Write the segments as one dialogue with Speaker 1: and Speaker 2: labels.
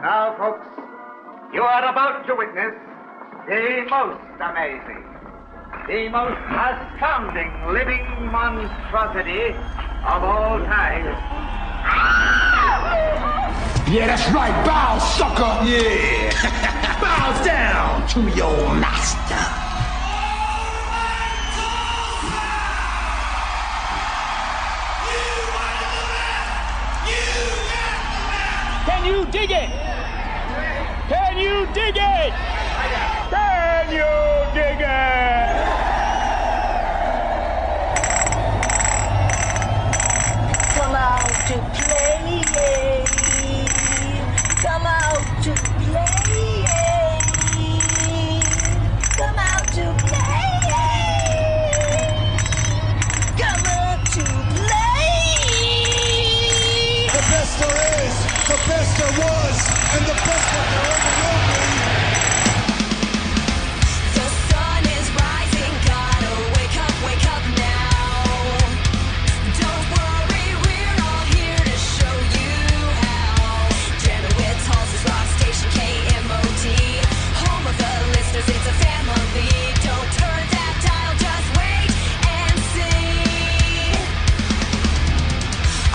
Speaker 1: Now, folks, you are about to witness the most amazing, the most astounding living monstrosity of all time.
Speaker 2: Yeah, that's right. Bow, sucker. Yeah. Bow down to your master.
Speaker 3: Can you dig it? Can you dig it? Can you dig it?
Speaker 4: Come out to play. Come out to play. Come out to play. Come out to play.
Speaker 5: The best there is, the best there was, and the best that there ever will be.
Speaker 6: The sun is rising, gotta wake up, wake up now. Don't worry, we're all here to show you how. Janowitz Halls is rock station KMOD, home of the listeners. It's a family. Don't turn that dial, just wait and see.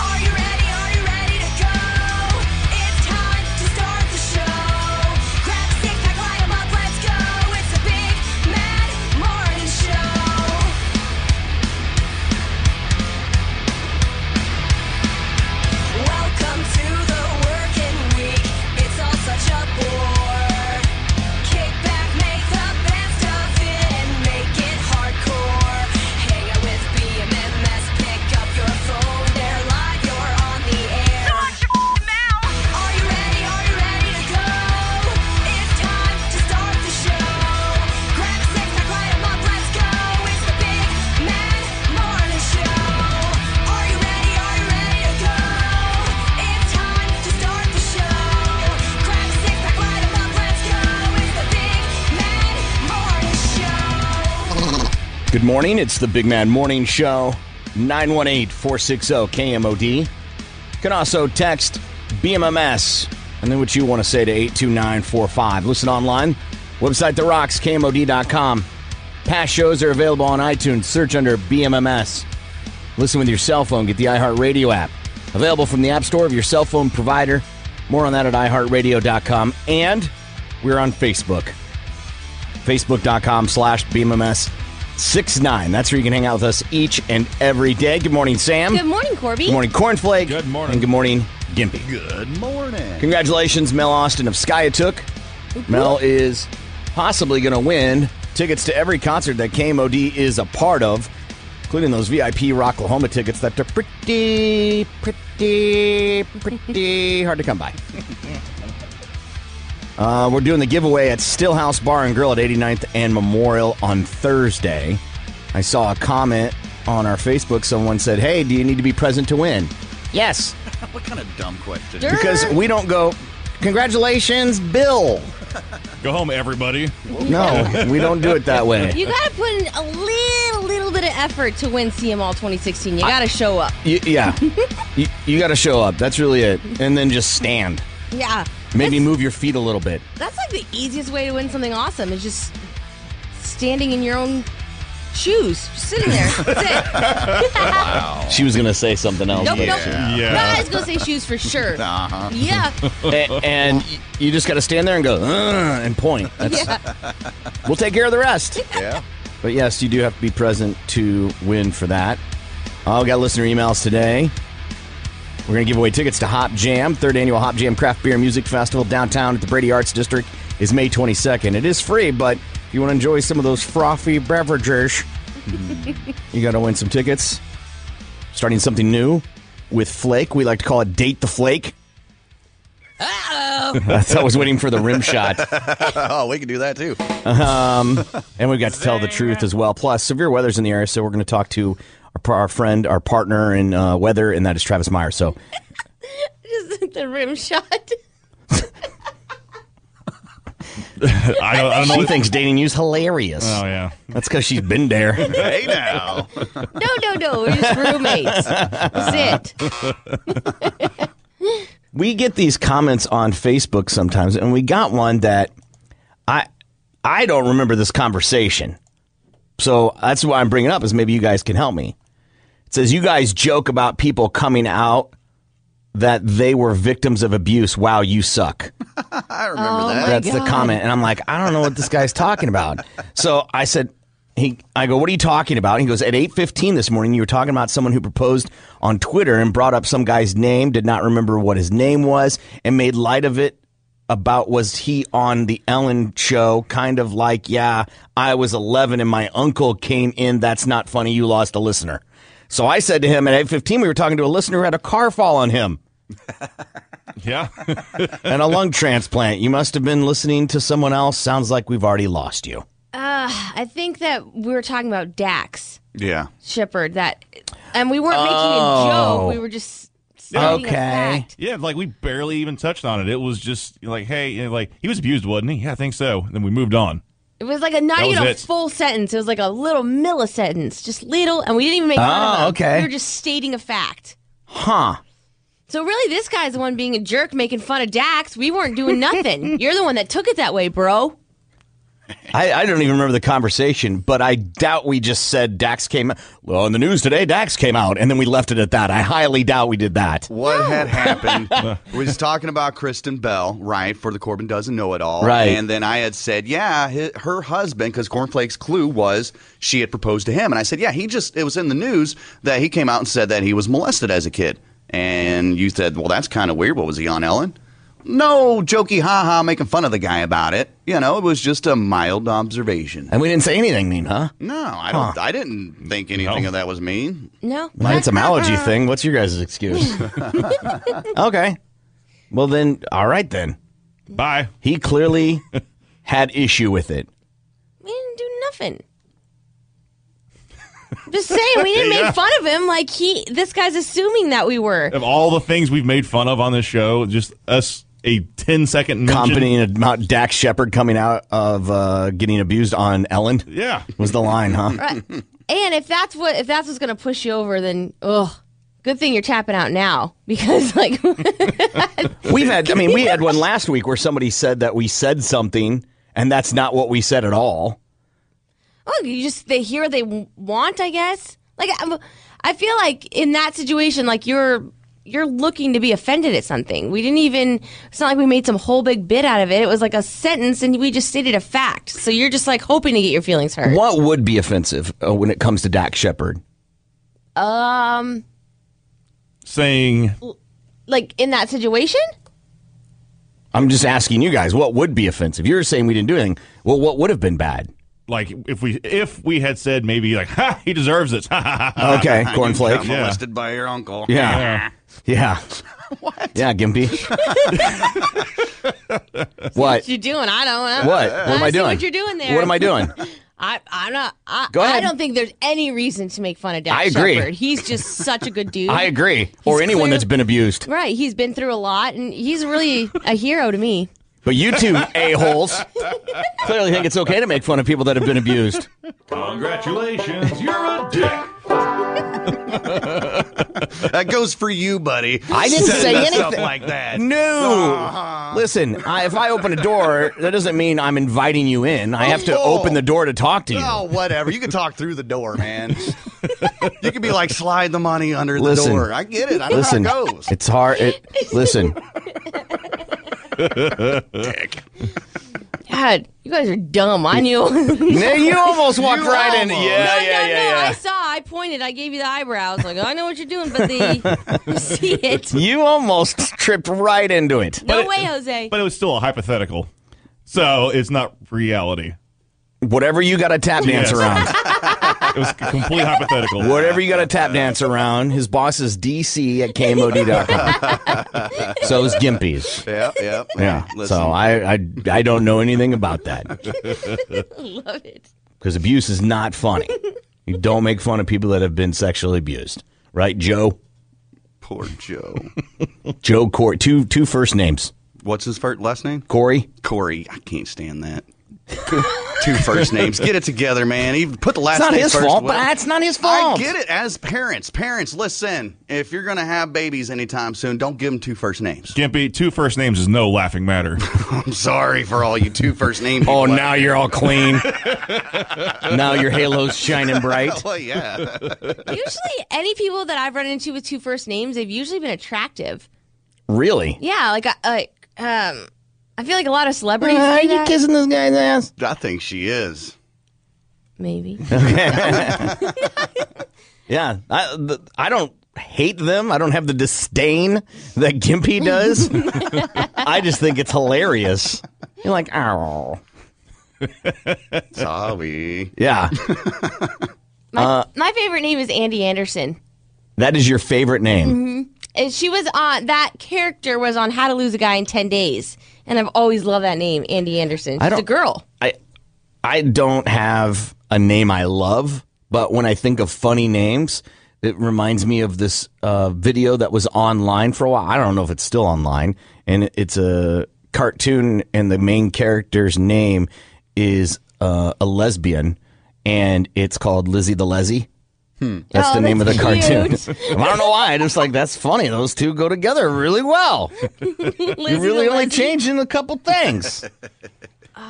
Speaker 6: Are you ready? Are you ready to go? It's time to start the show. Grab stick, pack, line 'em up, let's go. It's a big, mad morning show. Welcome to the working week. It's all such a bore. Kick back, make the best of it, and make it hardcore. Hang out with BMMS, pick up your phone. They're live, you're on the air. Are you ready? Are you ready to go? It's time to start the show. Grab six, pack, light 'em up, let's go. It's the big mad morning show. Are you ready? Are you ready to go? It's time to start the show. Grab six, pack, light 'em up, let's go. It's the big mad morning show.
Speaker 7: Good morning. It's the Big Man Morning Show, 918 460 KMOD. You can also text BMMS and then what you want to say to 82945. Listen online, website The Rocks, KMOD.com. Past shows are available on iTunes. Search under BMMS. Listen with your cell phone. Get the iHeartRadio app. Available from the App Store of your cell phone provider. More on that at iHeartRadio.com. And we're on Facebook facebook.com slash bmms 69 that's where you can hang out with us each and every day good morning sam
Speaker 8: Good morning, Corby.
Speaker 7: Good morning cornflake
Speaker 9: Good morning.
Speaker 7: and good morning gimpy
Speaker 9: Good morning.
Speaker 7: congratulations mel austin of skyatook mel is possibly going to win tickets to every concert that kmod is a part of including those vip rocklahoma tickets that are pretty pretty pretty hard to come by Uh, we're doing the giveaway at Stillhouse Bar and Grill at 89th and Memorial on Thursday. I saw a comment on our Facebook. Someone said, Hey, do you need to be present to win? Yes,
Speaker 9: What kind of dumb question?
Speaker 8: Dirt.
Speaker 7: because we don't go, Congratulations, Bill.
Speaker 10: Go home, everybody.
Speaker 7: No, we don't do it that way.
Speaker 8: You got to put in a little, little bit of effort to win CML 2016. You got to show up.
Speaker 7: Y- yeah. you you got to show up. That's really it. And then just stand.
Speaker 8: Yeah.
Speaker 7: Maybe move your feet a little bit.
Speaker 8: That's like the easiest way to win something awesome is just standing in your own shoes, just sitting there. That's it.
Speaker 7: She was going to say something else.
Speaker 8: Nope,
Speaker 7: but-
Speaker 8: nope.
Speaker 10: Yeah.
Speaker 8: Rye's gonna say shoes for sure.
Speaker 9: Uh-huh.
Speaker 8: Yeah,
Speaker 7: A- and y- you just got to stand there and go "Ugh," and point. That's,
Speaker 8: yeah.
Speaker 7: We'll take care of the rest.
Speaker 9: Yeah.
Speaker 7: But yes, you do have to be present to win for that. Uh, we got listener emails today. We're going to give away tickets to Hop Jam, third annual Hop Jam Craft Beer Music Festival downtown at the Brady Arts District is May 22nd. It is free, but if you want to enjoy some of those frothy beverages, you got to win some tickets. Starting something new with Flake. We like to call it Date the Flake. I was waiting for the rim shot.
Speaker 9: Oh, we can do that too.
Speaker 7: Um, And we've got to tell the truth as well. Plus, severe weather's in the area, so we're going to talk to our, our friend, our partner in uh, weather, and that is Travis Meyer. So,
Speaker 8: Just the rim shot.
Speaker 10: I don't, I don't know.
Speaker 7: she
Speaker 10: what-
Speaker 7: thinks dating you's hilarious.
Speaker 10: Oh yeah.
Speaker 7: That's because she's been there.
Speaker 9: Hey now.
Speaker 8: No, no, no. We're just roommates. That's it.
Speaker 7: we get these comments on Facebook sometimes, and we got one that I I don't remember this conversation. So that's why I'm bringing it up is maybe you guys can help me. It says you guys joke about people coming out that they were victims of abuse. Wow, you suck.
Speaker 9: I remember
Speaker 6: Oh
Speaker 9: that.
Speaker 7: That's the comment. And I'm like, I don't know what this guy's talking about. So I said, he, I go, what are you talking about? And he goes, at 8.15 this morning, you were talking about someone who proposed on Twitter and brought up some guy's name, did not remember what his name was, and made light of it about was he on the Ellen show, kind of like, yeah, I was 11 and my uncle came in. That's not funny. You lost a listener. So I said to him at 8.15, we were talking to a listener who had a car fall on him
Speaker 10: Yeah.
Speaker 7: and a lung transplant. You must have been listening to someone else. Sounds like we've already lost you.
Speaker 8: Uh, I think that we were talking about Dax
Speaker 7: Yeah.
Speaker 8: Shepard. That, and we weren't making a
Speaker 10: Oh.
Speaker 8: joke. We were just stating a fact.
Speaker 10: Yeah, like we barely even touched on it. It was just like, hey, you know, like he was abused, wasn't he? Yeah, I think so. And then we moved on.
Speaker 8: It was like a not
Speaker 10: That was
Speaker 8: even a
Speaker 10: it.
Speaker 8: full sentence. It was like a little millisentence, just little, and we didn't even make fun
Speaker 10: Ah,
Speaker 7: Oh,
Speaker 8: of him.
Speaker 7: okay.
Speaker 8: We were just stating a fact.
Speaker 7: Huh.
Speaker 8: So really, this guy's the one being a jerk, making fun of Dax. We weren't doing nothing. You're the one that took it that way, bro.
Speaker 7: I, I don't even remember the conversation, but I doubt we just said Dax came. Well, in the news today, Dax came out, and then we left it at that. I highly doubt we did that.
Speaker 9: What
Speaker 7: Oh.
Speaker 9: had happened was talking about Kristen Bell, right? For the Corbin doesn't know it all,
Speaker 7: Right.
Speaker 9: And then I had said, yeah, hi her husband, because Cornflake's clue was she had proposed to him, and I said, yeah, he just it was in the news that he came out and said that he was molested as a kid, and you said, well, that's kind of weird. What was he on Ellen? No, jokey, haha, making fun of the guy about it. You know, it was just a mild observation.
Speaker 7: And we didn't say anything mean, huh?
Speaker 9: No, I don't. I didn't think anything of that was mean.
Speaker 8: No.
Speaker 7: Mine, it's an allergy
Speaker 9: Uh-uh.
Speaker 7: thing. What's your guys' excuse? okay. Well, then, all right, then.
Speaker 10: Bye.
Speaker 7: He clearly had issue with it.
Speaker 8: We didn't do nothing. Just saying, we didn't
Speaker 10: Yeah.
Speaker 8: make fun of him. Like he, this guy's assuming that we were.
Speaker 10: Of all the things we've made fun of on this show, just us a 10 second mention.
Speaker 7: Company about Dax Shepard coming out of uh, getting abused on Ellen.
Speaker 10: Yeah.
Speaker 7: Was the line, huh?
Speaker 8: Right. and if that's what if that's what's gonna push you over, then ugh, good thing you're tapping out now because like
Speaker 7: We've had, I mean, we had one last week where somebody said that we said something, and that's not what we said at all.
Speaker 8: Look, you just they hear what they w- want, I guess. Like I'm- I feel like in that situation, like you're you're looking to be offended at something. We didn't even. It's not like we made some whole big bit out of it. It was like a sentence, and we just stated a fact. So you're just like hoping to get your feelings hurt.
Speaker 7: What would be offensive uh, when it comes to Dax Shepard?
Speaker 8: Um,
Speaker 10: Saying,
Speaker 8: like in that situation,
Speaker 7: I'm just asking you guys, what would be offensive? You're saying we didn't do anything. Well, what would have been bad?
Speaker 10: like, if we if we had said maybe, like, ha, he deserves it. okay,
Speaker 7: Okay, cornflake.
Speaker 9: Got molested by your uncle.
Speaker 7: Yeah. Yeah. what? Yeah, Gimpy. what?
Speaker 8: what you doing? I don't know.
Speaker 7: What? What am I
Speaker 8: see
Speaker 7: doing?
Speaker 8: What you're doing there?
Speaker 7: What am I doing?
Speaker 8: I, I'm not. I,
Speaker 7: Go
Speaker 8: I
Speaker 7: ahead.
Speaker 8: don't think there's any reason to make fun of Dax
Speaker 7: I agree.
Speaker 8: Shepard. He's just such a good dude.
Speaker 7: I agree. or anyone
Speaker 8: clear-
Speaker 7: that's been abused.
Speaker 8: Right. He's been through a lot, and he's really a hero to me.
Speaker 7: But you two a-holes clearly think it's okay to make fun of people that have been abused.
Speaker 10: Congratulations, you're a dick.
Speaker 9: that goes for you, buddy.
Speaker 7: I didn't
Speaker 9: Setting
Speaker 7: say
Speaker 9: us up
Speaker 7: anything.
Speaker 9: like that. Uh-huh.
Speaker 7: No. Listen, I, if I open a door, that doesn't mean I'm inviting you in. I have to
Speaker 9: Oh.
Speaker 7: open the door to talk to you.
Speaker 9: Oh, whatever. You can talk through the door, man. you can be like, slide the money under
Speaker 7: Listen.
Speaker 9: the door. I get it. I know
Speaker 7: Listen,
Speaker 9: how it goes.
Speaker 7: it's hard. It, listen,
Speaker 8: God, you guys are dumb. I knew. no, no,
Speaker 7: Nah, you almost walked
Speaker 9: You
Speaker 7: right in. Yeah,
Speaker 9: almost.
Speaker 7: yeah, yeah,
Speaker 8: I
Speaker 7: yeah.
Speaker 8: saw. I pointed. I gave you the eyebrows. Like "Oh, I know what you're doing, but the you see it.
Speaker 7: You almost tripped right into it.
Speaker 8: No
Speaker 10: But it-
Speaker 8: way, Jose.
Speaker 10: But it was still a hypothetical. So it's not reality.
Speaker 7: Whatever you got to tap dance
Speaker 10: Yes.
Speaker 7: around.
Speaker 10: It was completely hypothetical.
Speaker 7: Whatever you got to tap dance around. His boss is DC at KMOD.com. so is Gimpy's.
Speaker 9: Yeah, yeah.
Speaker 7: Yeah.
Speaker 9: Listen.
Speaker 7: So I, I I don't know anything about that.
Speaker 8: Love it.
Speaker 7: because abuse is not funny. you don't make fun of people that have been sexually abused, right, Joe?
Speaker 9: Poor Joe.
Speaker 7: Joe Corey, two two first names,
Speaker 9: What's his first last name?
Speaker 7: Corey.
Speaker 9: Corey. I can't stand that. Two first names. Get it together, man. Even put the last.
Speaker 7: It's not
Speaker 9: name
Speaker 7: his
Speaker 9: first,
Speaker 7: fault,
Speaker 9: will
Speaker 7: but
Speaker 9: you?
Speaker 7: it's not his fault.
Speaker 9: I get it. As parents, parents, listen. If you're gonna have babies anytime soon, don't give them two first names.
Speaker 10: Gimpy, two first names is no laughing matter.
Speaker 9: I'm sorry for all you two first name.
Speaker 7: Oh,
Speaker 9: people out
Speaker 7: now you're all clean. now your halo's shining bright.
Speaker 9: Well, yeah.
Speaker 8: Usually, any people that I've run into with two first names, they've usually been attractive.
Speaker 7: Really?
Speaker 8: Yeah, like I like um, I feel like a lot of celebrities.
Speaker 7: Are
Speaker 8: do
Speaker 7: Uh, you
Speaker 8: that.
Speaker 7: kissing this guy's ass?
Speaker 9: I think she is.
Speaker 8: Maybe.
Speaker 7: Yeah, I th- I don't hate them. I don't have the disdain that Gimpy does. I just think it's hilarious. You're like, oh,
Speaker 9: Sorry.
Speaker 7: yeah. Uh,
Speaker 8: My, my favorite name is Andy Anderson.
Speaker 7: That is your favorite name.
Speaker 8: And she was on that character was on How to Lose a Guy in Ten Days, and I've always loved that name, Andy Anderson. She's a
Speaker 7: don't-
Speaker 8: girl.
Speaker 7: I I don't have a name I love, but when I think of funny names, it reminds me of this uh, video that was online for a while. I don't know if it's still online, and it's a cartoon, and the main character's name is uh, a lesbian, and it's called Lizzie the Leslie. That's
Speaker 8: Oh,
Speaker 7: the name
Speaker 8: that's
Speaker 7: of the
Speaker 8: cute.
Speaker 7: cartoon. I don't know why. I'm just like, that's funny. Those two go together really well. You're really only changing a couple things.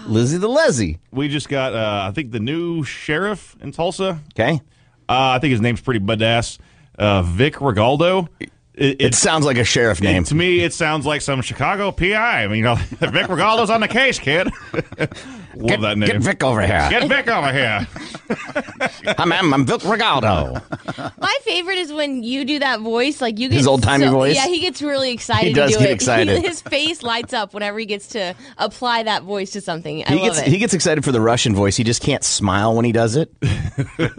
Speaker 7: Lizzie the Leslie.
Speaker 10: we just got, uh, I think, the new sheriff in Tulsa.
Speaker 7: Okay.
Speaker 10: Uh, I think his name's pretty badass. Uh, Vic Rigaldo. It, it-
Speaker 7: It sounds like a sheriff name.
Speaker 10: to me, it sounds like some Chicago PI. I mean, you know, Vic Rigaldo's on the case, kid. Love
Speaker 7: Get,
Speaker 10: that name.
Speaker 7: get Vic over here.
Speaker 10: Get Vic over here.
Speaker 7: I'm, I'm, I'm Vic Regaldo.
Speaker 8: My favorite is when you do that voice, like you get
Speaker 7: His old-timey
Speaker 8: so-
Speaker 7: voice?
Speaker 8: Yeah, he gets really excited.
Speaker 7: He does
Speaker 8: to do
Speaker 7: get
Speaker 8: it.
Speaker 7: excited.
Speaker 8: his face lights up whenever he gets to apply that voice to something. I
Speaker 7: He
Speaker 8: love
Speaker 7: gets
Speaker 8: it.
Speaker 7: he gets excited for the Russian voice. He just can't smile when he does it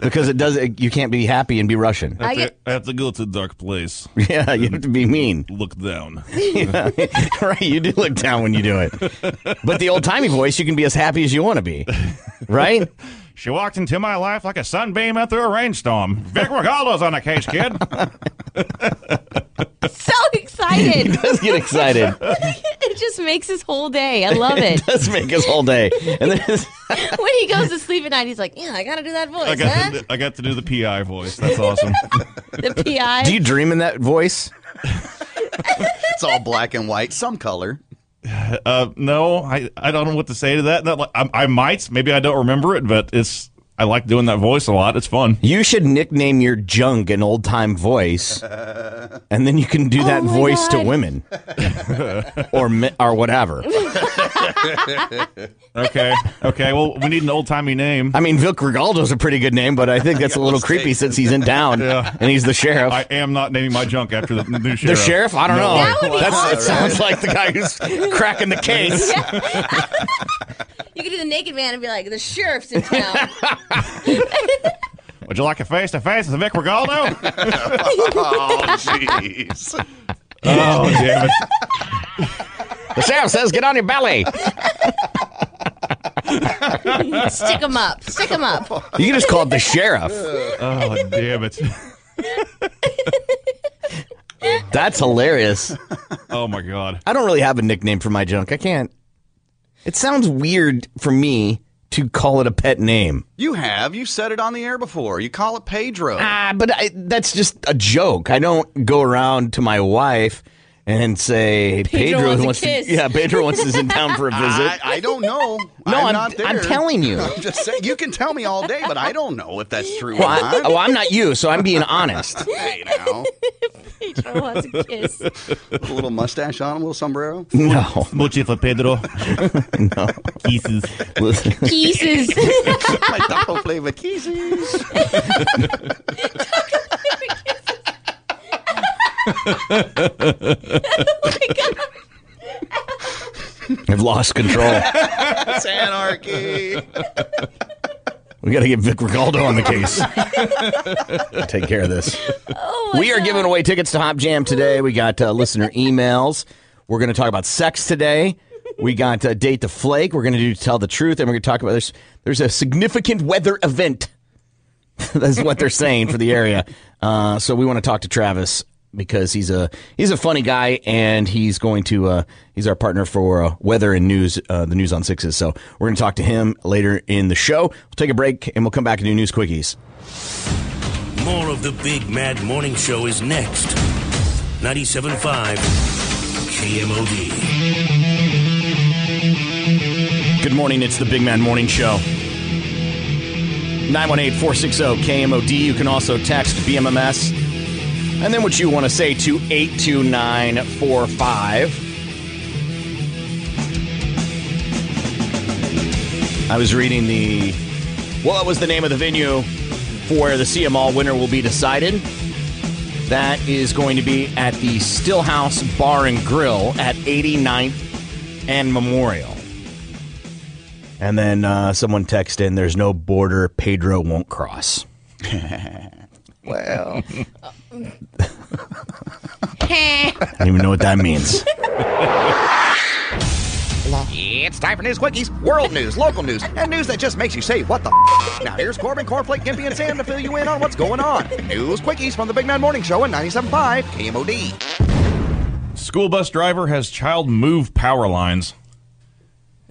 Speaker 7: because it does. It, you can't be happy and be Russian.
Speaker 8: I get
Speaker 10: I have to go to a dark place.
Speaker 7: Yeah, you have to be mean.
Speaker 10: Look down.
Speaker 7: right, you do look down when you do it. But the old timey voice, you can be as happy as you want to be. Right?
Speaker 10: She walked into my life like a sunbeam out through a rainstorm. Vic Rigaldo's on the case, kid.
Speaker 8: so excited.
Speaker 7: Let's get excited.
Speaker 8: it just makes his whole day. I love it.
Speaker 7: Let's make us all day. And then
Speaker 8: when he goes to sleep at night, he's like, "Yeah, I gotta do that
Speaker 10: I
Speaker 8: voice,
Speaker 10: got,
Speaker 8: huh?"
Speaker 10: to, I got to do the PI voice. That's awesome.
Speaker 8: The PI.
Speaker 7: do you dream in that voice?
Speaker 9: It's all black and white, some color.
Speaker 10: Uh, no, I, I don't know what to say to that. Not like, I, I might. Maybe I don't remember it, but it's I like doing that voice a lot. It's fun.
Speaker 7: You should nickname your junk an old time voice, and then you can do that
Speaker 8: Oh my
Speaker 7: voice to
Speaker 8: God.
Speaker 7: women or men, or whatever.
Speaker 10: Okay. Okay. Well, we need an old timey name.
Speaker 7: I mean, Vic Rigaldo's a pretty good name, but I think that's a little creepy since he's in town and he's the sheriff.
Speaker 10: I am not naming my junk after the new
Speaker 7: the
Speaker 10: sheriff.
Speaker 7: sheriff? I don't know.
Speaker 8: That would be
Speaker 7: That's- It
Speaker 8: awesome.
Speaker 7: sounds like the guy who's cracking the case.
Speaker 8: You could do the naked man and be like, "The sheriff's in town."
Speaker 10: Would you like a face to face with Vic Rigaldo?
Speaker 9: Oh, jeez.
Speaker 10: oh damn it!
Speaker 7: The sheriff says, "Get on your belly."
Speaker 8: Stick him up. Stick him up.
Speaker 7: You can just call it the sheriff.
Speaker 10: Oh damn it!
Speaker 7: That's hilarious.
Speaker 10: Oh my god!
Speaker 7: I don't really have a nickname for my junk. I can't. It sounds weird for me to call it a pet name.
Speaker 9: You have. You said it on the air before. You call it Pedro.
Speaker 8: Uh,
Speaker 7: Ah, but I, that's just a joke. I don't go around to my wife and say Pedro,
Speaker 8: wants a kiss."
Speaker 7: to. Yeah, Pedro wants is in town for a
Speaker 9: I,
Speaker 7: visit.
Speaker 9: I don't know.
Speaker 7: no,
Speaker 9: I'm,
Speaker 7: I'm,
Speaker 9: not there.
Speaker 7: I'm telling you.
Speaker 9: I'm just saying. You can tell me all day, but I don't know if that's true
Speaker 7: Well,
Speaker 9: or
Speaker 7: I,
Speaker 9: not.
Speaker 7: well, I'm not you, so I'm being honest.
Speaker 9: Hey, now.
Speaker 8: Pedro wants a kiss.
Speaker 9: A little mustache on, a little sombrero.
Speaker 7: No,
Speaker 10: Mochi for Pedro.
Speaker 7: no.
Speaker 10: Kisses.
Speaker 7: Listen,
Speaker 8: Pieces.
Speaker 9: My double flavor kisses.
Speaker 8: Oh
Speaker 7: I've lost control.
Speaker 9: It's anarchy.
Speaker 7: We got to get Vic Rigaldo on the case. Take care of this. we are giving away tickets to Hop Jam today. We got uh, listener emails. We're going to talk about sex today. We got uh, date to flake. We're going to do tell the truth, and we're going to talk about there's there's a significant weather event. That's what they're saying for the area. Uh, so we want to talk to Travis because he's a he's a funny guy and he's going to uh, he's our partner for uh, weather and news uh, the news on sixes. So we're going to talk to him later in the show. We'll take a break and we'll come back and do news quickies.
Speaker 11: More of the Big Mad Morning Show is next. 97.5 KMOD.
Speaker 7: Good morning. It's the Big Man Morning Show. 918 460 KMOD. You can also text BMMS and then what you want to say to 82945. I was reading the. What was the name of the venue for where the CMall winner will be decided? That is going to be at the Stillhouse Bar and Grill at 89th and Memorial. And then uh, someone texted in, there's no border Pedro won't cross.
Speaker 9: Well,
Speaker 7: I don't even know what that means.
Speaker 9: it's time for news quickies, world news, local news, and news that just makes you say, "What the?" F-? Now here's Corbin, Cornflake, Gimpy, and Sam to fill you in on what's going on. News quickies from the Big Man Morning Show on 97.5 KMOD.
Speaker 10: School bus driver has child move power lines.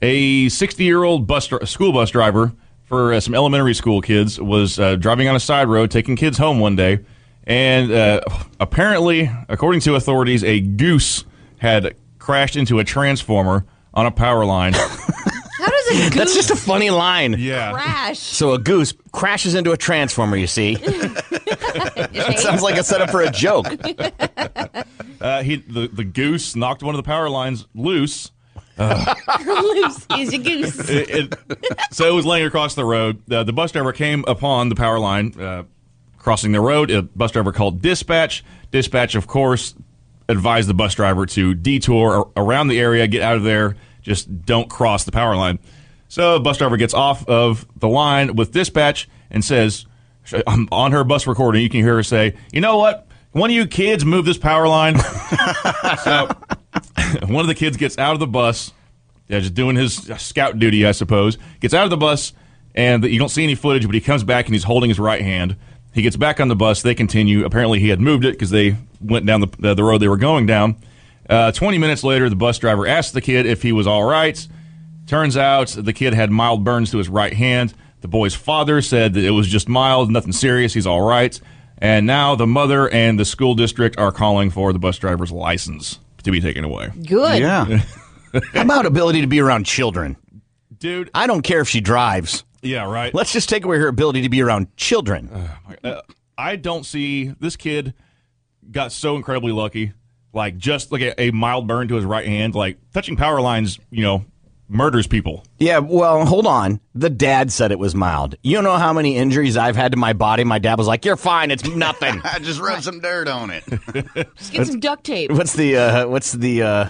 Speaker 10: A 60 year old bus dr- school bus driver for uh, some elementary school kids was uh, driving on a side road, taking kids home one day, and uh, apparently, according to authorities, a goose had crashed into a transformer on a power line.
Speaker 8: How does a goose
Speaker 7: That's just a funny line.
Speaker 10: yeah.
Speaker 8: crash?
Speaker 7: So a goose crashes into a transformer, you see. It sounds like a setup for a joke.
Speaker 10: Uh, he the, the goose knocked one of the power lines loose.
Speaker 7: Oh.
Speaker 8: loose is a goose.
Speaker 10: it, it- so it was laying across the road. Uh, the bus driver came upon the power line uh, crossing the road. A bus driver called dispatch. Dispatch, of course, advised the bus driver to detour ar- around the area, get out of there, just don't cross the power line. So the bus driver gets off of the line with dispatch and says, I'm on her bus recording. You can hear her say, You know what? One of you kids move this power line. so one of the kids gets out of the bus, yeah, just doing his uh, scout duty, I suppose. Gets out of the bus, and you don't see any footage, but he comes back and he's holding his right hand. He gets back on the bus. They continue. Apparently, he had moved it because they went down the, the, the road they were going down. Uh, 20 minutes later, the bus driver asked the kid if he was all right. Turns out the kid had mild burns to his right hand. The boy's father said that it was just mild, nothing serious, he's all right. And now the mother and the school district are calling for the bus driver's license to be taken away.
Speaker 8: Good.
Speaker 9: Yeah,
Speaker 7: How about ability to be around children?
Speaker 10: Dude,
Speaker 7: I don't care if she drives.
Speaker 10: yeah, right.
Speaker 7: Let's just take away her ability to be around children.
Speaker 10: Uh, I don't see this kid got so incredibly lucky. Like just like a, a mild burn to his right hand, like touching power lines, you know, murders people.
Speaker 7: Yeah, well, hold on. The dad said it was mild. You know how many injuries I've had to my body? My dad was like, "You're fine. It's nothing."
Speaker 9: I just rubbed some dirt on it.
Speaker 8: Just get some duct tape.
Speaker 7: what's the uh, what's the uh,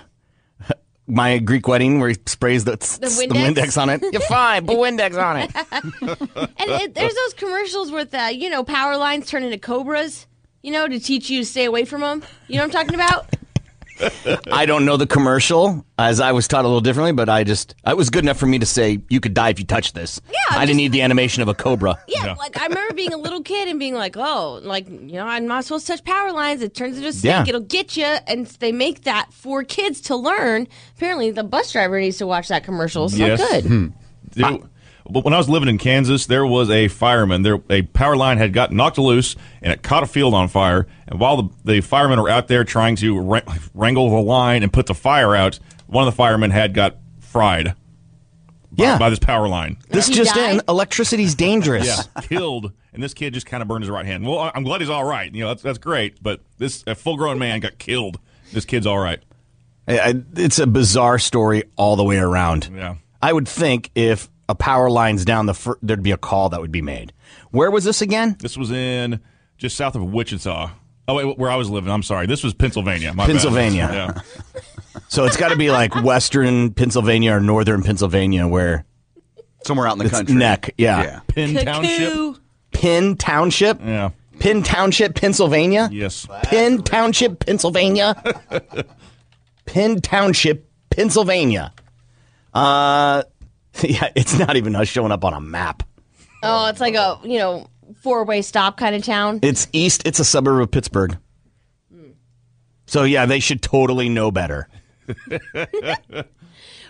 Speaker 7: my Greek wedding where he sprays the, the
Speaker 8: Windex?
Speaker 7: Windex on it? You're fine. Put Windex on it.
Speaker 8: And it, there's those commercials with uh, you know power lines turn into cobras, you know, to teach you to stay away from them. You know what I'm talking about?
Speaker 7: I don't know the commercial, as I was taught a little differently, but I just it was good enough for me to say you could die if you touch this. Yeah, I didn't
Speaker 8: just-
Speaker 7: need the animation of a cobra.
Speaker 8: Yeah, like I remember being a little kid and being like, oh, like you know, I'm not supposed to touch power lines. It turns into a snake.
Speaker 7: Yeah.
Speaker 8: It'll get you. And they make that for kids to learn. Apparently, the bus driver needs to watch that commercial. So
Speaker 10: Yes. Hmm.
Speaker 8: good.
Speaker 10: Dude, but when I was living in Kansas, there was a fireman. There, a power line had got knocked loose, and it caught a field on fire. And while the, the firemen were out there trying to wra- wrangle the line and put the fire out, one of the firemen had got fried by,
Speaker 7: Yeah.
Speaker 10: by this power line.
Speaker 7: This
Speaker 8: He
Speaker 7: just
Speaker 8: died?
Speaker 7: in: electricity's dangerous.
Speaker 10: Yeah, killed. And this kid just kind of burned his right hand. Well, I- I'm glad he's all right. You know, that's that's great. But this a full grown man got killed. This kid's all right.
Speaker 7: I- I- It's a bizarre story all the way around.
Speaker 10: Yeah.
Speaker 7: I would think if a power line's down, the fir- there'd be a call that would be made. Where was this again?
Speaker 10: This was in just south of Wichita. Oh wait, where I was living. I'm sorry. This was Pennsylvania. My bad.
Speaker 7: Pennsylvania.
Speaker 10: Yeah.
Speaker 7: So it's got to be like Western Pennsylvania or Northern Pennsylvania, where
Speaker 9: Somewhere out in the
Speaker 7: it's
Speaker 9: country.
Speaker 7: neck. Yeah.
Speaker 9: Yeah.
Speaker 10: Penn Township.
Speaker 8: Cuckoo.
Speaker 7: Penn Township,
Speaker 10: Yeah.
Speaker 7: Penn Township, Pennsylvania.
Speaker 10: Yes.
Speaker 7: Penn Township, Pennsylvania. Penn Township, Pennsylvania. Uh, yeah, it's not even us showing up on a map.
Speaker 8: Oh, it's like a you know four way stop kind of town.
Speaker 7: It's east. It's a suburb of Pittsburgh. Hmm. So yeah, they should totally know better.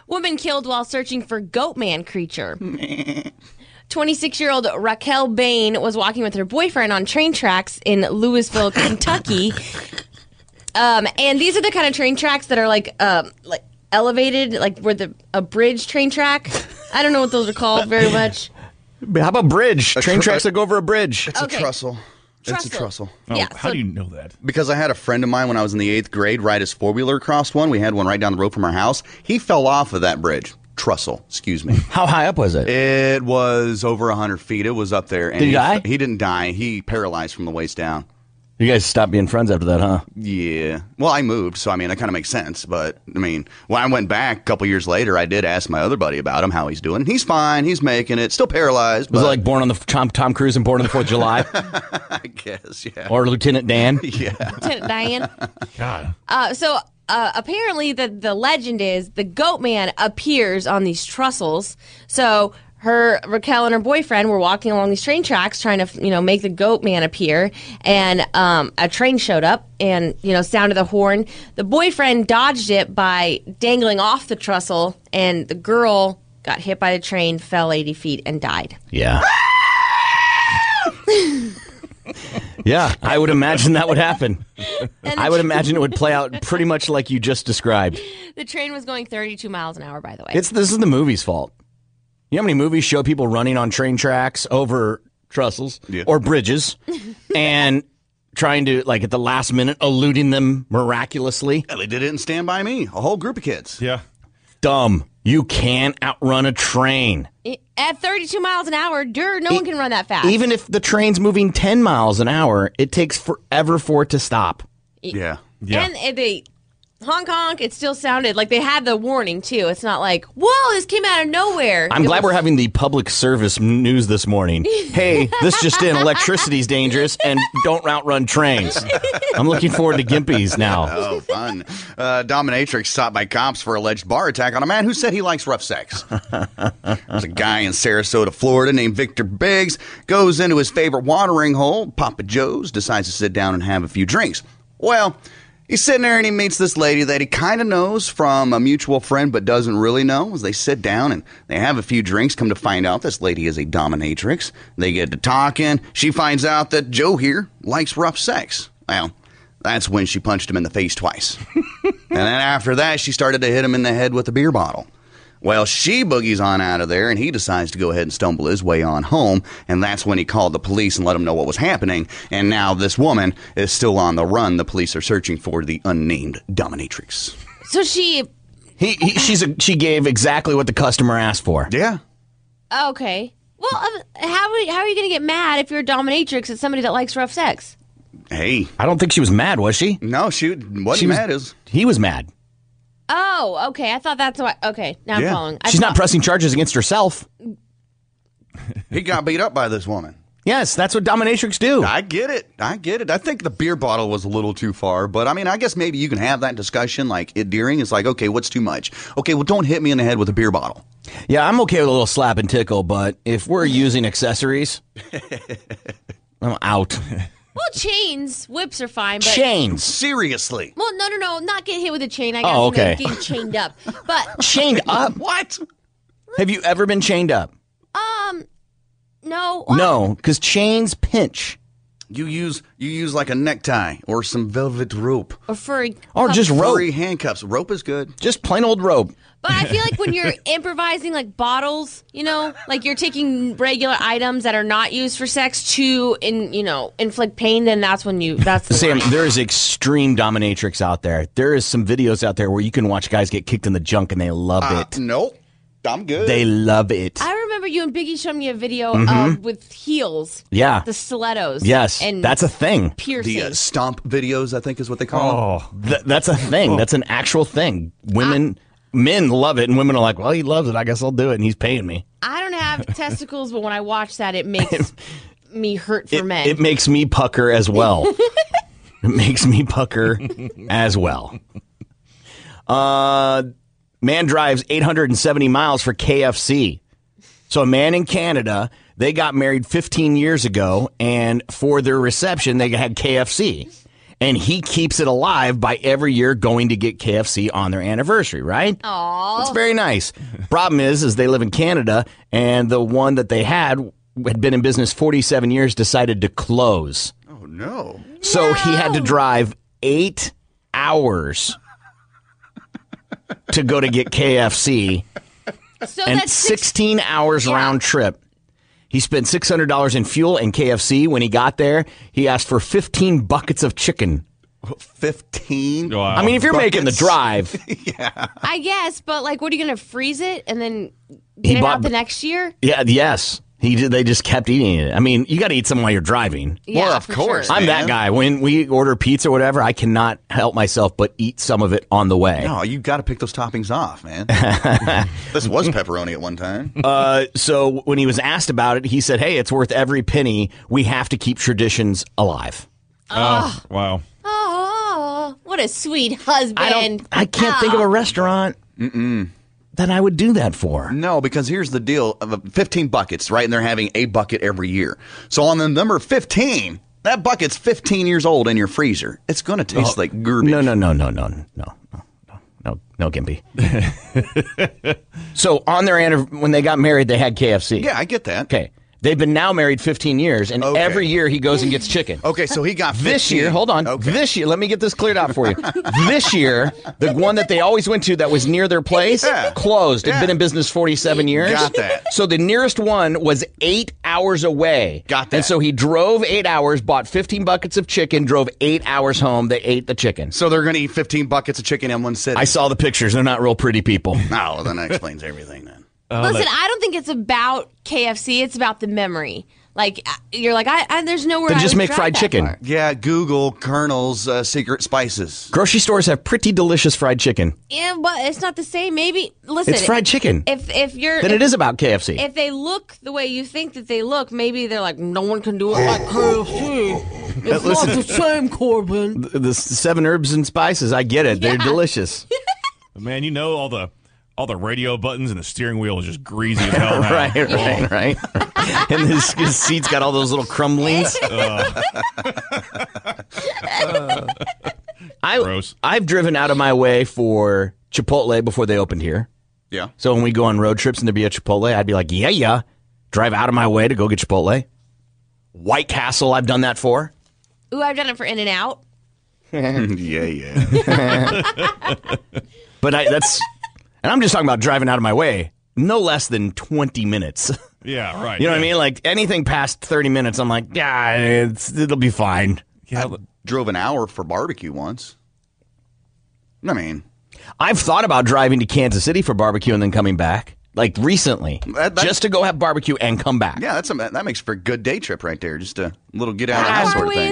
Speaker 8: Woman killed while searching for goat man creature. 26 year old Raquel Bain was walking with her boyfriend on train tracks in Louisville, Kentucky. Um, and these are the kind of train tracks that are like um, like elevated, like where the a bridge train track. I don't know what those are called very much.
Speaker 7: How about bridge? Train tracks that go over a bridge.
Speaker 9: It's
Speaker 8: Okay.
Speaker 9: a trestle. It's a
Speaker 8: Trestle.
Speaker 9: trestle.
Speaker 8: Oh, Yeah, how so- do
Speaker 10: you know that?
Speaker 9: Because I had a friend of mine when I was in the eighth grade ride his four wheeler across one. We had one right down the road from our house. He fell off of that bridge. Trestle, excuse me.
Speaker 7: How high up was it?
Speaker 9: It was over hundred feet. It was up there. And
Speaker 7: Did he die?
Speaker 9: He didn't die. He paralyzed from the waist down.
Speaker 7: You guys stopped being friends after that, huh?
Speaker 9: Yeah. Well, I moved, so I mean that kind of makes sense. But I mean, when I went back a couple years later, I did ask my other buddy about him, how he's doing. He's fine. He's making it. Still paralyzed.
Speaker 7: Was
Speaker 9: but
Speaker 7: it like born on the Tom, Tom Cruise and Born on the Fourth of July,
Speaker 9: I guess, yeah.
Speaker 7: or Lieutenant Dan?
Speaker 9: yeah.
Speaker 8: Lieutenant Diane.
Speaker 10: God.
Speaker 8: Uh, so uh, apparently, the the legend is the goat man appears on these trestles. So her Raquel and her boyfriend were walking along these train tracks trying to you know make the goat man appear, and um, a train showed up and you know sounded the horn. The boyfriend dodged it by dangling off the trestle, and the girl got hit by the train, fell eighty feet, and died.
Speaker 7: Yeah. yeah, I would imagine that would happen. I would imagine it would play out pretty much like you just described.
Speaker 8: The train was going thirty two miles an hour, by the way.
Speaker 7: It's this is the movie's fault. You know how many movies show people running on train tracks over trestles or bridges and trying to like at the last minute eluding them miraculously?
Speaker 9: They did it in Stand By Me. A whole group of kids.
Speaker 10: Yeah.
Speaker 7: Dumb. You can't outrun a train.
Speaker 8: At 32 miles an hour, dude, no one can run that fast.
Speaker 7: Even if the train's moving 10 miles an hour, it takes forever for it to stop.
Speaker 9: Yeah.
Speaker 8: And it- they honk honk. It still sounded like they had the warning too. It's not like whoa, this came out of nowhere.
Speaker 7: I'm
Speaker 8: It
Speaker 7: glad
Speaker 8: was-
Speaker 7: we're having the public service news this morning. Hey, this just in, electricity's dangerous and don't outrun trains. I'm looking forward to Gimpy's now.
Speaker 9: Oh, fun. Uh, dominatrix stopped by cops for alleged bar attack on a man who said he likes rough sex. There's a guy in Sarasota, Florida named Victor Biggs. Goes into his favorite watering hole, Papa Joe's, decides to sit down and have a few drinks. Well, he's sitting there and he meets this lady that he kind of knows from a mutual friend but doesn't really know. As they sit down and they have a few drinks, come to find out this lady is a dominatrix. They get to talking. She finds out that Joe here likes rough sex. Well, that's when she punched him in the face twice. and then after that, she started to hit him in the head with a beer bottle. Well, she boogies on out of there, and he decides to go ahead and stumble his way on home. And that's when he called the police and let them know what was happening. And now this woman is still on the run. The police are searching for the unnamed dominatrix.
Speaker 8: So she
Speaker 7: He, he she's a, she gave exactly what the customer asked for.
Speaker 9: Yeah.
Speaker 8: oh, okay. Well, um, how are- how are you going to get mad if you're a dominatrix at somebody that likes rough sex?
Speaker 9: Hey.
Speaker 7: I don't think she was mad, was she?
Speaker 9: No, she wasn't
Speaker 7: She was-
Speaker 9: mad. Is
Speaker 7: He was mad.
Speaker 8: Oh, okay. I thought that's why. Okay, now
Speaker 9: Yeah.
Speaker 8: I'm following. I
Speaker 7: She's not
Speaker 8: thought-
Speaker 7: pressing charges against herself.
Speaker 9: he got beat up by this woman?
Speaker 7: Yes, that's what dominatrix do.
Speaker 9: I get it. I get it. I think the beer bottle was a little too far, but I mean, I guess maybe you can have that discussion. Like it during, it's like, okay, what's too much? Okay, well, don't hit me in the head with a beer bottle.
Speaker 7: Yeah, I'm okay with a little slap and tickle, but if we're using accessories, I'm out.
Speaker 8: Well, chains, whips are fine, but.
Speaker 7: Chains.
Speaker 9: Seriously,
Speaker 8: Well, no, no, no, not get hit with a chain. I guess
Speaker 7: Oh,
Speaker 8: you know,
Speaker 7: okay.
Speaker 8: getting chained up, but
Speaker 7: Chained up?
Speaker 9: what?
Speaker 7: Have you ever been chained up?
Speaker 8: um, no,
Speaker 7: No, because chains pinch.
Speaker 9: Oh, You use you use like a necktie or some velvet rope.
Speaker 8: or furry,
Speaker 7: Or just rope.
Speaker 9: Furry handcuffs. Rope is good.
Speaker 7: Just plain old rope.
Speaker 8: But I feel like when you're improvising like bottles, you know, like you're taking regular items that are not used for sex to in you know inflict pain, then that's when you that's the
Speaker 7: Sam,
Speaker 8: line.
Speaker 7: there is extreme dominatrix out there. There is some videos out there where you can watch guys get kicked in the junk and they love it.
Speaker 9: Uh, Nope. I'm good.
Speaker 7: They love it.
Speaker 8: I remember you and Biggie showed me a video of with heels,
Speaker 7: Mm-hmm. Yeah.
Speaker 8: the stilettos,
Speaker 7: Yes.
Speaker 8: and
Speaker 7: That's a thing. Oh.
Speaker 8: piercing.
Speaker 9: the uh, stomp videos, I think, is what they call Oh. them.
Speaker 7: Th- that's a thing. That's an actual thing. Women, men love it, and women are like, well, he loves it. I guess I'll do it, and he's paying me.
Speaker 8: I don't have testicles, but when I watch that, it makes me hurt for
Speaker 7: it,
Speaker 8: men.
Speaker 7: it makes me pucker as well. it makes me pucker as well. Uh, man drives 870 miles for KFC. So a man in Canada, they got married 15 years ago, and for their reception, they had KFC. and he keeps it alive by every year going to get KFC on their anniversary, right?
Speaker 8: Aww.
Speaker 7: It's very nice. Problem is, is they live in Canada, and the one that they had had been in business 47 years decided to close.
Speaker 9: Oh no!
Speaker 7: So he had to drive eight hours to go to get KFC
Speaker 8: So
Speaker 7: and
Speaker 8: that's
Speaker 7: 16 hours round trip. He spent $600 in fuel and KFC. When he got there, he asked for 15 buckets of chicken.
Speaker 9: 15?
Speaker 7: I mean, if you're making the drive,
Speaker 8: I guess, but like, what are you gonna freeze it and then
Speaker 7: He
Speaker 8: get it
Speaker 7: bought-
Speaker 8: out the next year?
Speaker 7: yeah, yes. He did, they just kept eating it. I mean, you got to eat something while you're driving.
Speaker 8: Yeah, Well, of for course, sure.
Speaker 7: I'm
Speaker 8: man.
Speaker 7: that guy. When we order pizza or whatever, I cannot help myself but eat some of it on the way.
Speaker 9: No, you got to pick those toppings off, man. this was pepperoni at one time.
Speaker 7: Uh, so when he was asked about it, he said, "Hey, it's worth every penny. We have to keep traditions alive."
Speaker 10: Oh, wow!
Speaker 8: Oh, what a sweet husband! I,
Speaker 7: I can't think
Speaker 8: Ah.
Speaker 7: of a restaurant
Speaker 9: Mm-mm.
Speaker 7: that I would do that for.
Speaker 9: No, because here's the deal: of the 15 buckets, right? And they're having a bucket every year. So on the number 15, that bucket's 15 years old in your freezer. It's going to taste
Speaker 7: Oh,
Speaker 9: like garbage. No,
Speaker 7: no, no, no, no, no, no, no, no, Gimpy. so on their anniv- when they got married, they had KFC. Yeah,
Speaker 9: I get that.
Speaker 7: Okay, they've been now married 15 years, and
Speaker 9: Okay.
Speaker 7: every year he goes and gets chicken.
Speaker 9: Okay, so he got
Speaker 7: This
Speaker 9: 15.
Speaker 7: year, hold on. This year, let me get this cleared out for you. this year, the one that they always went to that was near their place
Speaker 9: Yeah.
Speaker 7: closed. Had been in business 47 years.
Speaker 9: Got that.
Speaker 7: So the nearest one was eight hours away. Got that. And so he drove eight hours, bought 15 buckets of chicken, drove eight hours home. They ate the chicken.
Speaker 9: So they're going to eat 15 buckets of chicken in one sitting.
Speaker 7: I saw the pictures. They're not real pretty people.
Speaker 9: No, Oh, then that explains everything. Then.
Speaker 10: Uh,
Speaker 7: Oh,
Speaker 8: Listen, I don't think it's about KFC. It's about the memory. Like I- you're like, I, I there's nowhere. I would drive that far.
Speaker 9: Yeah, Google Colonel's uh, secret spices.
Speaker 7: Grocery stores have pretty delicious fried chicken.
Speaker 8: Yeah, but it's not the same. Maybe listen,
Speaker 7: It's fried chicken.
Speaker 8: If if you're
Speaker 7: Then it is about KFC.
Speaker 8: If they look the way you think that they look, maybe they're like, no one can do it like KFC. It's
Speaker 7: Listen.
Speaker 8: not the same, Corbin.
Speaker 7: The, the seven herbs and spices, I get it. They're delicious.
Speaker 10: Man, you know all the all the radio buttons and the steering wheel is just greasy as hell. now.
Speaker 7: right, right, right. and his, his seat's got all those little crumblings.
Speaker 10: Ugh.
Speaker 7: I, I've driven out of my way for Chipotle before they opened here.
Speaker 9: Yeah.
Speaker 7: So when we go on road trips and there'd be a Chipotle, I'd be like, yeah, yeah. Drive out of my way to go get Chipotle. White Castle, I've done that for.
Speaker 8: Ooh, I've done it for In and Out.
Speaker 7: yeah,
Speaker 9: yeah.
Speaker 7: but I, that's, and I'm just talking about driving out of my way, no less than 20 minutes.
Speaker 10: Yeah, right.
Speaker 7: you know what I
Speaker 10: yeah.
Speaker 7: mean? Like anything past 30 minutes, I'm like, yeah, it's, it'll be fine.
Speaker 10: Yeah,
Speaker 9: drove an hour for barbecue once. I mean,
Speaker 7: I've thought about driving to Kansas City for barbecue and then coming back, like recently, just to go have barbecue and come back.
Speaker 9: yeah, that's a, that makes for a good day trip right there. Just a little get out of the house sort of thing.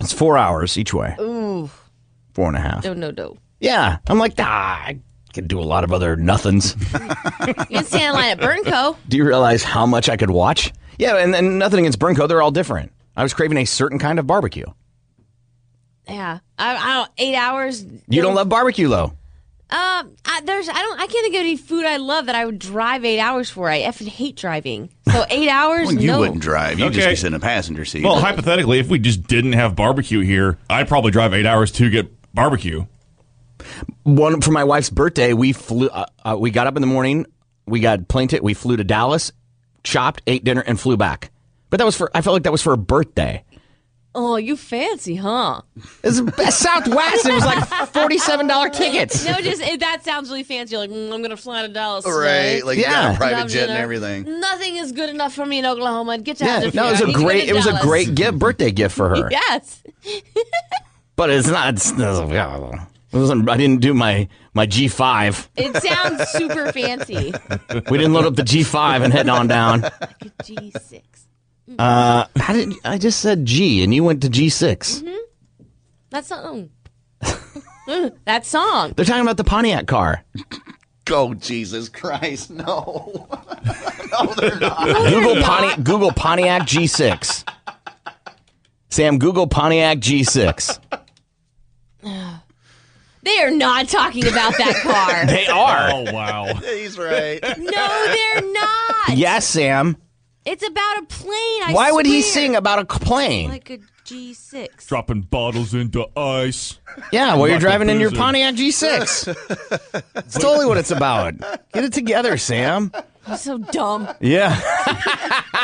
Speaker 7: It's four hours each way,
Speaker 8: Ooh,
Speaker 7: four and a half.
Speaker 8: no, no, no.
Speaker 7: Yeah, I'm like, nah, I could do a lot of other nothings.
Speaker 8: You can stand in line at Burnco.
Speaker 7: do you realize how much I could watch? Yeah, and, and nothing against Brinko, they're all different. I was craving a certain kind of barbecue.
Speaker 8: Yeah, I, I don't. Eight hours.
Speaker 7: You don't love barbecue, though.
Speaker 8: Um, I, there's I don't I can't think of any food I love that I would drive eight hours for. I effing hate driving. So eight hours,
Speaker 9: Well, you
Speaker 8: no.
Speaker 9: wouldn't drive. You'd just
Speaker 10: Okay.
Speaker 9: be sitting in the passenger seat.
Speaker 10: Well, hypothetically, if we just didn't have barbecue here, I'd probably drive eight hours to get barbecue.
Speaker 7: one for my wife's birthday. We flew. Uh, uh, we got up in the morning. We got plane ticket. We flew to Dallas, chopped, ate dinner, and flew back. But that was for. I felt like that was for a birthday.
Speaker 8: Oh, you fancy, huh?
Speaker 7: It's Southwest. It was like forty-seven dollar tickets.
Speaker 8: No, just it, that sounds really fancy. You're like mm, I'm gonna fly to Dallas,
Speaker 9: Right,
Speaker 8: tonight.
Speaker 9: like you got a Yeah. private
Speaker 8: Love
Speaker 9: jet and
Speaker 8: dinner.
Speaker 9: everything.
Speaker 8: Nothing is good enough for me in Oklahoma. Get out
Speaker 7: Yeah,
Speaker 8: of here.
Speaker 7: no, it was
Speaker 8: I
Speaker 7: a
Speaker 8: need to go
Speaker 7: great.
Speaker 8: to
Speaker 7: It was a
Speaker 8: Dallas.
Speaker 7: great gift, birthday gift for her.
Speaker 8: Yes.
Speaker 7: But it's not. It's, yeah, it wasn't. I didn't do my my G five.
Speaker 8: It sounds super fancy.
Speaker 7: We didn't load up the G five and head on down.
Speaker 8: Mm-hmm. G six.
Speaker 7: Uh, I did I just said G and you went to G six.
Speaker 8: Mm-hmm. That song. Mm, that song.
Speaker 7: They're talking about the Pontiac car.
Speaker 9: Go, Oh, Jesus Christ, no.
Speaker 7: Google Pontiac, Google Pontiac G6. Sam, Google Pontiac G6.
Speaker 8: They are not talking about that car.
Speaker 7: They are. Oh,
Speaker 10: wow.
Speaker 9: He's right.
Speaker 8: No, they're not.
Speaker 7: Yes, Sam.
Speaker 8: It's about a plane. I
Speaker 7: Why would he
Speaker 8: swear.
Speaker 7: sing about a c- plane?
Speaker 8: Like a G6.
Speaker 10: dropping bottles into ice.
Speaker 7: Yeah, while you're
Speaker 10: Like a
Speaker 7: driving in your
Speaker 10: boozer.
Speaker 7: Pontiac G6. That's totally what it's about. Get it together, Sam.
Speaker 8: I'm so dumb.
Speaker 7: Yeah.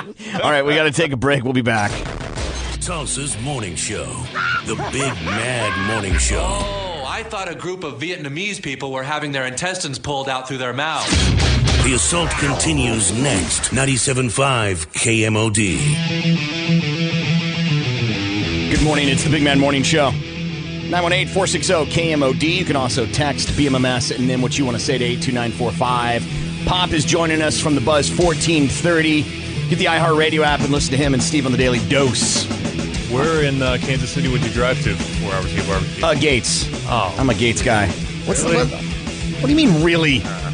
Speaker 7: All right, we got to take a break. We'll be back.
Speaker 11: Tulsa's Morning Show. The Big Mad Morning Show.
Speaker 12: Oh, I thought a group of Vietnamese people were having their intestines pulled out through their mouths.
Speaker 11: The assault continues next. 97.5 KMOD.
Speaker 7: Good morning. It's the Big Man Morning Show. 918 460 KMOD. You can also text BMMS and then what you want to say to 82945. Pop is joining us from the Buzz 1430. Get the iHeartRadio app and listen to him and Steve on the Daily Dose.
Speaker 13: Where in uh, Kansas City would you drive to for four hours to get barbecue?
Speaker 7: Uh, Gates. Oh. I'm a Gates guy. What's
Speaker 13: Really?
Speaker 7: what, what do you mean, really?
Speaker 13: I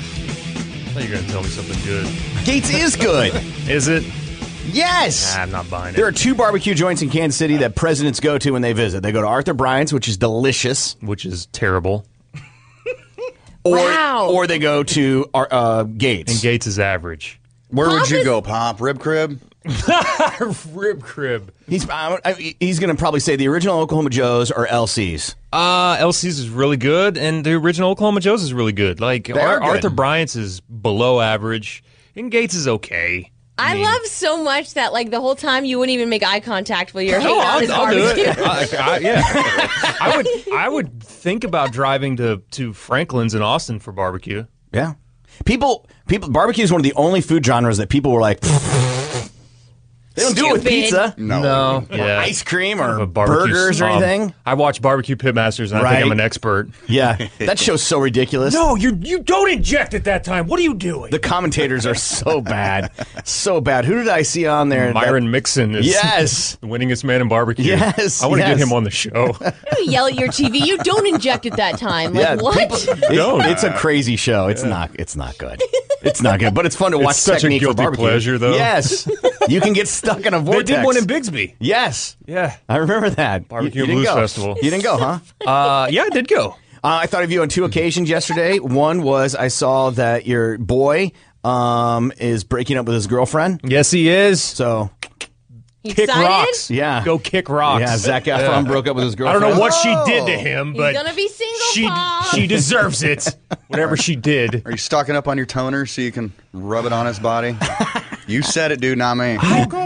Speaker 13: thought you were going to tell me something good.
Speaker 7: Gates is good.
Speaker 13: Is it?
Speaker 7: Yes.
Speaker 13: Nah, I'm not buying it.
Speaker 7: There are two barbecue joints in Kansas City that presidents go to when they visit. They go to Arthur Bryant's, which is delicious,
Speaker 13: which is terrible.
Speaker 7: Or, or they go to our, uh, Gates. And
Speaker 13: Gates is average.
Speaker 9: Where would you go, Pop? Rib crib?
Speaker 13: Rib crib.
Speaker 7: He's I, I, he's going to probably say the original Oklahoma Joes or LCs.
Speaker 13: Uh, LC's is really good, and the original Oklahoma Joe's is really good. Like
Speaker 7: They are
Speaker 13: Ar-
Speaker 7: good.
Speaker 13: Arthur Bryant's is below average, and Gates is okay.
Speaker 8: I love so much that like the whole time you wouldn't even make eye contact while you're hanging out at his
Speaker 13: do
Speaker 8: barbecue.
Speaker 13: it. I, I- yeah, I would. I would think about driving to to Franklin's in Austin for barbecue.
Speaker 7: Yeah, people people barbecue is one of the only food genres that people were like. They don't do it with
Speaker 13: Stupid.
Speaker 7: pizza.
Speaker 13: No. No.
Speaker 7: Or
Speaker 13: Yeah.
Speaker 7: ice cream
Speaker 13: Kind of
Speaker 7: or
Speaker 13: a barbecue
Speaker 7: burgers or
Speaker 13: snob.
Speaker 7: anything.
Speaker 13: I watch Barbecue Pitmasters, and I
Speaker 7: Right.
Speaker 13: think I'm an expert.
Speaker 7: Yeah, that show's so ridiculous.
Speaker 13: No, you you don't inject at that time. What are you doing?
Speaker 7: The commentators are so bad, so bad. Who did I see on there?
Speaker 13: Myron Mixon is
Speaker 7: Yes.
Speaker 13: the winningest man in barbecue.
Speaker 7: Yes,
Speaker 13: I want to
Speaker 7: yes.
Speaker 13: get him on the show.
Speaker 8: You yell at your TV. You don't inject at that time. Like
Speaker 7: Yeah,
Speaker 8: what?
Speaker 7: It- it's a crazy show. It's not. It's not good. It's not good. But it's fun to
Speaker 13: It's
Speaker 7: watch.
Speaker 13: such a
Speaker 7: technique for
Speaker 13: guilty
Speaker 7: barbecue.
Speaker 13: pleasure, though.
Speaker 7: Yes, you can get stuck in a
Speaker 13: they
Speaker 7: vortex.
Speaker 13: did one in Bigsby.
Speaker 7: Yes.
Speaker 13: Yeah.
Speaker 7: I remember that. You-
Speaker 13: Barbecue
Speaker 7: you didn't
Speaker 13: Blues
Speaker 7: go.
Speaker 13: Festival.
Speaker 7: You didn't go, huh? Uh,
Speaker 13: Uh, yeah, I did go.
Speaker 7: I thought of you on two occasions yesterday. One was I saw that your boy um, is breaking up with his girlfriend.
Speaker 13: Yes, he is.
Speaker 7: So
Speaker 8: You
Speaker 13: Kick
Speaker 8: excited?
Speaker 13: rocks.
Speaker 7: Yeah.
Speaker 13: Go kick rocks.
Speaker 7: Yeah, Zac Efron broke up with his
Speaker 13: I don't know
Speaker 7: girlfriend.
Speaker 13: what she did to
Speaker 9: Oh.
Speaker 13: him,
Speaker 8: He's
Speaker 13: but
Speaker 8: gonna be single.
Speaker 13: she
Speaker 8: Paul.
Speaker 13: she deserves it. Whatever she did.
Speaker 9: Are you stocking up on your toner so you can rub it on his body? you said it, dude, not me.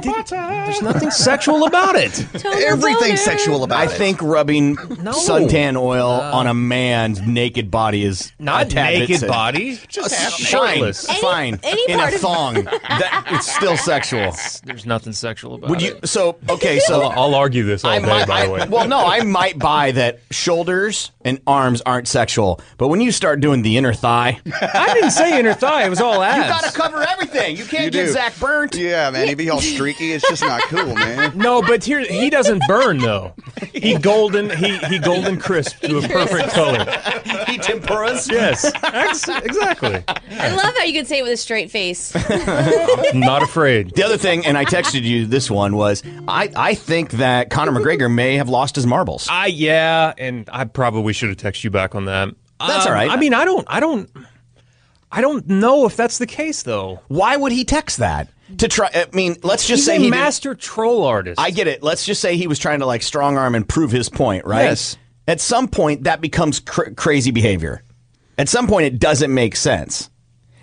Speaker 13: There's nothing sexual about it.
Speaker 9: Everything's sexual about
Speaker 7: I
Speaker 9: it.
Speaker 7: think rubbing suntan oil on a man's naked body is a
Speaker 13: Not
Speaker 7: tad bit
Speaker 13: naked
Speaker 7: sick.
Speaker 13: body.
Speaker 9: just
Speaker 7: Uh,
Speaker 9: happening.
Speaker 7: Fine,
Speaker 13: Shirtless.
Speaker 7: fine.
Speaker 8: any
Speaker 7: in a
Speaker 8: part of-
Speaker 7: thong, that, it's still sexual.
Speaker 13: There's nothing sexual about
Speaker 7: Would you? So okay, so
Speaker 13: I'll, I'll argue this all
Speaker 7: I
Speaker 13: day.
Speaker 7: might,
Speaker 13: by
Speaker 7: I-
Speaker 13: the way,
Speaker 7: well, no, I might buy that shoulders and arms aren't sexual, but when you start doing the inner thigh, you
Speaker 13: I didn't say inner thigh. It was all abs.
Speaker 7: gotta cover everything. You can't
Speaker 9: You
Speaker 7: get
Speaker 9: do.
Speaker 7: Zach burnt.
Speaker 9: Yeah, man. He'd be all streaky. It's just not cool, man.
Speaker 13: No, but here he doesn't burn though. He golden he he golden crisp to a perfect color.
Speaker 7: He temperas.
Speaker 13: Yes, ex- exactly.
Speaker 8: I love how you can say it with a straight face.
Speaker 13: Not afraid.
Speaker 7: The other thing, and I texted you this one was I, I think that Conor McGregor may have lost his marbles.
Speaker 13: I yeah, and I probably should have texted you back on that. Um,
Speaker 7: That's all right.
Speaker 13: I mean, I don't, I don't, I don't know if that's the case though.
Speaker 7: Why would he text that to try? I mean, let's just
Speaker 13: He's
Speaker 7: say
Speaker 13: a
Speaker 7: he did-
Speaker 13: master troll artist.
Speaker 7: I get it. Let's just say he was trying to like strong arm and prove his point, right?
Speaker 13: Yes.
Speaker 7: At some point, that becomes cr- crazy behavior. At some point, it doesn't make sense,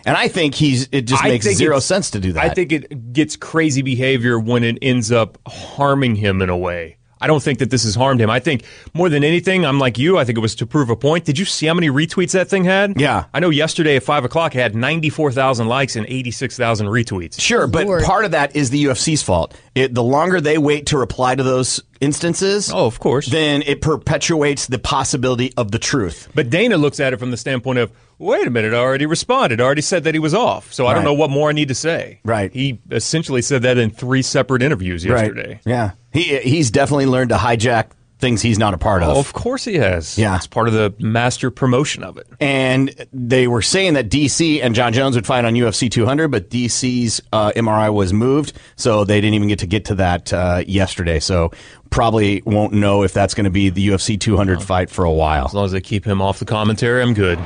Speaker 7: and I think he's it just
Speaker 13: I
Speaker 7: makes
Speaker 13: think
Speaker 7: zero
Speaker 13: it's-
Speaker 7: sense to do that.
Speaker 13: I think it gets crazy behavior when it ends up harming him in a way. I don't think that this has harmed him. I think more than anything, I'm like you. I think it was to prove a point. Did you see how many retweets that thing had?
Speaker 7: Yeah.
Speaker 13: I know yesterday at 5 o'clock, it had 94,000 likes and 86,000 retweets.
Speaker 7: Sure, but
Speaker 8: Lord.
Speaker 7: part of that is the UFC's fault. It, the longer they wait to reply to those instances,
Speaker 13: Oh, of course.
Speaker 7: then it perpetuates the possibility of the truth.
Speaker 13: But Dana looks at it from the standpoint of, wait a minute, I already responded. I already said that he was off. So I
Speaker 7: Right.
Speaker 13: don't know what more I need to say.
Speaker 7: Right.
Speaker 13: He essentially said that in three separate interviews yesterday.
Speaker 7: Yeah. He he's definitely learned to hijack things he's not a part
Speaker 13: Oh, of course he has.
Speaker 7: Yeah.
Speaker 13: It's part of the master promotion of it.
Speaker 7: and they were saying that DC and John Jones would fight on UFC 200, but DC's uh, MRI was moved, so they didn't even get to get to that uh, yesterday. So probably won't know if that's going to be the UFC 200 fight for a
Speaker 13: As
Speaker 7: while.
Speaker 13: long as they keep him off the commentary, I'm good.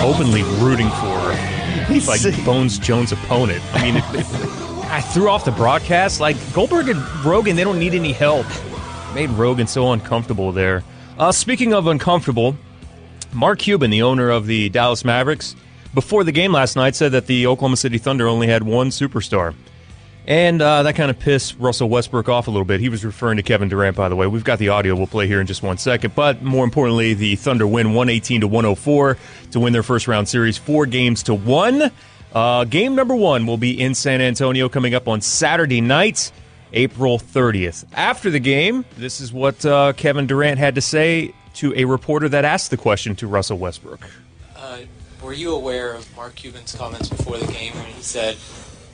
Speaker 13: Openly rooting for
Speaker 7: He's
Speaker 13: like Bones Jones' opponent. I mean, if, if, I threw off the broadcast. Like Goldberg and Rogan, they don't need any help. Made Rogan so uncomfortable there. Uh, speaking of uncomfortable, Mark Cuban, the owner of the Dallas Mavericks, before the game last night said that the Oklahoma City Thunder only had one superstar. And uh, that kind of pissed Russell Westbrook off a little bit. He was referring to Kevin Durant, by the way. We've got the audio we'll play here in just one second. But more importantly, the Thunder win 118 to 104 to win their first round series, four games to one. Uh, game number one will be in San Antonio coming up on Saturday night, April 30th. After the game, this is what uh, Kevin Durant had to say to a reporter that asked the question to Russell Westbrook.
Speaker 14: Uh, were you aware of Mark Cuban's comments before the game when he said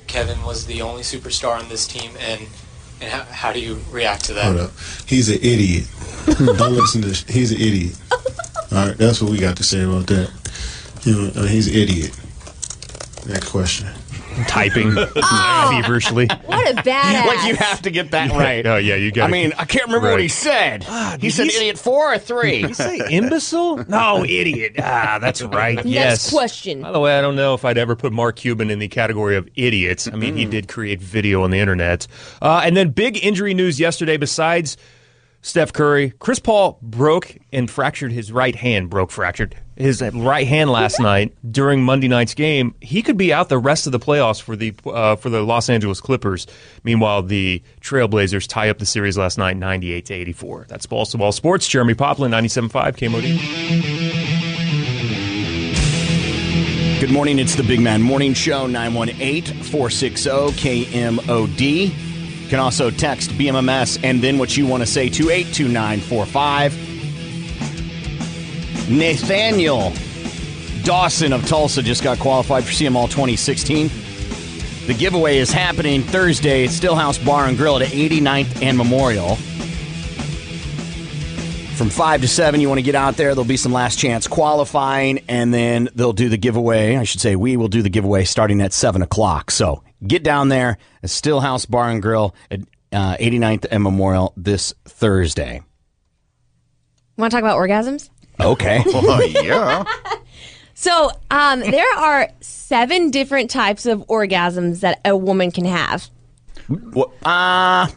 Speaker 14: Kevin was the only superstar on this team, and and how, how do you react to that?
Speaker 15: Hold up. He's an idiot. Don't listen to this. He's an idiot. All right, that's what we got to say about that. You know, uh, he's an idiot. Next question.
Speaker 13: Typing feverishly.
Speaker 8: Oh! What a badass.
Speaker 7: Like you have to get that right.
Speaker 13: Oh, yeah, you got
Speaker 7: I mean, I can't remember what he said. he
Speaker 13: Ah, did
Speaker 7: said
Speaker 13: he s-
Speaker 7: idiot four or three.
Speaker 13: Did he say imbecile? No, idiot. Ah, that's right.
Speaker 8: Next
Speaker 13: yes.
Speaker 8: question.
Speaker 13: By the way, I don't know if I'd ever put Mark Cuban in the category of idiots. I mean, he did create video on the internet. Uh, and then big injury news yesterday. Besides Steph Curry, Chris Paul broke and fractured his right hand. Broke fractured his right hand last night during Monday night's game. He could be out the rest of the playoffs for the uh, for the Los Angeles Clippers. Meanwhile, the Trailblazers tie up the series last night, ninety eight to eighty four. That's balls to ball sports. Jeremy Poplin, 97.5 KMOD.
Speaker 7: Good morning. It's the Big Man Morning Show, 918 460 KMOD. You can also text BMMS and then what you want to say to 82945. Nathaniel Dawson of Tulsa just got qualified for CML 2016. The giveaway is happening Thursday at Stillhouse Bar and Grill at 89th and Memorial from 5 to 7 you want to get out there there'll be some last chance qualifying and then they'll do the giveaway i should say we will do the giveaway starting at 7 o'clock so get down there at stillhouse bar and grill at uh, 89th and memorial this thursday
Speaker 8: Want to talk about orgasms?
Speaker 7: okay
Speaker 9: oh yeah
Speaker 8: So um, there are seven different types of orgasms that a woman can have.
Speaker 7: what, uh,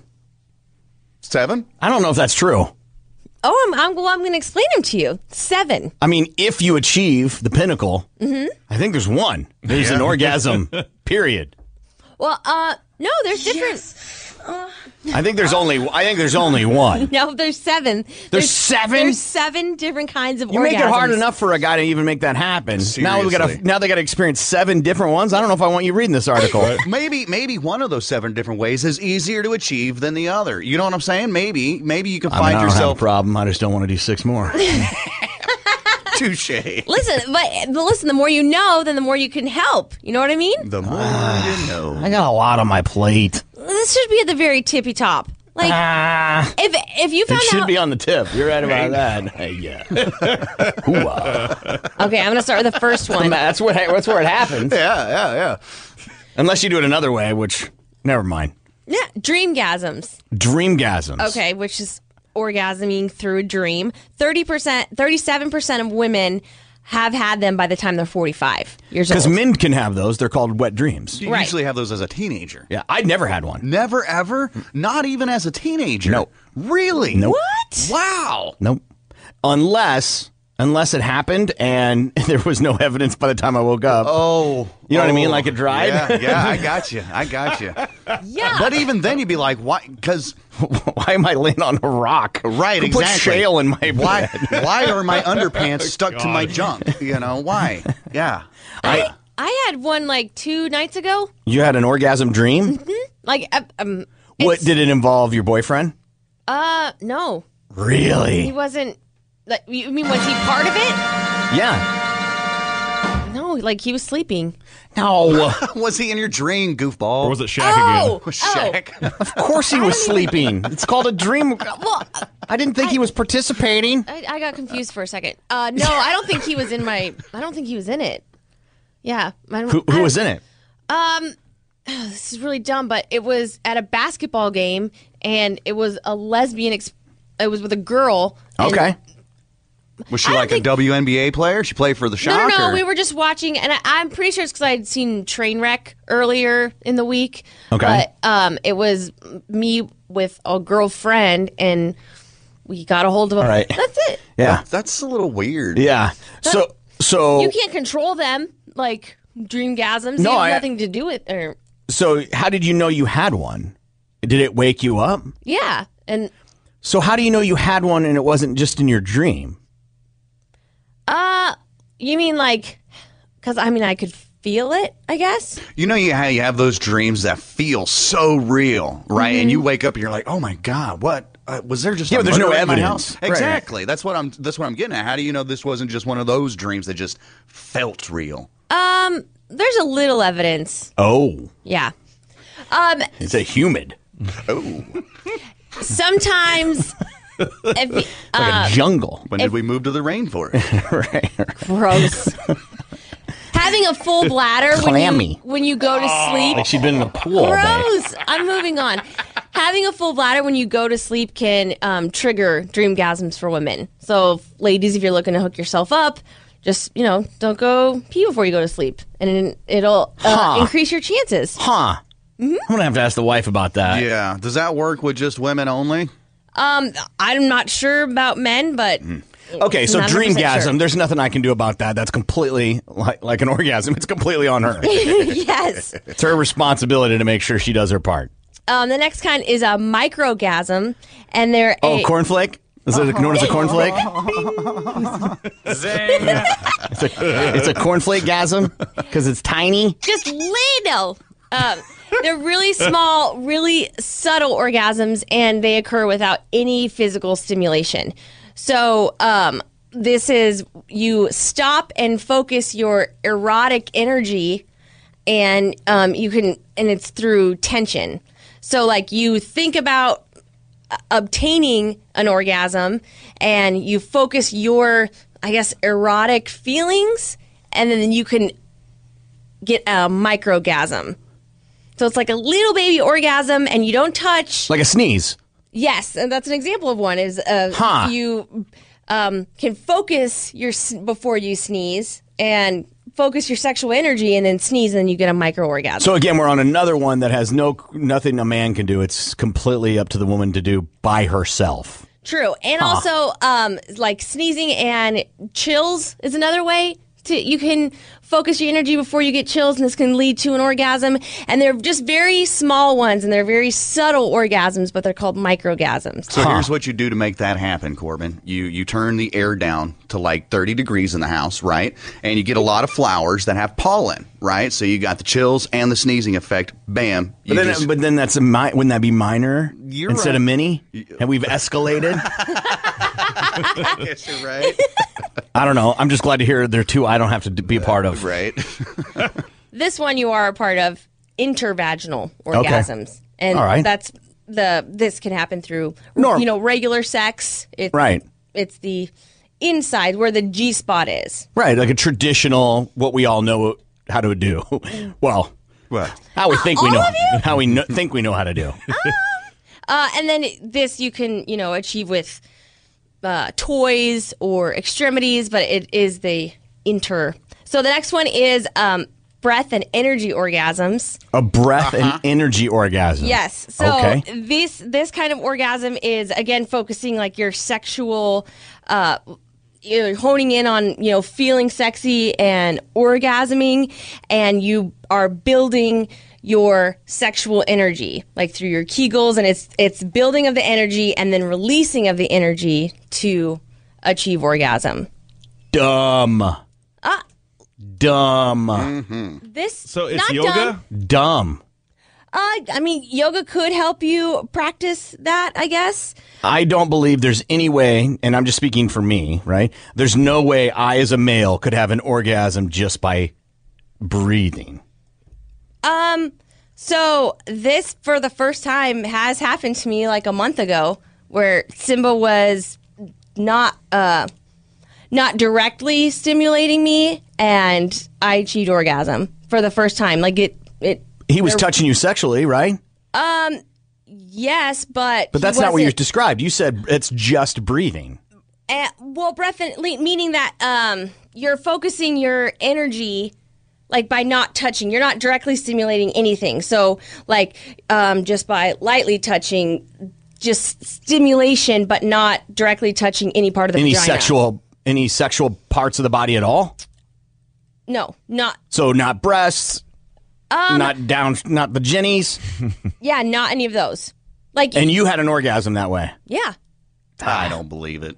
Speaker 9: seven
Speaker 7: i don't know if that's true
Speaker 8: Oh, I'm, I'm well. I'm going to explain them to you. Seven.
Speaker 7: i mean if you achieve the pinnacle
Speaker 8: Mm-hmm.
Speaker 7: i think there's one there's an
Speaker 8: Yeah.
Speaker 7: orgasm period
Speaker 8: Well, uh, no, there's different.
Speaker 7: i think there's only i think there's only one
Speaker 8: No, there's seven.
Speaker 7: There's seven?
Speaker 8: There's seven different kinds of
Speaker 7: You
Speaker 8: orgasms.
Speaker 7: make it hard enough for a guy to even make that happen. Now we got to
Speaker 9: Seriously.
Speaker 7: now they got to experience seven different ones. I don't know if I want you reading this article.
Speaker 9: maybe maybe one of those seven different ways is easier to achieve than the other. You know what I'm saying? Maybe maybe you can
Speaker 7: I, mean, I
Speaker 9: find
Speaker 7: don't have a
Speaker 9: yourself
Speaker 7: problem. I just don't want to do six more.
Speaker 9: touche.
Speaker 8: Listen, but, but listen. The more you know, then the more you can help. You know what I mean?
Speaker 9: The more you know.
Speaker 7: Ah, I got a lot on my plate.
Speaker 8: This should be at the very tippy top. Like
Speaker 7: Ah.
Speaker 8: if if you found
Speaker 7: it should
Speaker 8: out.
Speaker 7: be on the tip. You're right about that. Hey, yeah. Hoo-ah.
Speaker 8: okay, I'm going to start with the first one.
Speaker 7: that's what that's where it happens.
Speaker 9: Yeah, yeah, yeah.
Speaker 7: Unless you do it another way, which never mind.
Speaker 8: Yeah, dreamgasms.
Speaker 7: Dreamgasms.
Speaker 8: Okay, which is orgasming through a dream. 30%, 37% of women have had them by the time they're 45 years old.
Speaker 7: Because men can have those. They're called wet dreams.
Speaker 9: You usually have those as a teenager.
Speaker 7: Yeah, I never had one.
Speaker 9: Never ever? Not even as a teenager. No. Really?
Speaker 7: Nope.
Speaker 8: What?
Speaker 9: Wow.
Speaker 7: Nope. Unless unless it happened and there was no evidence by the time I woke up.
Speaker 9: Oh.
Speaker 7: You know what I mean?
Speaker 9: Oh,
Speaker 7: Like it dried.
Speaker 9: Yeah, yeah, I got you. I got you.
Speaker 8: yeah.
Speaker 9: But even then, you'd be like, why? Because
Speaker 7: why am I laying on a rock?
Speaker 9: Right,
Speaker 7: Who put
Speaker 9: exactly.
Speaker 7: shale in my
Speaker 9: why?
Speaker 7: bed?
Speaker 9: why are my underpants stuck to my
Speaker 7: God.
Speaker 9: junk? You know why? Yeah.
Speaker 7: I,
Speaker 8: I had one like two nights ago.
Speaker 7: you had an orgasm dream?
Speaker 8: Like, uh, um,
Speaker 7: What did it involve? Your boyfriend?
Speaker 8: uh, no.
Speaker 7: Really?
Speaker 8: He wasn't, like, you mean, was he part of it?
Speaker 7: Yeah.
Speaker 8: No, like he was sleeping.
Speaker 7: No.
Speaker 9: was he in your dream, goofball? Or was
Speaker 10: it
Speaker 9: Shaq
Speaker 8: Oh, oh.
Speaker 7: Of course he was sleeping. It's called a dream. I didn't think he was participating.
Speaker 8: I, I got confused for a second. Uh, no, I don't think he was in my, I don't think he was in it. Yeah. I don't-
Speaker 7: Who,
Speaker 8: I
Speaker 7: who
Speaker 8: don't-
Speaker 7: was in it?
Speaker 8: Um, this is really dumb, but it was at a basketball game, and it was a lesbian. Ex- it was with a girl. and-
Speaker 7: Okay.
Speaker 9: Was she like a WNBA player? She played for the Shock?
Speaker 8: No, no,
Speaker 9: or-
Speaker 8: no. We were just watching, and I, I'm pretty sure it's because I had seen Trainwreck earlier in the week.
Speaker 9: Okay.
Speaker 8: But um, it was me with a girlfriend, and we got a hold of.
Speaker 7: All right.
Speaker 8: That's it.
Speaker 7: Yeah,
Speaker 9: that's a little weird.
Speaker 7: Yeah. So so
Speaker 8: You can't control them, like dreamgasms.
Speaker 7: No,
Speaker 8: you have
Speaker 7: I-
Speaker 8: nothing to do with. Or,
Speaker 7: so how did you know you had one? Did it wake you up?
Speaker 8: yeah, and
Speaker 7: So how do you know you had one and it wasn't just in your dream?
Speaker 8: uh, you mean like? Because I mean, I could feel it. I guess.
Speaker 9: You know you how you have those dreams that feel so real, right? And you wake up and you're like, "Oh my god, what uh, was there just
Speaker 7: Mm-hmm. Yeah,
Speaker 9: a
Speaker 7: but there's no
Speaker 9: murder at my
Speaker 7: evidence.
Speaker 9: house?"
Speaker 7: Right.
Speaker 9: Exactly. That's what I'm that's what I'm getting at. How do you know this wasn't just one of those dreams that just felt real?
Speaker 8: Um, there's a little evidence.
Speaker 7: Oh,
Speaker 8: Yeah. Um,
Speaker 7: it's a humid.
Speaker 9: Oh,
Speaker 8: sometimes. if, like
Speaker 9: like
Speaker 8: uh,
Speaker 7: jungle.
Speaker 9: When did
Speaker 8: if-
Speaker 9: we move to the rainforest?
Speaker 7: right.
Speaker 8: Gross. Having a full bladder when you,
Speaker 7: Clammy. Oh,
Speaker 8: when you go to sleep.
Speaker 7: Like she'd been in a pool. all day.
Speaker 8: Gross. I'm moving on. Having a full bladder when you go to sleep can um, trigger dreamgasms for women. So, f- ladies, if you're looking to hook yourself up, just you know, don't go pee before you go to sleep, and it'll uh,
Speaker 7: Huh.
Speaker 8: increase your chances.
Speaker 7: Huh. I'm gonna have to ask the wife about that.
Speaker 9: Yeah. Does that work with just women only?
Speaker 8: Um, I'm not sure about men, but
Speaker 7: Mm. Okay, so
Speaker 8: 100%
Speaker 7: dreamgasm.
Speaker 8: sure.
Speaker 7: There's nothing I can do about that. That's completely like, like an orgasm. It's completely on her.
Speaker 8: yes.
Speaker 7: it's her responsibility to make sure she does her part.
Speaker 8: Um, the next kind is a microgasm, and they're
Speaker 7: Oh,
Speaker 8: a-
Speaker 7: cornflake. Is it
Speaker 8: Uh-huh.
Speaker 7: known as a cornflake? it's, a, it's a cornflake gasm because it's tiny.
Speaker 8: just little. Um, they're really small, really subtle orgasms, and they occur without any physical stimulation. So, um, this is you stop and focus your erotic energy, and um, you can, and it's through tension. So, like, you think about uh, obtaining an orgasm and you focus your i guess erotic feelings and then you can get a microgasm so it's like a little baby orgasm and you don't touch
Speaker 7: Like a sneeze.
Speaker 8: yes and that's an example of one is uh,
Speaker 7: Huh.
Speaker 8: you um, can focus your s- before you sneeze and focus your sexual energy and then sneeze and then you get a micro orgasm
Speaker 7: So again, we're on another one that has no nothing a man can do. It's completely up to the woman to do by herself.
Speaker 8: True, and
Speaker 7: Huh.
Speaker 8: also um, like sneezing and chills is another way to you can focus your energy before you get chills, and this can lead to an orgasm. And they're just very small ones, and they're very subtle orgasms, but they're called microgasms.
Speaker 9: So here's what you do to make that happen, Corbin. You you turn the air down to like 30 degrees in the house, right? And you get a lot of flowers that have pollen, right? So you got the chills and the sneezing effect. Bam.
Speaker 7: But
Speaker 9: You
Speaker 7: then,
Speaker 9: just-
Speaker 7: but then that's a mi- wouldn't that be minor
Speaker 9: You're
Speaker 7: instead
Speaker 9: right.
Speaker 7: of mini? And we've escalated.
Speaker 9: yes, you're right.
Speaker 7: I don't know. I'm just glad to hear there are two I don't have to d- be a part of.
Speaker 9: Uh, Right.
Speaker 8: This one you are a part of intervaginal orgasms, and
Speaker 7: All right.
Speaker 8: that's the this can happen through
Speaker 7: Norm-
Speaker 8: you know regular sex. It's,
Speaker 7: Right.
Speaker 8: it's the inside where the G spot is.
Speaker 7: Right, like a traditional what we all know how to do. Well, how we think we
Speaker 8: all
Speaker 7: know
Speaker 8: of you?
Speaker 7: how we kno- think we know how to do.
Speaker 8: Uh, and then this you can you know achieve with uh, toys or extremities, but it is the inter. So the next one is um, breath and energy orgasms.
Speaker 7: A breath and energy orgasm.
Speaker 8: Uh-huh. Yes. So
Speaker 7: okay.
Speaker 8: this this kind of orgasm is again focusing like your sexual, uh, you're honing in on you know feeling sexy and orgasming, and you are building your sexual energy like through your kegels, and it's it's building of the energy and then releasing of the energy to achieve orgasm.
Speaker 7: Dumb.
Speaker 8: Uh.
Speaker 7: Dumb.
Speaker 8: This
Speaker 10: so
Speaker 8: Mm-hmm. it's not yoga? dumb.
Speaker 7: Dumb.
Speaker 8: Uh, I mean, yoga could help you practice that, I guess.
Speaker 7: I don't believe there's any way, and I'm just speaking for me, right? There's no way I, as a male, could have an orgasm just by breathing.
Speaker 8: Um, so this for the first time has happened to me like a month ago, where Simba was not uh not directly stimulating me, and I achieved orgasm for the first time. Like it, it.
Speaker 7: He was
Speaker 8: there-
Speaker 7: touching you sexually, right?
Speaker 8: Um, yes, but
Speaker 7: But
Speaker 8: he
Speaker 7: that's not what you
Speaker 8: wasn't-
Speaker 7: described. You said it's just breathing.
Speaker 8: Uh, well, breath and le- meaning that um, you're focusing your energy like by not touching. You're not directly stimulating anything. So like um, just by lightly touching, just stimulation, but not directly touching any part of the
Speaker 7: any
Speaker 8: vagina.
Speaker 7: sexual any sexual parts of the body at all?
Speaker 8: No, not.
Speaker 7: So not breasts,
Speaker 8: Um,
Speaker 7: not down, not the jennies.
Speaker 8: Yeah, not any of those. Like
Speaker 7: and you had an orgasm that way.
Speaker 8: Yeah,
Speaker 9: I don't believe it.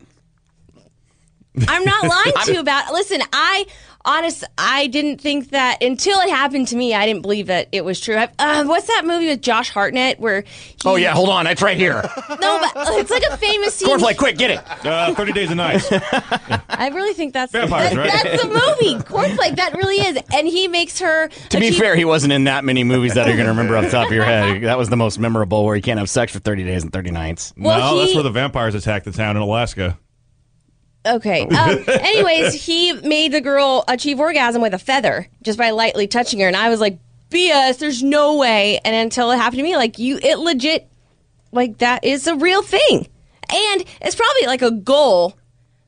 Speaker 8: I'm not lying to you about. Listen, I honest, I didn't think that until it happened to me. I didn't believe that it was true. I, uh, what's that movie with Josh Hartnett where? He,
Speaker 7: Oh yeah, hold on, that's right here.
Speaker 8: No, but oh, it's like a famous scene.
Speaker 7: Cornflake, quick, get it.
Speaker 10: Uh, Thirty Days a Night.
Speaker 8: I really think that's
Speaker 7: Vampires,
Speaker 8: that-
Speaker 7: right?
Speaker 8: That's the movie Cornflake. That really is, and he makes her.
Speaker 7: To be
Speaker 8: achieve-
Speaker 7: fair, he wasn't in that many movies that you're going to remember off the top of your head. That was the most memorable, where he can't have sex for 30 days and 30 nights.
Speaker 8: Well,
Speaker 10: no, that's
Speaker 8: he-
Speaker 10: where the vampires attacked the town in Alaska.
Speaker 8: Okay. Um, anyways, he made the girl achieve orgasm with a feather just by lightly touching her, and I was like, "BS! There's no way." And until it happened to me, like you, it legit, like that is a real thing, and it's probably like a goal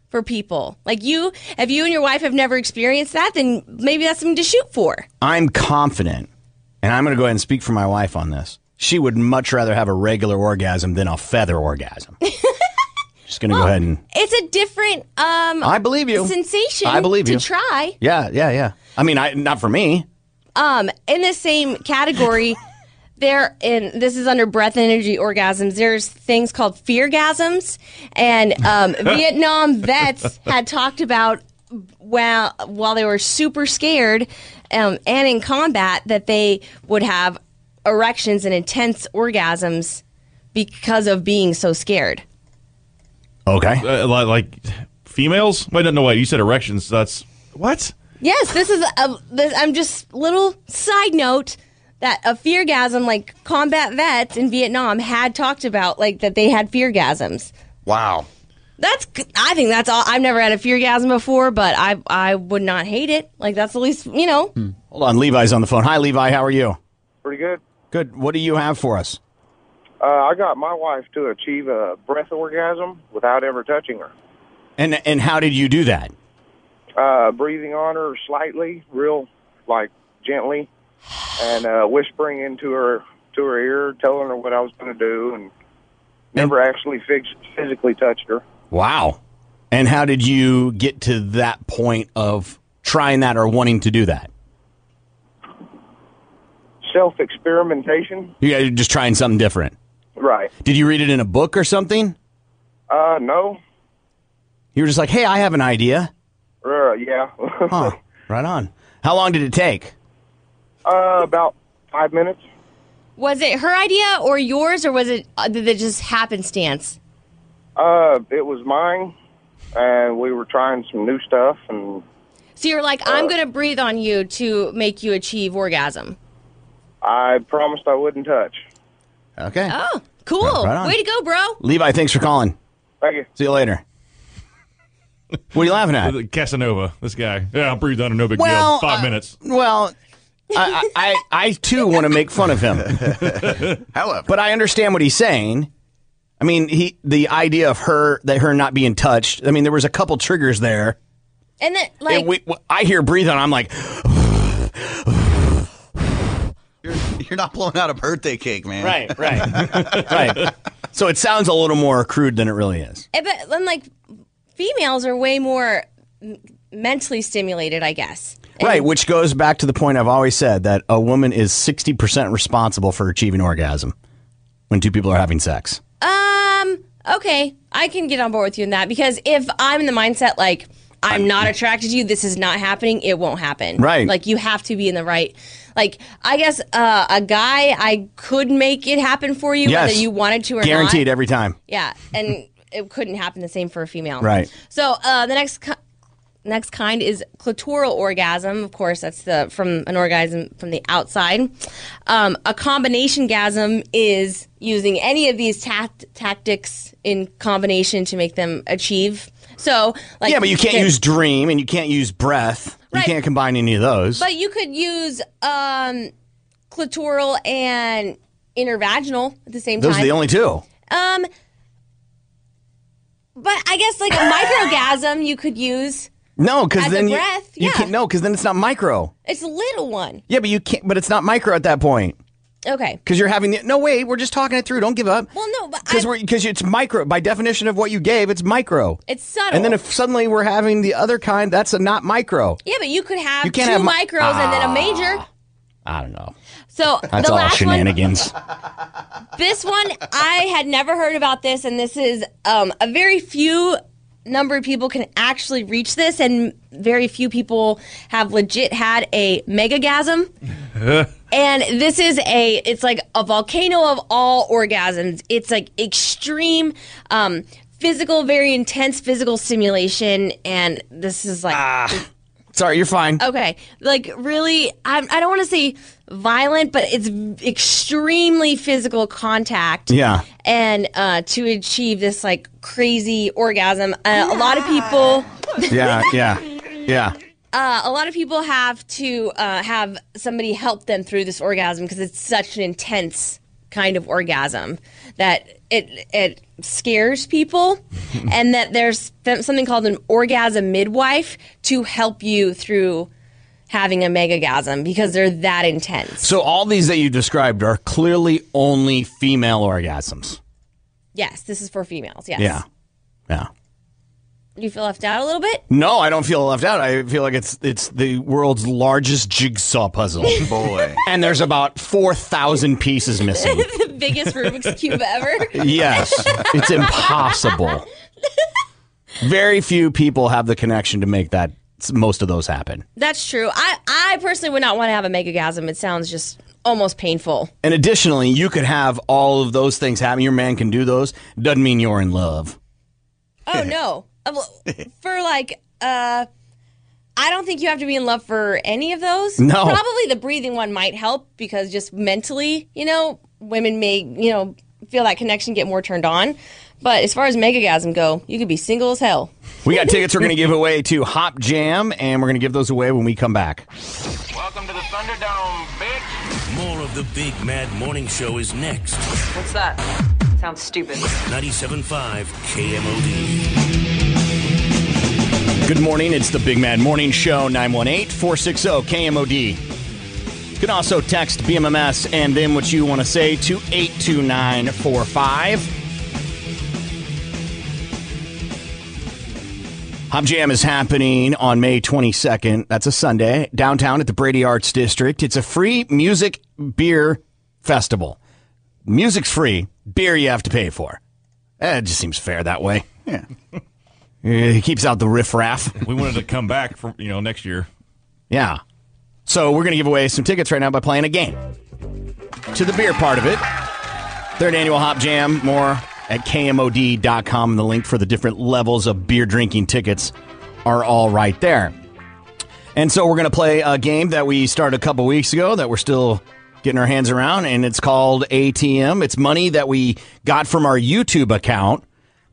Speaker 8: for people. Like you, if you and your wife have never experienced that, then maybe that's something to shoot for.
Speaker 7: I'm confident, and I'm going to go ahead and speak for my wife on this. She would much rather have a regular orgasm than a feather orgasm. Just going to go ahead and.
Speaker 8: It's a different. um
Speaker 7: I believe you.
Speaker 8: Sensation.
Speaker 7: I believe you.
Speaker 8: To try.
Speaker 7: Yeah, yeah, yeah. I mean, I not for me.
Speaker 8: Um, in the same category, there in this is under breath and energy orgasms. There's things called feargasms, and um, Vietnam vets had talked about while while they were super scared um, and in combat that they would have erections and intense orgasms because of being so scared.
Speaker 7: Okay.
Speaker 10: Uh, li- like females? Wait, no, no, wait. You said erections. That's what?
Speaker 8: Yes, this is a, this, I'm just little side note that a feargasm like combat vets in Vietnam had talked about like that they had feargasms.
Speaker 9: Wow.
Speaker 8: That's g- I think that's all. I've never had a feargasm before, but I I would not hate it. Like that's the least you know.
Speaker 7: Hold on, Levi's on the phone. Hi, Levi. How are you?
Speaker 16: Pretty good.
Speaker 7: Good. What do you have for us?
Speaker 16: Uh, I got my wife to achieve a breath orgasm without ever touching her.
Speaker 7: And and how did you do that?
Speaker 16: Uh, breathing on her slightly, real like gently, and uh, whispering into her to her ear, telling her what I was going to do, and never actually fix, physically touched her.
Speaker 7: Wow. And how did you get to that point of trying that or wanting to do that?
Speaker 16: Self experimentation,
Speaker 7: You guys are just trying something different.
Speaker 16: right?
Speaker 7: Did you read it in a book or something?
Speaker 16: Uh, no,
Speaker 7: You were just like, hey, I have an idea.
Speaker 16: uh, yeah,
Speaker 7: Huh. right on. How long did it take?
Speaker 16: uh, about five minutes.
Speaker 8: Was it her idea or yours or was it uh, did it just happenstance?
Speaker 16: Uh, it was mine, and we were trying some new stuff, and
Speaker 8: So you're like I'm gonna breathe on you to make you achieve orgasm.
Speaker 16: I promised I wouldn't touch.
Speaker 7: Okay.
Speaker 8: Oh, cool.
Speaker 7: Right on.
Speaker 8: Way to go, bro.
Speaker 7: Levi, thanks for calling.
Speaker 16: Thank you.
Speaker 7: See you later. What are you laughing at?
Speaker 10: Uh, Casanova, this guy. Yeah, I'll breathe under no big
Speaker 7: Well,
Speaker 10: deal. Five
Speaker 7: uh,
Speaker 10: minutes.
Speaker 7: Well, I, I, I I, too want to make fun of him. However, but I understand what he's saying. I mean, he the idea of her that her not being touched. I mean, there was a couple triggers there.
Speaker 8: And then like
Speaker 7: And we, I hear breathing. I'm like,
Speaker 9: You're not blowing out a birthday cake, man.
Speaker 7: Right, right, right. So it sounds a little more crude than it really is.
Speaker 8: Eh, But then, like, females are way more m- mentally stimulated, I guess.
Speaker 7: Right, which goes back to the point I've always said that a woman is 60% responsible for achieving orgasm when two people are having sex.
Speaker 8: Um, okay, I can get on board with you in that because if I'm in the mindset like I'm not attracted to you, this is not happening, it won't happen.
Speaker 7: Right.
Speaker 8: Like you have to be in the right. Like I guess uh, a guy, I could make it happen for you
Speaker 7: Yes.
Speaker 8: whether you wanted to or
Speaker 7: Guaranteed
Speaker 8: not.
Speaker 7: every time.
Speaker 8: Yeah, and it couldn't happen the same for a female.
Speaker 7: Right.
Speaker 8: So uh, the next ki- next kind is clitoral orgasm. Of course, that's the from an orgasm from the outside. Um, a combination gasm is using any of these tact- tactics in combination to make them achieve. So, like,
Speaker 7: yeah, but you can't
Speaker 8: get-
Speaker 7: use dream and you can't use breath. You can't combine any of those.
Speaker 8: But you could use um, clitoral and intervaginal at the same
Speaker 7: those
Speaker 8: time.
Speaker 7: are the only two.
Speaker 8: Um, But I guess like a microgasm you could use.
Speaker 7: No, because
Speaker 8: As
Speaker 7: then
Speaker 8: a
Speaker 7: you,
Speaker 8: breath,
Speaker 7: you
Speaker 8: yeah.
Speaker 7: can't. No, because then it's not micro.
Speaker 8: It's a little one.
Speaker 7: Yeah, but you can't. But it's not micro at that point
Speaker 8: Okay.
Speaker 7: because you're having the. No, wait, we're just talking it through. Don't give up.
Speaker 8: Well, no, but
Speaker 7: Because we're because it's micro by definition of what you gave. It's micro.
Speaker 8: it's subtle.
Speaker 7: And then if suddenly we're having the other kind, that's a not micro.
Speaker 8: yeah, but you could have
Speaker 7: You
Speaker 8: two
Speaker 7: can't have mi-
Speaker 8: micros and then a major.
Speaker 7: I don't know.
Speaker 8: So
Speaker 7: That's
Speaker 8: the
Speaker 7: all
Speaker 8: last one
Speaker 7: shenanigans.
Speaker 17: Oh,
Speaker 8: this one I had never heard about this, and this is um, a very few number of people can actually reach this, and very few people have legit had a megagasm. And this is a it's like a volcano of all orgasms. It's like extreme um, physical, very intense physical stimulation, and this is like.
Speaker 7: Sorry, you're fine.
Speaker 8: Okay, like really, I, I don't want to say violent, but it's extremely physical contact.
Speaker 7: Yeah.
Speaker 8: And uh, to achieve this like crazy orgasm, uh, a lot of people,
Speaker 7: Yeah, yeah, yeah.
Speaker 8: uh, a lot of people have to uh, have somebody help them through this orgasm because it's such an intense kind of orgasm that it it scares people, and that there's th- something called an orgasm midwife to help you through having a megagasm because they're that intense.
Speaker 7: So all these that you described are clearly only female orgasms.
Speaker 8: Yes, this is for females. Yes.
Speaker 7: Yeah. Yeah.
Speaker 8: You feel left out a little bit?
Speaker 7: No, I don't feel left out. I feel like it's it's the world's largest jigsaw puzzle. Boy. and there's about 4,000 pieces missing.
Speaker 8: the biggest Rubik's Cube ever.
Speaker 7: Yes. It's impossible. Very few people have the connection to make that most of those happen.
Speaker 8: That's true. I, I personally would not want to have a megagasm. It sounds just almost painful.
Speaker 7: And additionally, you could have all of those things happen. Your man can do those. Doesn't mean you're in love.
Speaker 8: Oh, no. Um, For like, uh, I don't think you have to be in love for any of those.
Speaker 7: No.
Speaker 8: Probably the breathing one might help because just mentally, you know, women may, you know, feel that connection, get more turned on. But as far as megagasm go, you could be single as hell.
Speaker 7: We got tickets we're going to give away to Hop Jam, and we're going to give those away when we come back.
Speaker 11: Welcome to the Thunderdome, bitch. More of the Big Mad Morning Show is next.
Speaker 18: What's that? Sounds stupid.
Speaker 11: 97.5 KMOD.
Speaker 7: Good morning. It's the Big Mad Morning Show, 918 460 KMOD. You can also text BMMS and then what you want to say to 82945. Hop Jam is happening on May 22nd. That's a Sunday, downtown at the Brady Arts District. It's a free music beer festival. Music's free, beer you have to pay for. Eh, It just seems fair that way. Yeah. He keeps out the riffraff.
Speaker 10: We wanted to come back for you know next year.
Speaker 7: Yeah. So we're going to give away some tickets right now by playing a game. To the beer part of it. Third annual Hop Jam. More at KMOD.com. And the link for the different levels of beer drinking tickets are all right there. And so we're going to play a game that we started a couple weeks ago that we're still getting our hands around. And it's called ATM. It's money that we got from our YouTube account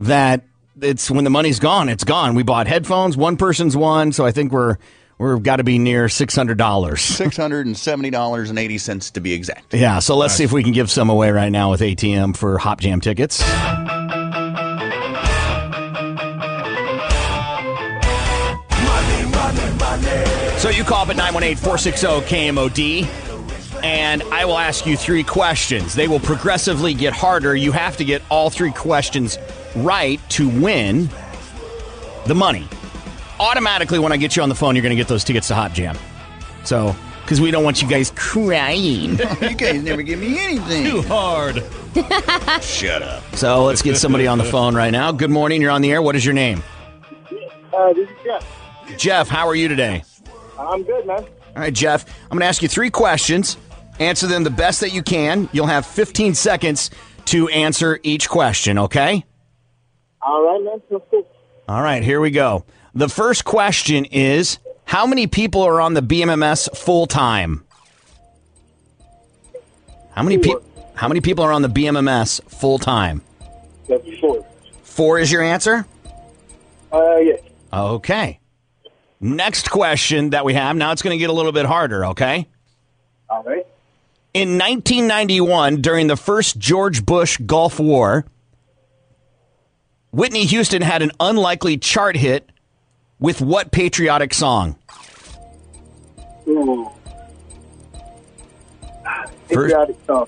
Speaker 7: that it's when the money's gone, it's gone. We bought headphones. One person's one. So I think we're. We've got to be near six hundred dollars.
Speaker 9: Six hundred and seventy dollars and eighty cents to be exact.
Speaker 7: Yeah, so let's see if we can give some away right now with ATM for Hop Jam tickets. So you call up at 918 460 KMOD, and I will ask you three questions. They will progressively get harder. You have to get all three questions right to win the money. Automatically, when I get you on the phone, you're going to get those tickets to Hop Jam. So, because we don't want you guys crying.
Speaker 9: you guys never give me anything.
Speaker 7: Too hard.
Speaker 9: Shut up.
Speaker 7: So let's get somebody on the phone right now. Good morning. You're on the air. What is your name?
Speaker 17: Uh, this is Jeff.
Speaker 7: Jeff, how are you today?
Speaker 17: I'm good, man.
Speaker 7: All right, Jeff, I'm going to ask you three questions. Answer them the best that you can. You'll have 15 seconds to answer each question, okay?
Speaker 17: All right, man. So cool.
Speaker 7: All right, here we go. The first question is How many people are on the BMMS full time? How many people? How many people are on the BMMS full time?
Speaker 17: That's four.
Speaker 7: Four is your answer?
Speaker 17: Uh, yes.
Speaker 7: Okay. Next question that we have. Now it's going to get a little bit harder, okay?
Speaker 17: All right.
Speaker 7: In 1991, during the first George Bush Gulf War, Whitney Houston had an unlikely chart hit with what patriotic song?
Speaker 17: Ooh.
Speaker 7: First,
Speaker 17: Patriotic song.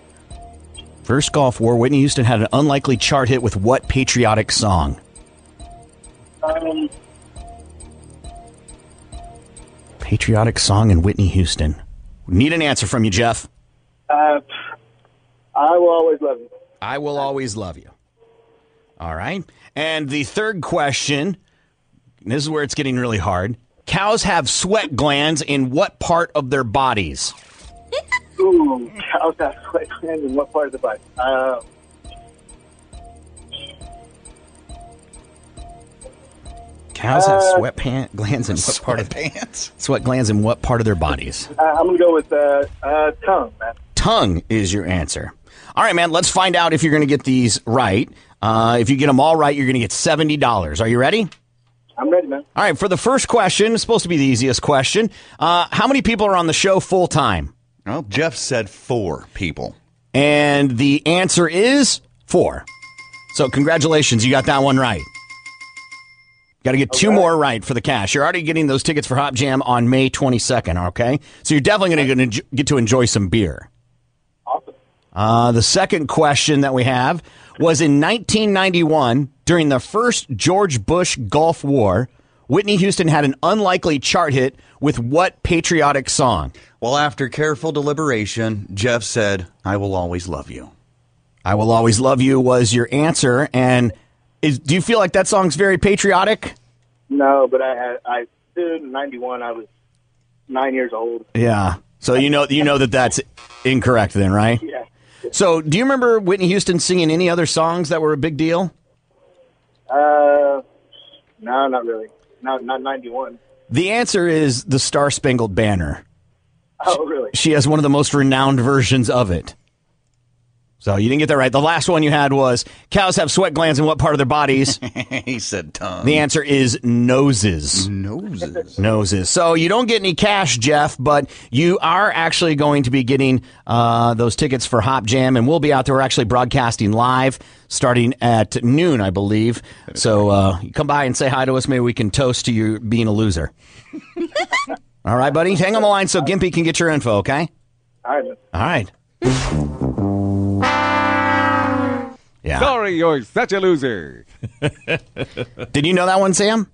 Speaker 7: first Gulf War, Whitney Houston had an unlikely chart hit with what patriotic song?
Speaker 17: Um,
Speaker 7: Patriotic song and Whitney Houston. Need an answer from you, Jeff.
Speaker 17: uh, I will always love you.
Speaker 7: I will always love you. All right. And the third question this is where it's getting really hard. Cows have sweat glands in what part of their bodies?
Speaker 17: Ooh, cows have sweat glands in what part of the body? Uh,
Speaker 7: Cows have
Speaker 17: Uh,
Speaker 7: sweat pan- glands in what part of pants? Sweat glands in what part of their bodies?
Speaker 17: uh, I'm gonna go with uh, uh, tongue, man.
Speaker 7: Tongue is your answer. All right, man. Let's find out if you're going to get these right. Uh, if you get them all right, you're going to get seventy dollars. Are you ready?
Speaker 17: I'm ready, man.
Speaker 7: All right. For the first question, it's supposed to be the easiest question. Uh, how many people are on the show full time?
Speaker 9: Well, Jeff said four people,
Speaker 7: and the answer is four. So congratulations, you got that one right. Got to get two more right for the cash. You're already getting those tickets for Hop Jam on May 22nd, okay? So you're definitely going to enj- get to enjoy some beer. Uh, the second question that we have was in 1991, during the first George Bush Gulf War, Whitney Houston had an unlikely chart hit with what patriotic song?
Speaker 9: Well, after careful deliberation, Jeff said, I will always love you.
Speaker 7: I will always love you was your answer, and is, do you feel like that song's very patriotic?
Speaker 17: No, but I had I dude, in '91. I was nine years old.
Speaker 7: Yeah. So you know you know that that's incorrect then, right?
Speaker 17: Yeah.
Speaker 7: So do you remember Whitney Houston singing any other songs that were a big deal?
Speaker 17: Uh, no, not really. Not not '91.
Speaker 7: The answer is the Star Spangled Banner.
Speaker 17: Oh, really?
Speaker 7: She has one of the most renowned versions of it. So you didn't get that right. The last one you had was cows have sweat glands in what part of their bodies?
Speaker 9: he said tongue.
Speaker 7: The answer is noses.
Speaker 9: Noses.
Speaker 7: Noses. So you don't get any cash, Jeff, but you are actually going to be getting uh, those tickets for Hop Jam, and we'll be out there. We're actually broadcasting live starting at noon, I believe. So uh, you come by and say hi to us. Maybe we can toast to you being a loser. All right, buddy. Hang on the line so Gimpy can get your info, okay?
Speaker 17: All right, man.
Speaker 7: All right. Yeah.
Speaker 19: Sorry, you're such a loser.
Speaker 7: Did you know that one, Sam?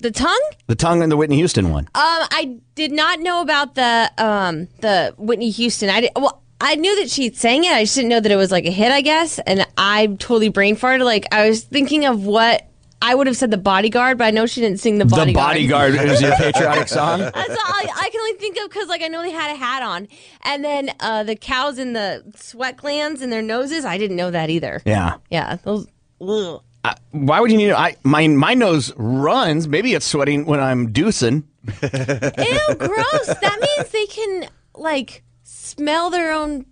Speaker 8: The tongue?
Speaker 7: The tongue and the Whitney Houston one.
Speaker 8: Um, I did not know about the um the Whitney Houston. I did, well, I knew that she sang it. I just didn't know that it was like a hit, I guess. And I totally brain farted. Like I was thinking of what I would have said the bodyguard, but I know she didn't sing the bodyguard.
Speaker 7: is your patriotic song.
Speaker 8: That's all I, I can only think of because, like, I know they had a hat on, and then uh, the cows in the sweat glands and their noses. I didn't know that either.
Speaker 7: Yeah.
Speaker 8: yeah. Those, ugh.
Speaker 7: I, why would you need? I my my nose runs. Maybe it's sweating when I'm deucing.
Speaker 8: Ew, gross. That means they can like smell their own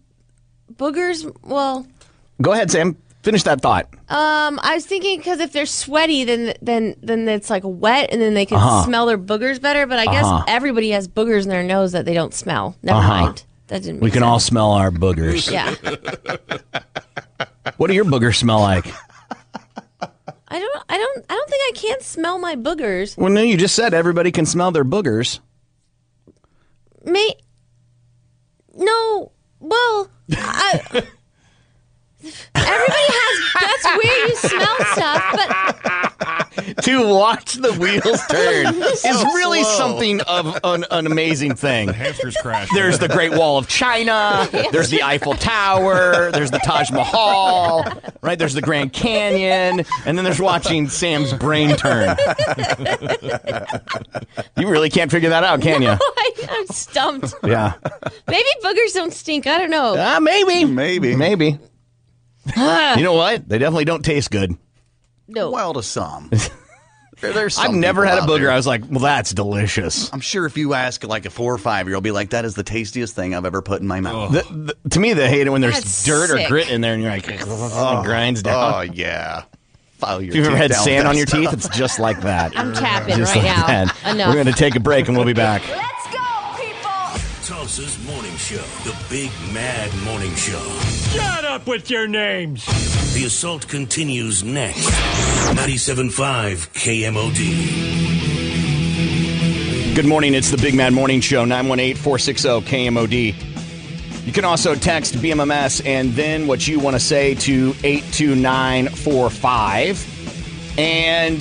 Speaker 8: boogers. Well,
Speaker 7: Go ahead, Sam. Finish that thought.
Speaker 8: um, I was thinking because if they're sweaty, then then then it's like wet, and then they can
Speaker 7: Uh-huh.
Speaker 8: smell their boogers better. But I guess
Speaker 7: Uh-huh.
Speaker 8: everybody has boogers in their nose that they don't smell. Never
Speaker 7: Uh-huh.
Speaker 8: mind. That didn't.
Speaker 7: We
Speaker 8: make
Speaker 7: can
Speaker 8: sense.
Speaker 7: all smell our boogers.
Speaker 8: Yeah.
Speaker 7: What do your boogers smell like?
Speaker 8: I don't. I don't. I don't think I can't smell my boogers.
Speaker 7: Well, no, you just said everybody can smell their boogers.
Speaker 8: May. No. Well, I. Everybody has. That's where you smell stuff, but
Speaker 7: to watch the wheels turn is really
Speaker 8: slow.
Speaker 7: something of an, an amazing thing. The
Speaker 10: hamsters crash.
Speaker 7: There's the Great Wall of China. There's the Eiffel Tower. There's the Taj Mahal. Right? There's the Grand Canyon. And then there's watching Sam's brain turn. you really can't figure that out, can you?
Speaker 8: I'm stumped.
Speaker 7: Yeah.
Speaker 8: Maybe boogers don't stink. I don't know.
Speaker 7: Ah, maybe. Maybe. Maybe.
Speaker 8: Ah,
Speaker 7: You know what? They definitely don't taste good.
Speaker 8: no.
Speaker 9: Well, to some.
Speaker 7: I've never had a booger. I was like, well, that's delicious.
Speaker 9: I'm sure if you ask like a four or five year old, be like, that is the tastiest thing I've ever put in my mouth.
Speaker 7: The- the- to me, they hate it when there's
Speaker 9: That's
Speaker 7: dirt
Speaker 9: sick.
Speaker 7: or grit in there, and you're like, it grinds down.
Speaker 9: Oh, yeah. File your
Speaker 7: If you've ever
Speaker 9: teeth
Speaker 7: had
Speaker 9: down
Speaker 7: sand
Speaker 9: with
Speaker 7: on
Speaker 9: that
Speaker 7: your teeth,
Speaker 9: stuff.
Speaker 7: it's just like that.
Speaker 8: I'm tapping
Speaker 7: Just
Speaker 8: right
Speaker 7: like
Speaker 8: now.
Speaker 7: that.
Speaker 8: Enough.
Speaker 7: We're going to take a break and we'll be back.
Speaker 6: Let's go, people.
Speaker 11: Tulsa's morning show, the Big Mad Morning Show.
Speaker 3: Shut up with your names.
Speaker 11: The assault continues next. 97.5 KMOD.
Speaker 7: Good morning. It's the Big Man Morning Show, 918 460 KMOD. You can also text BMMS and then what you want to say to 82945. And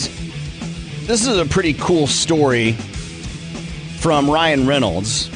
Speaker 7: this is a pretty cool story from Ryan Reynolds.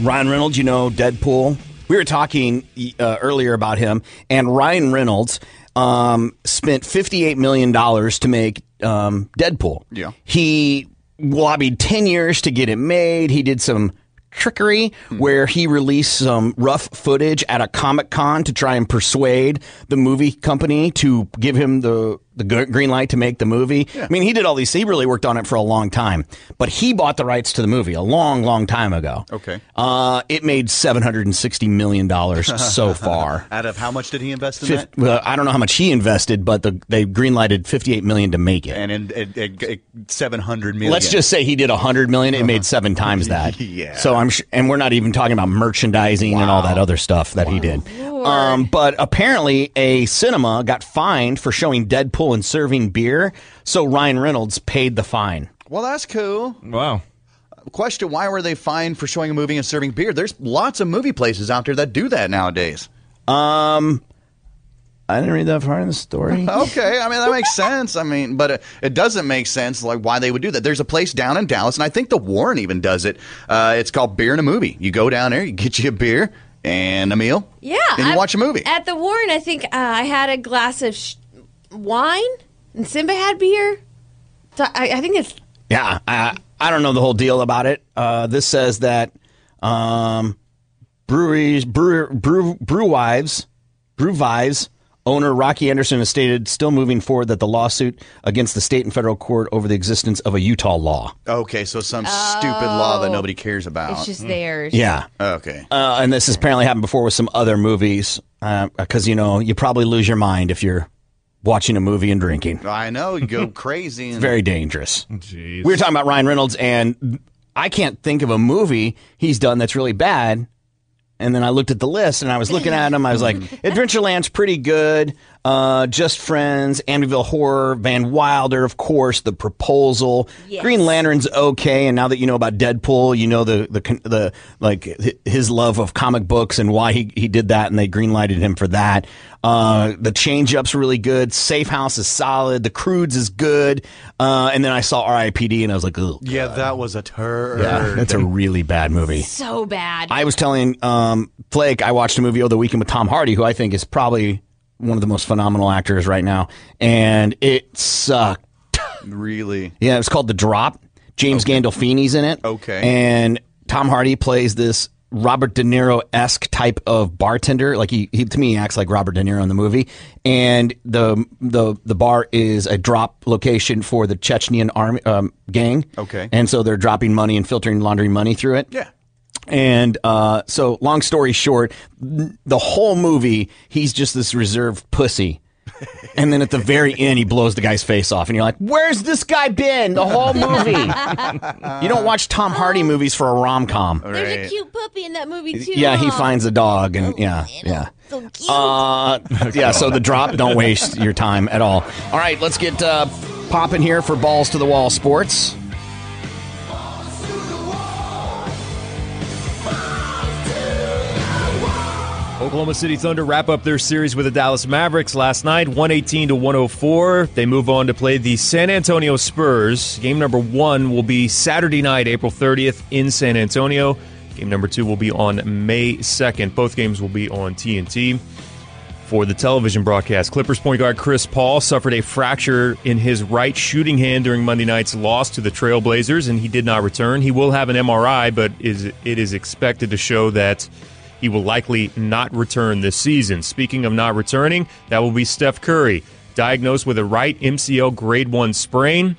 Speaker 7: Ryan Reynolds, you know, Deadpool. We were talking uh, earlier about him, and Ryan Reynolds um, spent $58 million to make um, Deadpool.
Speaker 9: Yeah.
Speaker 7: He lobbied 10 years to get it made. He did some trickery where he released some rough footage at a comic con to try and persuade the movie company to give him the the gr- green light to make the movie. I mean, he did all these he really worked on it for a long time, but he bought the rights to the movie a long long time ago.
Speaker 9: Okay.
Speaker 7: Uh, it made 760 million dollars so far.
Speaker 9: Out of how much did he invest in
Speaker 7: Fif-
Speaker 9: that?
Speaker 7: well, I don't know how much he invested, but the, they greenlighted 58 million to make it.
Speaker 9: And in, it, it, it, 700 million.
Speaker 7: Let's just say he did a hundred million. It made seven times that.
Speaker 9: Yeah.
Speaker 7: So I'm, sh- and we're not even talking about merchandising and all that other stuff that he did. Um, but apparently, a cinema got fined for showing Deadpool and serving beer. So Ryan Reynolds paid the fine.
Speaker 9: Well, that's cool. Uh,
Speaker 10: Wow.
Speaker 9: Question Why were they fined for showing a movie and serving beer? There's lots of movie places out there that do that nowadays.
Speaker 7: Um, I didn't read that part in the story.
Speaker 9: okay, I mean that makes sense. I mean, but it, it doesn't make sense like why they would do that. There's a place down in Dallas, and I think the Warren even does it. Uh, it's called Beer and a Movie. You go down there, you get you a beer and a meal.
Speaker 8: Yeah.
Speaker 9: And you
Speaker 8: I-
Speaker 9: watch a movie.
Speaker 8: At the Warren, I think uh, I had a glass of sh- wine and Simba had beer. So I, I think it's.
Speaker 7: Yeah, I, I don't know the whole deal about it. Uh, this says that um, breweries, brew, brew, brew wives, brew wives owner Rocky Anderson has stated still moving forward that the lawsuit against the state and federal court over the existence of a Utah law.
Speaker 9: Okay, so some stupid law that nobody cares about.
Speaker 8: Oh.
Speaker 9: Oh,
Speaker 8: It's just theirs.
Speaker 7: Mm. Yeah.
Speaker 9: Okay.
Speaker 7: Uh, and this has apparently happened before with some other movies because, you know, you probably lose your mind if you're watching a movie and drinking.
Speaker 9: I know you go crazy. And
Speaker 7: It's very dangerous. We were talking about Ryan Reynolds, and I can't think of a movie he's done that's really bad. And then I looked at the list, and I was looking at him. I was like, Adventureland's pretty good. Uh, Just Friends, Amityville Horror, Van Wilder, of course, The Proposal,
Speaker 20: Yes.
Speaker 7: Green Lantern's okay. And now that you know about Deadpool, you know the the con- the like hi- his love of comic books and why he he did that, and they greenlighted him for that. Uh, the Change Up's really good. Safe House is solid. The Crudes is good. Uh, and then I saw R.I.P.D. and I was like, ugh.
Speaker 9: Yeah, that was a turd.
Speaker 7: Yeah, that's a really bad movie.
Speaker 8: So bad.
Speaker 7: I was telling um, Flake I watched a movie over the weekend with Tom Hardy, who I think is probably one of the most phenomenal actors right now, and it sucked.
Speaker 9: Really?
Speaker 7: Yeah, it was called The Drop. James Gandolfini's in it.
Speaker 9: Okay.
Speaker 7: And Tom Hardy plays this Robert De Niro esque type of bartender. Like he, he to me he acts like Robert De Niro in the movie. And the the the bar is a drop location for the Chechnyan army um, gang.
Speaker 9: Okay.
Speaker 7: And so they're dropping money and filtering laundering money through it.
Speaker 9: Yeah.
Speaker 7: And uh, so, long story short, n- the whole movie, he's just this reserved pussy. And then at the very end, he blows the guy's face off, and you're like, "Where's this guy been the whole movie?" you don't watch Tom Hardy movies for a rom com.
Speaker 8: Oh. There's a cute puppy in that movie, too.
Speaker 7: Yeah, he
Speaker 8: Aw.
Speaker 7: finds a dog, and yeah, yeah.
Speaker 8: So cute.
Speaker 7: Uh, yeah, so the drop, don't waste your time at all. All right, let's get uh, popping here for balls to the wall sports.
Speaker 13: Oklahoma City Thunder wrap up their series with the Dallas Mavericks last night, 118 to 104. They move on to play the San Antonio Spurs. Game number one will be Saturday night, April 30th, in San Antonio. Game number two will be on May 2nd. Both games will be on TNT. For the television broadcast, Clippers point guard Chris Paul suffered a fracture in his right shooting hand during Monday night's loss to the Trailblazers, and he did not return. He will have an MRI, but is it is expected to show that he will likely not return this season. Speaking of not returning, that will be Steph Curry, diagnosed with a right MCL grade one sprain.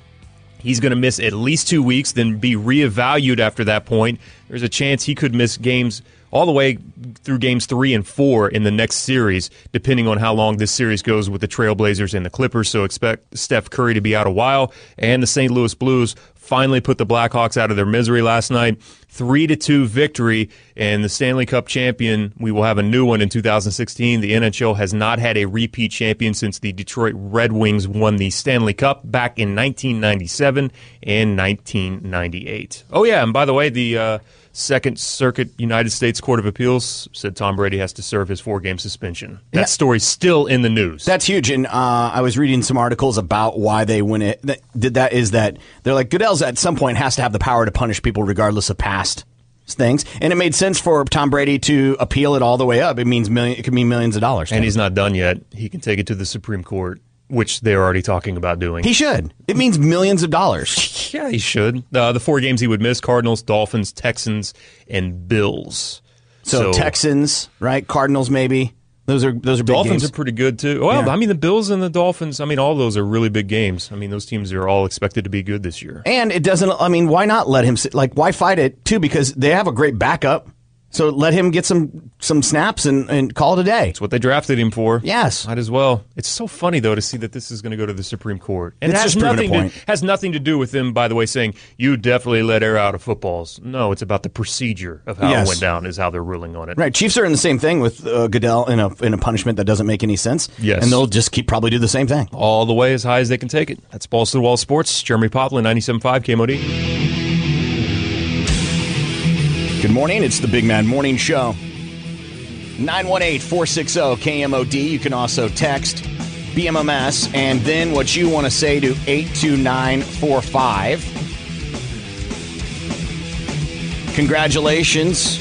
Speaker 13: He's going to miss at least two weeks, then be reevaluated after that point. There's a chance he could miss games all the way through games three and four in the next series, depending on how long this series goes with the Trailblazers and the Clippers. So expect Steph Curry to be out a while, and the St. Louis Blues finally put the Blackhawks out of their misery last night. Three to two victory, and the Stanley Cup champion. We will have a new one in 2016. The NHL has not had a repeat champion since the Detroit Red Wings won the Stanley Cup back in 1997 and 1998. Oh yeah, and by the way, the uh, Second Circuit United States Court of Appeals said Tom Brady has to serve his four-game suspension. That story's still in the news.
Speaker 7: That's huge. And uh, I was reading some articles about why they went it that, did that. Is that they're like Goodell's at some point has to have the power to punish people regardless of past things, and it made sense for Tom Brady to appeal it all the way up. It means million. It could mean millions of dollars.
Speaker 13: And he's not done yet. He can take it to the Supreme Court, which they're already talking about doing.
Speaker 7: He should. It means millions of dollars.
Speaker 13: Yeah, he should. Uh, the four games he would miss: Cardinals, Dolphins, Texans, and Bills.
Speaker 7: So, Texans, right? Cardinals, maybe. Those are those are big
Speaker 13: Dolphins
Speaker 7: games.
Speaker 13: are pretty good too. Well,
Speaker 7: Yeah.
Speaker 13: I mean the Bills and the Dolphins. I mean all those are really big games. I mean those teams are all expected to be good this year.
Speaker 7: And it doesn't. I mean, why not let him sit? Like, why fight it too? Because they have a great backup. So let him get some some snaps and, and call it a day. That's
Speaker 13: what they drafted him for.
Speaker 7: Yes,
Speaker 13: might as well. It's so funny though to see that this is going to go to the Supreme Court, and
Speaker 7: It's
Speaker 13: it has
Speaker 7: just proving a
Speaker 13: nothing to,
Speaker 7: point.
Speaker 13: has nothing to do with them. By the way, saying you definitely let air out of footballs. No, it's about the procedure of how
Speaker 7: Yes.
Speaker 13: it went down is how they're ruling on it.
Speaker 7: Right, Chiefs are in the same thing with uh, Goodell in a in a punishment that doesn't make any sense.
Speaker 13: Yes.
Speaker 7: and they'll just keep probably do the same thing.
Speaker 13: all the way as high as they can take it. That's Balls to the Wall Sports. Jeremy Poplin, 97.5 KMOD.
Speaker 7: Good morning. It's the Big Man Morning Show. 918 460 KMOD. You can also text BMMS and then what you want to say to 82945. Congratulations.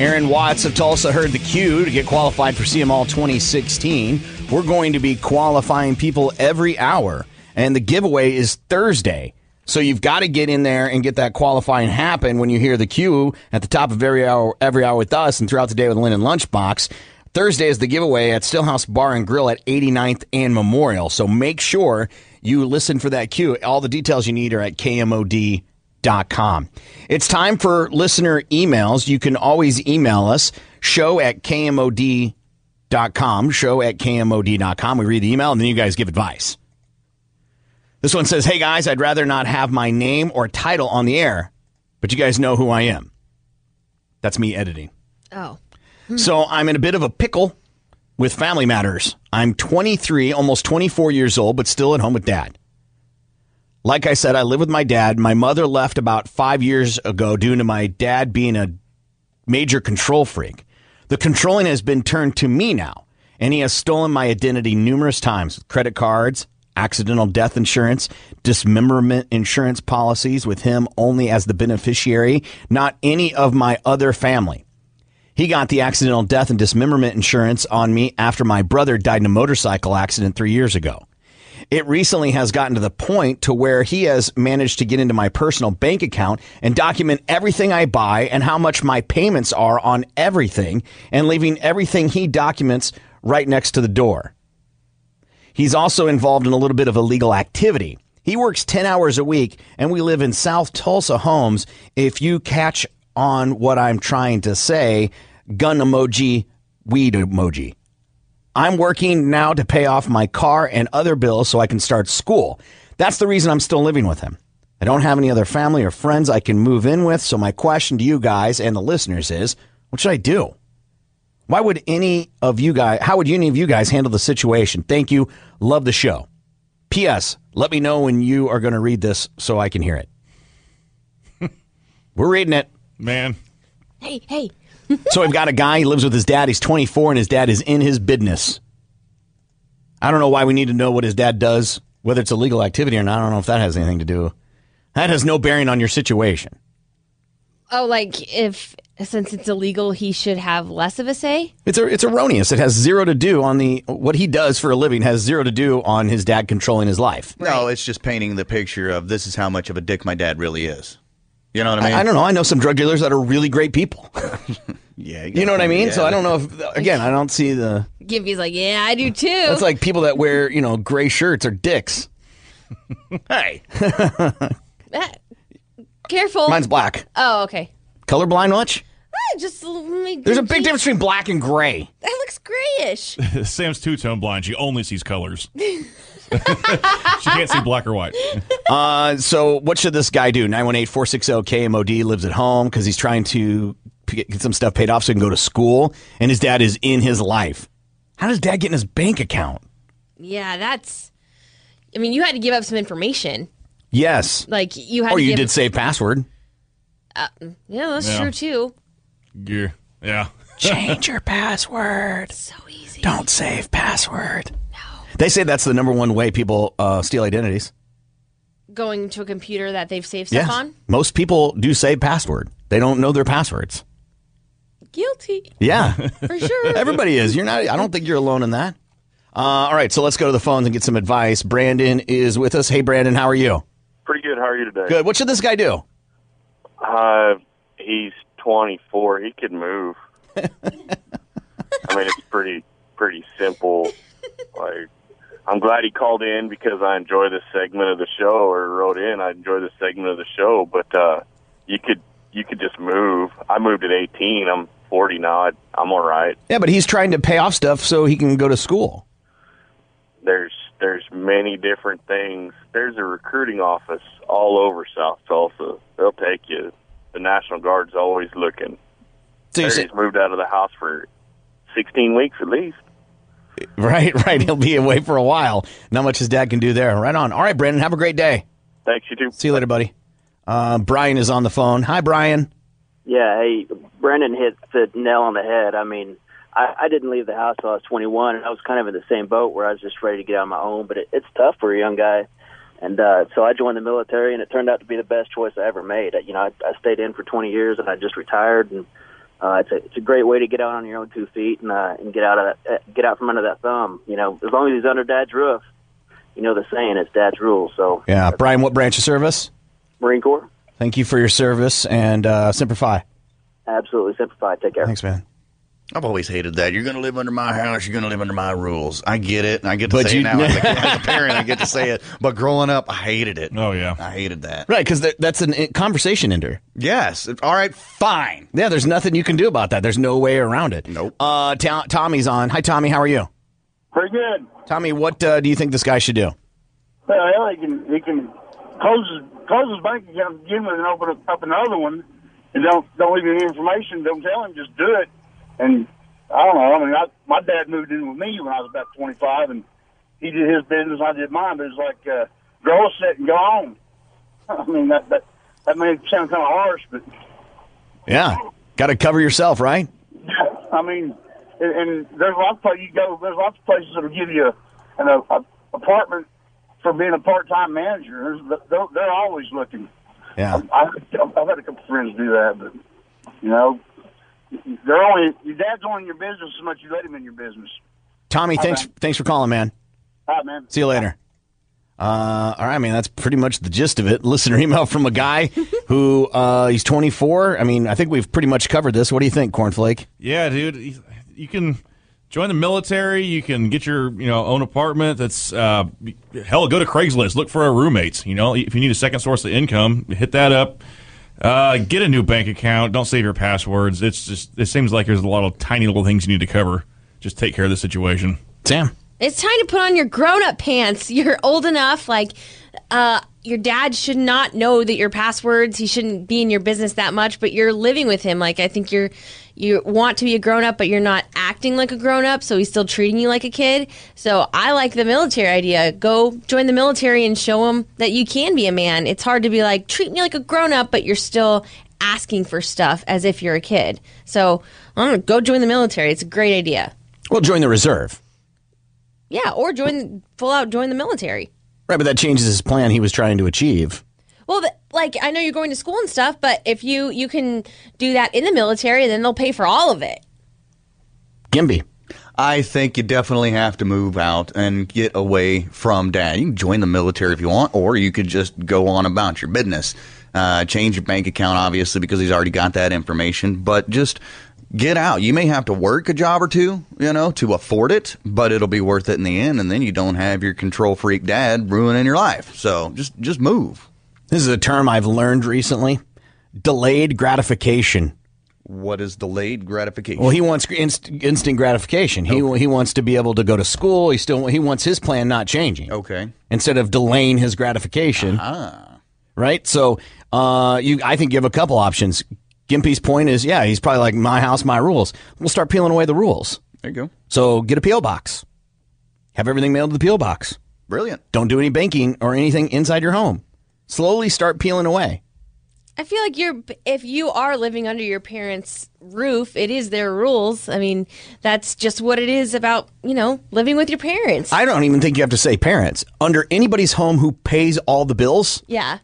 Speaker 7: Aaron Watts of Tulsa heard the cue to get qualified for CMall 2016. We're going to be qualifying people every hour, and the giveaway is Thursday. So you've got to get in there and get that qualifying happen when you hear the cue at the top of every hour, every hour with us, and throughout the day with Lynn and Lunchbox. Thursday is the giveaway at Stillhouse Bar and Grill at 89th and Memorial. So make sure you listen for that cue. All the details you need are at KMOD com. It's time for listener emails. You can always email us, show at kmod.com, show at kmod.com. We read the email and then you guys give advice. This one says, Hey guys, I'd rather not have my name or title on the air, but you guys know who I am. That's me editing.
Speaker 8: Oh.
Speaker 7: Hmm. So I'm in a bit of a pickle with family matters. I'm 23, almost 24 years old, but still at home with dad. Like I said, I live with my dad. My mother left about five years ago due to my dad being a major control freak. The controlling has been turned to me now, and he has stolen my identity numerous times with credit cards, accidental death insurance, dismemberment insurance policies with him only as the beneficiary, not any of my other family. He got the accidental death and dismemberment insurance on me after my brother died in a motorcycle accident three years ago. It recently has gotten to the point to where he has managed to get into my personal bank account and document everything I buy and how much my payments are on everything and leaving everything he documents right next to the door. He's also involved in a little bit of illegal activity. He works 10 hours a week, and we live in South Tulsa homes. If you catch on what I'm trying to say, gun emoji, weed emoji. I'm working now to pay off my car and other bills so I can start school. That's the reason I'm still living with him. I don't have any other family or friends I can move in with, so my question to you guys and the listeners is what should I do? Why would any of you guys, how would any of you guys handle the situation? Thank you. Love the show. P.S. Let me know when you are going to read this so I can hear it. We're reading it.
Speaker 10: Man.
Speaker 8: Hey, hey.
Speaker 7: so I've got a guy, he lives with his dad. He's 24 and his dad is in his business. I don't know why we need to know what his dad does, whether it's illegal activity or not. I don't know if that has anything to do. That has no bearing on your situation.
Speaker 8: Oh, like if since it's illegal, he should have less of a say.
Speaker 7: It's a, it's erroneous. It has zero to do on the what he does for a living has zero to do on his dad controlling his life.
Speaker 9: No, it's just painting the picture of this is how much of a dick my dad really is. You know what I
Speaker 7: I,
Speaker 9: mean?
Speaker 7: I don't know. I know some drug dealers that are really great people. yeah, you, know what I mean. So
Speaker 9: yeah.
Speaker 7: I don't know if again I don't see the.
Speaker 8: Gimpy's like, yeah, I do too.
Speaker 7: It's like people that wear you know gray shirts are dicks. hey,
Speaker 8: Ah, careful.
Speaker 7: mine's black.
Speaker 8: Oh, okay. Ah,
Speaker 7: Colorblind much?
Speaker 8: just make
Speaker 7: There's a big difference between black and gray.
Speaker 8: That looks grayish.
Speaker 10: Sam's two tone blind. She only sees colors. she can't see black or white.
Speaker 7: Uh, so what should this guy do? oh, 918-460-KMOD lives at home because he's trying to p- get some stuff paid off so he can go to school, and his dad is in his life. How does dad get in his bank account?
Speaker 8: Yeah, that's. I mean, you had to give up some information.
Speaker 7: Yes.
Speaker 8: Like you had.
Speaker 7: or
Speaker 8: to
Speaker 7: Oh, you
Speaker 8: give,
Speaker 7: did say password.
Speaker 8: Uh, yeah, that's
Speaker 7: Yeah.
Speaker 8: true too.
Speaker 10: Yeah. Yeah.
Speaker 7: Change your password. So easy. Don't save password. No. They say that's the number one way people uh, steal identities.
Speaker 8: Going to a computer that they've saved stuff
Speaker 7: Yes.
Speaker 8: on.
Speaker 7: Most people do save password. They don't know their passwords.
Speaker 8: Guilty.
Speaker 7: Yeah.
Speaker 8: For sure.
Speaker 7: Everybody is. You're not I don't think you're alone in that. Uh, all right, so let's go to the phones and get some advice. Brandon is with us. Hey Brandon, how are you?
Speaker 20: Pretty good. How are you today?
Speaker 7: Good. What should this guy do?
Speaker 20: Uh, he's 24. He can move. I mean, it's pretty pretty simple. Like, I'm glad he called in because I enjoy this segment of the show, or wrote in. I enjoy this segment of the show, but uh, you could you could just move. I moved at 18. I'm 40 now. I, I'm all right.
Speaker 7: Yeah, but he's trying to pay off stuff so he can go to school.
Speaker 20: There's there's many different things. There's a recruiting office all over South Tulsa. They'll take you. The National Guard's always looking.
Speaker 7: So you
Speaker 20: There
Speaker 7: say-
Speaker 20: he's moved out of the house for 16 weeks at least.
Speaker 7: Right, right. He'll be away for a while. Not much his dad can do there. Right on. All right, Brandon, have a great day.
Speaker 20: Thanks, you too.
Speaker 7: See you later, buddy. Uh, Brian is on the phone. Hi, Brian.
Speaker 21: Yeah, hey, Brendan hit the nail on the head. I mean, I, I didn't leave the house till I was 21, and I was kind of in the same boat where I was just ready to get on my own. But it, it's tough for a young guy, and uh, so I joined the military, and it turned out to be the best choice I ever made. You know, I, I stayed in for 20 years, and I just retired, and uh, it's a it's a great way to get out on your own two feet and uh, and get out of that, uh, get out from under that thumb. You know, as long as he's under dad's roof, you know the saying it's dad's rule. So
Speaker 7: Yeah, Brian, what branch of service?
Speaker 21: Marine Corps,
Speaker 7: Thank you for your service and uh, simplify.
Speaker 21: absolutely simplified. Take care.
Speaker 7: Thanks, man.
Speaker 9: I've always hated that. You're going to live under my house. You're going to live under my rules. I get it, and I get to
Speaker 7: But
Speaker 9: say
Speaker 7: you-
Speaker 9: it now as, a, as a parent. I get to say it, but growing up, I hated it. Oh yeah, I hated that.
Speaker 7: Right, because that's a conversation ender.
Speaker 9: Yes. All right. Fine.
Speaker 7: Yeah, there's nothing you can do about that. There's no way around it. Nope. Uh, Ta- Tommy's on. Hi, Tommy. How are you?
Speaker 22: Pretty good.
Speaker 7: Tommy, what uh, do you think this guy should do?
Speaker 22: Well, hell, he can he can close his close his bank account to begin with and open up, up another one, and don't don't leave any information. Don't tell him. Just do it. And I don't know. I mean, I, my dad moved in with me when I was about twenty five, and he did his business, I did mine. But it's like uh, grow a set and go on. I mean, that that that may sound kind of harsh, but
Speaker 7: Yeah, got to cover yourself, right?
Speaker 22: I mean, and, and there's lots of places you go. There's lots of places that'll give you an uh, a, a apartment for being a part-time manager. There's, they're, they're always looking.
Speaker 7: Yeah.
Speaker 22: I've, I've had a couple friends do that, but you know, they're only your dad's only in your business as much as you let him in your business.
Speaker 7: Tommy, thanks thanks for calling, man.
Speaker 22: All right, man.
Speaker 7: See you later. Uh, all right, I mean that's pretty much the gist of it. Listener email from a guy who uh, he's 24. I mean, I think we've pretty much covered this. What do you think, Cornflake?
Speaker 10: Yeah, dude. You- You can join the military. You can get your you know own apartment. That's uh, hell. Go to Craigslist. Look for a roommate. You know, if you need a second source of income, hit that up. Uh, get a new bank account. Don't save your passwords. It's just it seems like there's a lot of tiny little things you need to cover. Just take care of the situation.
Speaker 7: Sam.
Speaker 8: It's time to put on your grown-up pants. You're old enough. Like, uh, your dad should not know that your passwords. He shouldn't be in your business that much. But you're living with him. Like, I think you're you want to be a grown-up, but you're not acting like a grown-up. So he's still treating you like a kid. So I like the military idea. Go join the military and show him that you can be a man. It's hard to be like treat me like a grown-up, but you're still asking for stuff as if you're a kid. So I don't know, go join the military. It's a great idea.
Speaker 7: Well, join the reserve.
Speaker 8: Yeah, or join full out join the military.
Speaker 7: Right, but that changes his plan he was trying to achieve.
Speaker 8: Well, th- like I know you're going to school and stuff, but if you you can do that in the military, then they'll pay for all of it.
Speaker 7: Gimby.
Speaker 9: I think you definitely have to move out and get away from dad. You can join the military if you want, or you could just go on about your business. Uh, change your bank account, obviously, because he's already got that information, but just get out. You may have to work a job or two, you know, to afford it, but it'll be worth it in the end, and then you don't have your control freak dad ruining your life. So just, just move.
Speaker 7: This is a term I've learned recently. Delayed gratification.
Speaker 9: What is delayed gratification?
Speaker 7: Well, he wants inst- instant gratification. He he wants to be able to go to school. He still he wants his plan not changing.
Speaker 9: Okay.
Speaker 7: Instead of delaying his gratification. Right. So, uh, you I think give a couple options. Gimpy's point is, yeah, he's probably like my house, my rules. We'll start peeling away the rules.
Speaker 9: There you go.
Speaker 7: So get a PO box. Have everything mailed to the PO box.
Speaker 9: Brilliant.
Speaker 7: Don't do any banking or anything inside your home. Slowly start peeling away.
Speaker 8: I feel like you're if you are living under your parents' roof, it is their rules. I mean, that's just what it is about, you know, living with your parents.
Speaker 7: I don't even think you have to say parents. Under anybody's home who pays all the bills,
Speaker 8: Yeah.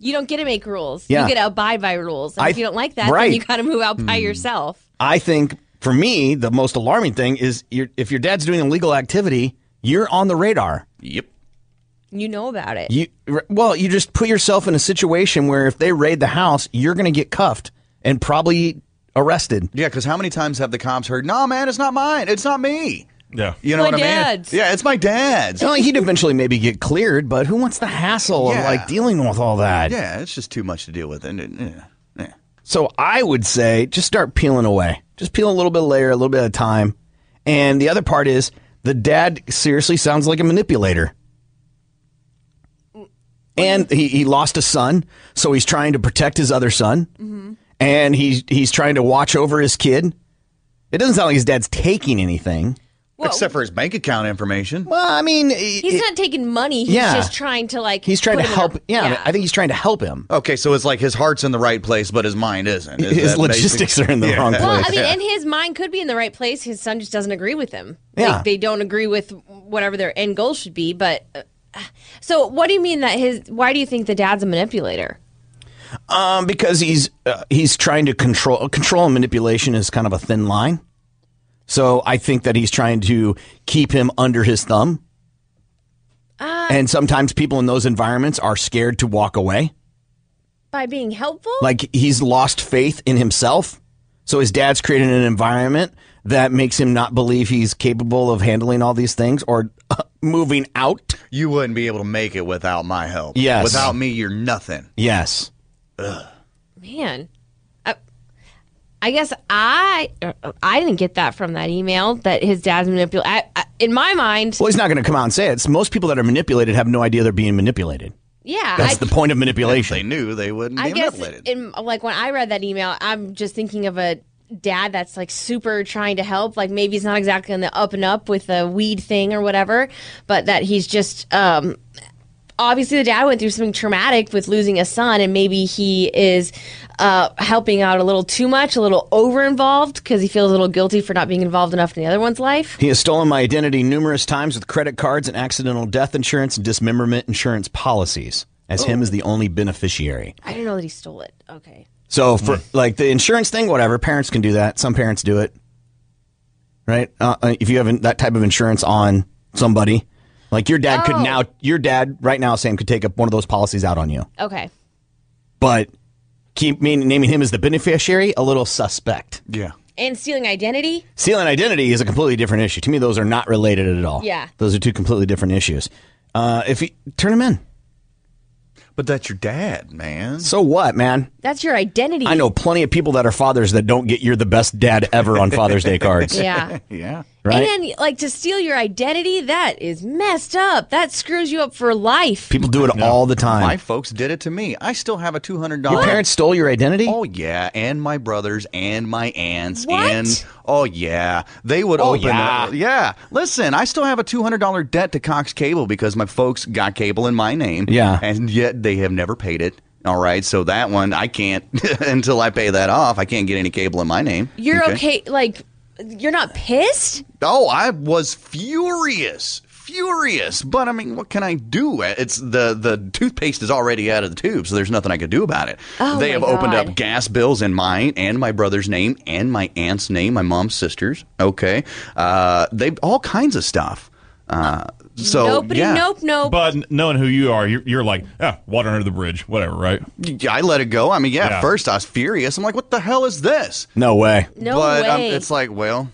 Speaker 8: You don't get to make rules.
Speaker 7: Yeah.
Speaker 8: You get to abide by rules. And
Speaker 7: I-
Speaker 8: if you don't like that,
Speaker 7: right. Hmm.
Speaker 8: then you got to move out by yourself.
Speaker 7: I think for me, the most alarming thing is your, if your dad's doing illegal activity, you're on the radar.
Speaker 9: Yep.
Speaker 8: You know about it.
Speaker 7: You well, you just put yourself in a situation where if they raid the house, you're going to get cuffed and probably arrested.
Speaker 9: Yeah, because how many times have the cops heard, "No, man, it's not mine. It's not me."
Speaker 10: Yeah.
Speaker 9: You know
Speaker 7: My
Speaker 9: what I mean?
Speaker 7: dad's.
Speaker 9: Yeah, it's my dad's.
Speaker 7: No, he'd eventually maybe get cleared, but who wants the hassle of
Speaker 9: Yeah.
Speaker 7: like dealing with all that?
Speaker 9: Yeah, it's just too much to deal with. And it- yeah.
Speaker 7: So I would say just start peeling away. Just peel a little bit of layer, a little bit at a time. And the other part is the dad seriously sounds like a manipulator. And he, he lost a son, so he's trying to protect his other son. And he's he's trying to watch over his kid. It doesn't sound like his dad's taking anything.
Speaker 9: Except for his bank account information.
Speaker 7: Well, I mean,
Speaker 8: He's not taking money. He's
Speaker 9: Yeah.
Speaker 8: just trying to like
Speaker 7: He's trying
Speaker 8: put
Speaker 7: to
Speaker 8: him in
Speaker 7: help.
Speaker 8: a-
Speaker 7: yeah, I think he's trying to help him.
Speaker 9: Okay, so it's like his heart's in the right place, but his mind isn't. Is
Speaker 7: His
Speaker 9: that
Speaker 7: logistics
Speaker 9: basic-
Speaker 7: are in the wrong
Speaker 8: Well, I mean, and his mind could be in the right place. His son just doesn't agree with him.
Speaker 7: Yeah.
Speaker 8: Like, they don't agree with whatever their end goal should be. But uh, so, what do you mean that his? Why do you think the dad's a manipulator?
Speaker 7: Um, because he's uh, he's trying to control control and manipulation is kind of a thin line. So I think that he's trying to keep him under his thumb.
Speaker 8: Ah.
Speaker 7: and sometimes people in those environments are scared to walk away.
Speaker 8: By being helpful?
Speaker 7: Like he's lost faith in himself. So his dad's created an environment that makes him not believe he's capable of handling all these things or moving out.
Speaker 9: You wouldn't be able to make it without my help.
Speaker 7: Yes.
Speaker 9: Without me, you're nothing.
Speaker 7: Yes.
Speaker 8: Man, I, I guess I I didn't get that from that email that his dad's manipulator. I, I, in my mind,
Speaker 7: Well, he's not going to come out and say it. It's most people that are manipulated have no idea they're being manipulated.
Speaker 8: yeah,
Speaker 7: That's
Speaker 8: I,
Speaker 7: the point of manipulation. they
Speaker 9: knew they wouldn't
Speaker 8: I guess in like when I read that email, I'm just thinking of a dad that's like super trying to help. Like maybe he's not exactly on the up and up with the weed thing or whatever, but that he's just um obviously the dad went through something traumatic with losing a son and maybe he is uh, helping out a little too much, a little over involved because he feels a little guilty for not being involved enough in the other one's life.
Speaker 7: He has stolen my identity numerous times with credit cards and accidental death insurance and dismemberment insurance policies, as him is the only beneficiary.
Speaker 8: I didn't know that he stole it. Okay.
Speaker 7: So for like the insurance thing, whatever parents can do that. Some parents do it, right? Uh, uh, if you have an- that type of insurance on somebody, like your dad could
Speaker 8: Oh.
Speaker 7: now, your dad right now, Sam could take up one of those policies out on you.
Speaker 8: Okay.
Speaker 7: But keep mean, naming him as the beneficiary a little suspect.
Speaker 9: Yeah,
Speaker 8: And stealing identity?
Speaker 7: stealing identity is a completely different issue. To me, those are not related at all.
Speaker 8: Yeah.
Speaker 7: those are two completely different issues. Uh, if you turn him in,
Speaker 9: but that's your dad, man.
Speaker 7: So what, man?
Speaker 8: That's your identity.
Speaker 7: I know plenty of people that are fathers that don't get "You're the best dad ever" on Father's Day cards.
Speaker 8: Yeah.
Speaker 9: yeah.
Speaker 7: Right?
Speaker 8: And then, like, to steal your identity, that is messed up. That screws you up for life.
Speaker 7: People do it all the time.
Speaker 9: My folks did it to me. I still have a two hundred
Speaker 7: Your
Speaker 9: dollars.
Speaker 7: parents stole your identity?
Speaker 9: Oh yeah, and my brothers and my aunts
Speaker 7: What?
Speaker 9: and oh yeah, they would
Speaker 7: Oh,
Speaker 9: open.
Speaker 7: yeah.
Speaker 9: yeah. Listen, I still have a two hundred dollar debt to Cox Cable because my folks got cable in my name. Yeah, and yet they have never paid it. All right, so that one I can't until I pay that off. I can't get any cable in my name.
Speaker 8: You're okay. Like, you're not pissed?
Speaker 9: Oh, I was furious, furious. But I mean, what can I do? It's the the toothpaste is already out of the tube, so there's nothing I could do about it.
Speaker 1: Oh,
Speaker 9: they
Speaker 1: my
Speaker 9: have opened
Speaker 1: God.
Speaker 9: up gas bills in mine and my brother's name and my aunt's name, my mom's sister's. Okay, uh, they all kinds of stuff. Uh, so yeah.
Speaker 8: nope.
Speaker 10: But knowing who you are, you're, you're like, ah, water under the bridge, whatever, right?
Speaker 9: Yeah, I let it go. I mean, yeah,
Speaker 10: Yeah.
Speaker 9: at first I was furious. I'm like, what the hell is this?
Speaker 7: No way.
Speaker 9: but um,
Speaker 7: way.
Speaker 9: it's like, well,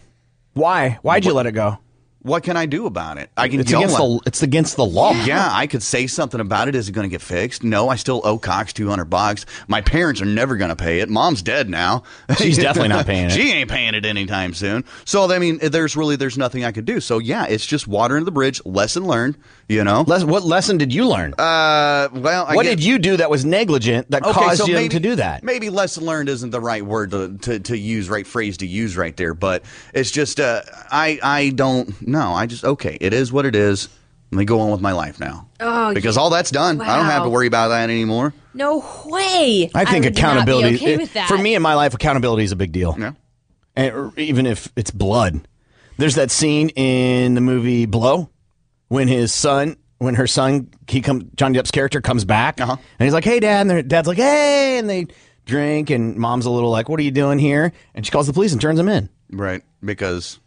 Speaker 7: why? Why'd you let it go?
Speaker 9: What can I do about it? I can
Speaker 7: It's
Speaker 9: yell
Speaker 7: against
Speaker 9: at-
Speaker 7: the it's against the law.
Speaker 9: Yeah, I could say something about it. Is it going to get fixed? No, I still owe Cox two hundred bucks. My parents are never going to pay it. Mom's dead now.
Speaker 7: She's definitely not paying it.
Speaker 9: she ain't paying it anytime soon. So I mean, there's really there's nothing I could do. So yeah, it's just water in the bridge. Lesson learned. You know.
Speaker 7: what lesson did you learn?
Speaker 9: Uh, well, I
Speaker 7: what
Speaker 9: guess-
Speaker 7: did you do that was negligent that
Speaker 9: Okay,
Speaker 7: caused
Speaker 9: so
Speaker 7: you
Speaker 9: maybe-
Speaker 7: to do that?
Speaker 9: Maybe lesson learned isn't the right word to, to, to use, right phrase to use right there, but it's just uh, I I don't know. I just okay, it is what it is. Let me go on with my life now.
Speaker 8: Oh,
Speaker 9: because
Speaker 8: yeah.
Speaker 9: all that's done. I don't have to
Speaker 8: Wow.
Speaker 9: worry about that anymore.
Speaker 8: No way.
Speaker 7: I think
Speaker 8: would not be
Speaker 7: accountability
Speaker 8: okay
Speaker 7: it-
Speaker 8: with that.
Speaker 7: for me in my life. Accountability is a big deal. Yeah, and or even if it's blood, there's that scene in the movie Blow when his son, when her son, he comes, Johnny Depp's character comes back,
Speaker 9: Uh-huh.
Speaker 7: and he's like, "Hey, dad," and their dad's like, "Hey," and they drink, and mom's a little like, "What are you doing here?" And she calls the police and turns him in.
Speaker 9: Right, because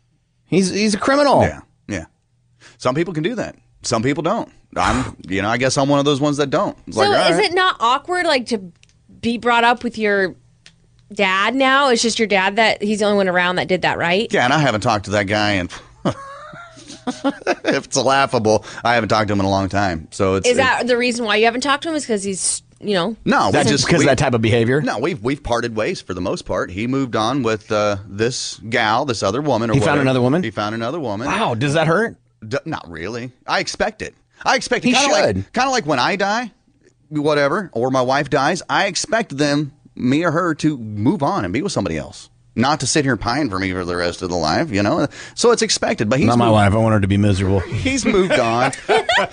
Speaker 7: he's he's a criminal.
Speaker 9: Yeah, yeah. Some people can do that. Some people don't. I'm you know I guess I'm one of those ones that don't. It's
Speaker 8: So
Speaker 9: like, all
Speaker 8: is
Speaker 9: right.
Speaker 8: it not awkward like to be brought up with your dad now? It's just your dad that he's the only one around that did that, right?
Speaker 9: Yeah, and I haven't talked to that guy in. if it's laughable, I haven't talked to him in a long time. So it's
Speaker 8: is that the reason why you haven't talked to him? Is because he's you know
Speaker 9: No,
Speaker 8: doesn't-
Speaker 7: type of behavior.
Speaker 9: No, we've we've parted ways for the most part. He moved on with uh, this gal, this other woman. Or
Speaker 7: He found
Speaker 9: whatever.
Speaker 7: another woman?
Speaker 9: He found another woman.
Speaker 7: Wow, does that hurt?
Speaker 9: D- not really. I expect it. I expect
Speaker 7: He
Speaker 9: it. Kinda
Speaker 7: should.
Speaker 9: Like, kind of like when I die, whatever, or my wife dies. I expect them, me or her, to move on and be with somebody else. Not to sit here and pine for me for the rest of the life, you know. So it's expected. But he's
Speaker 7: Not my
Speaker 9: moved-
Speaker 7: wife. I want her to be miserable.
Speaker 9: He's moved on.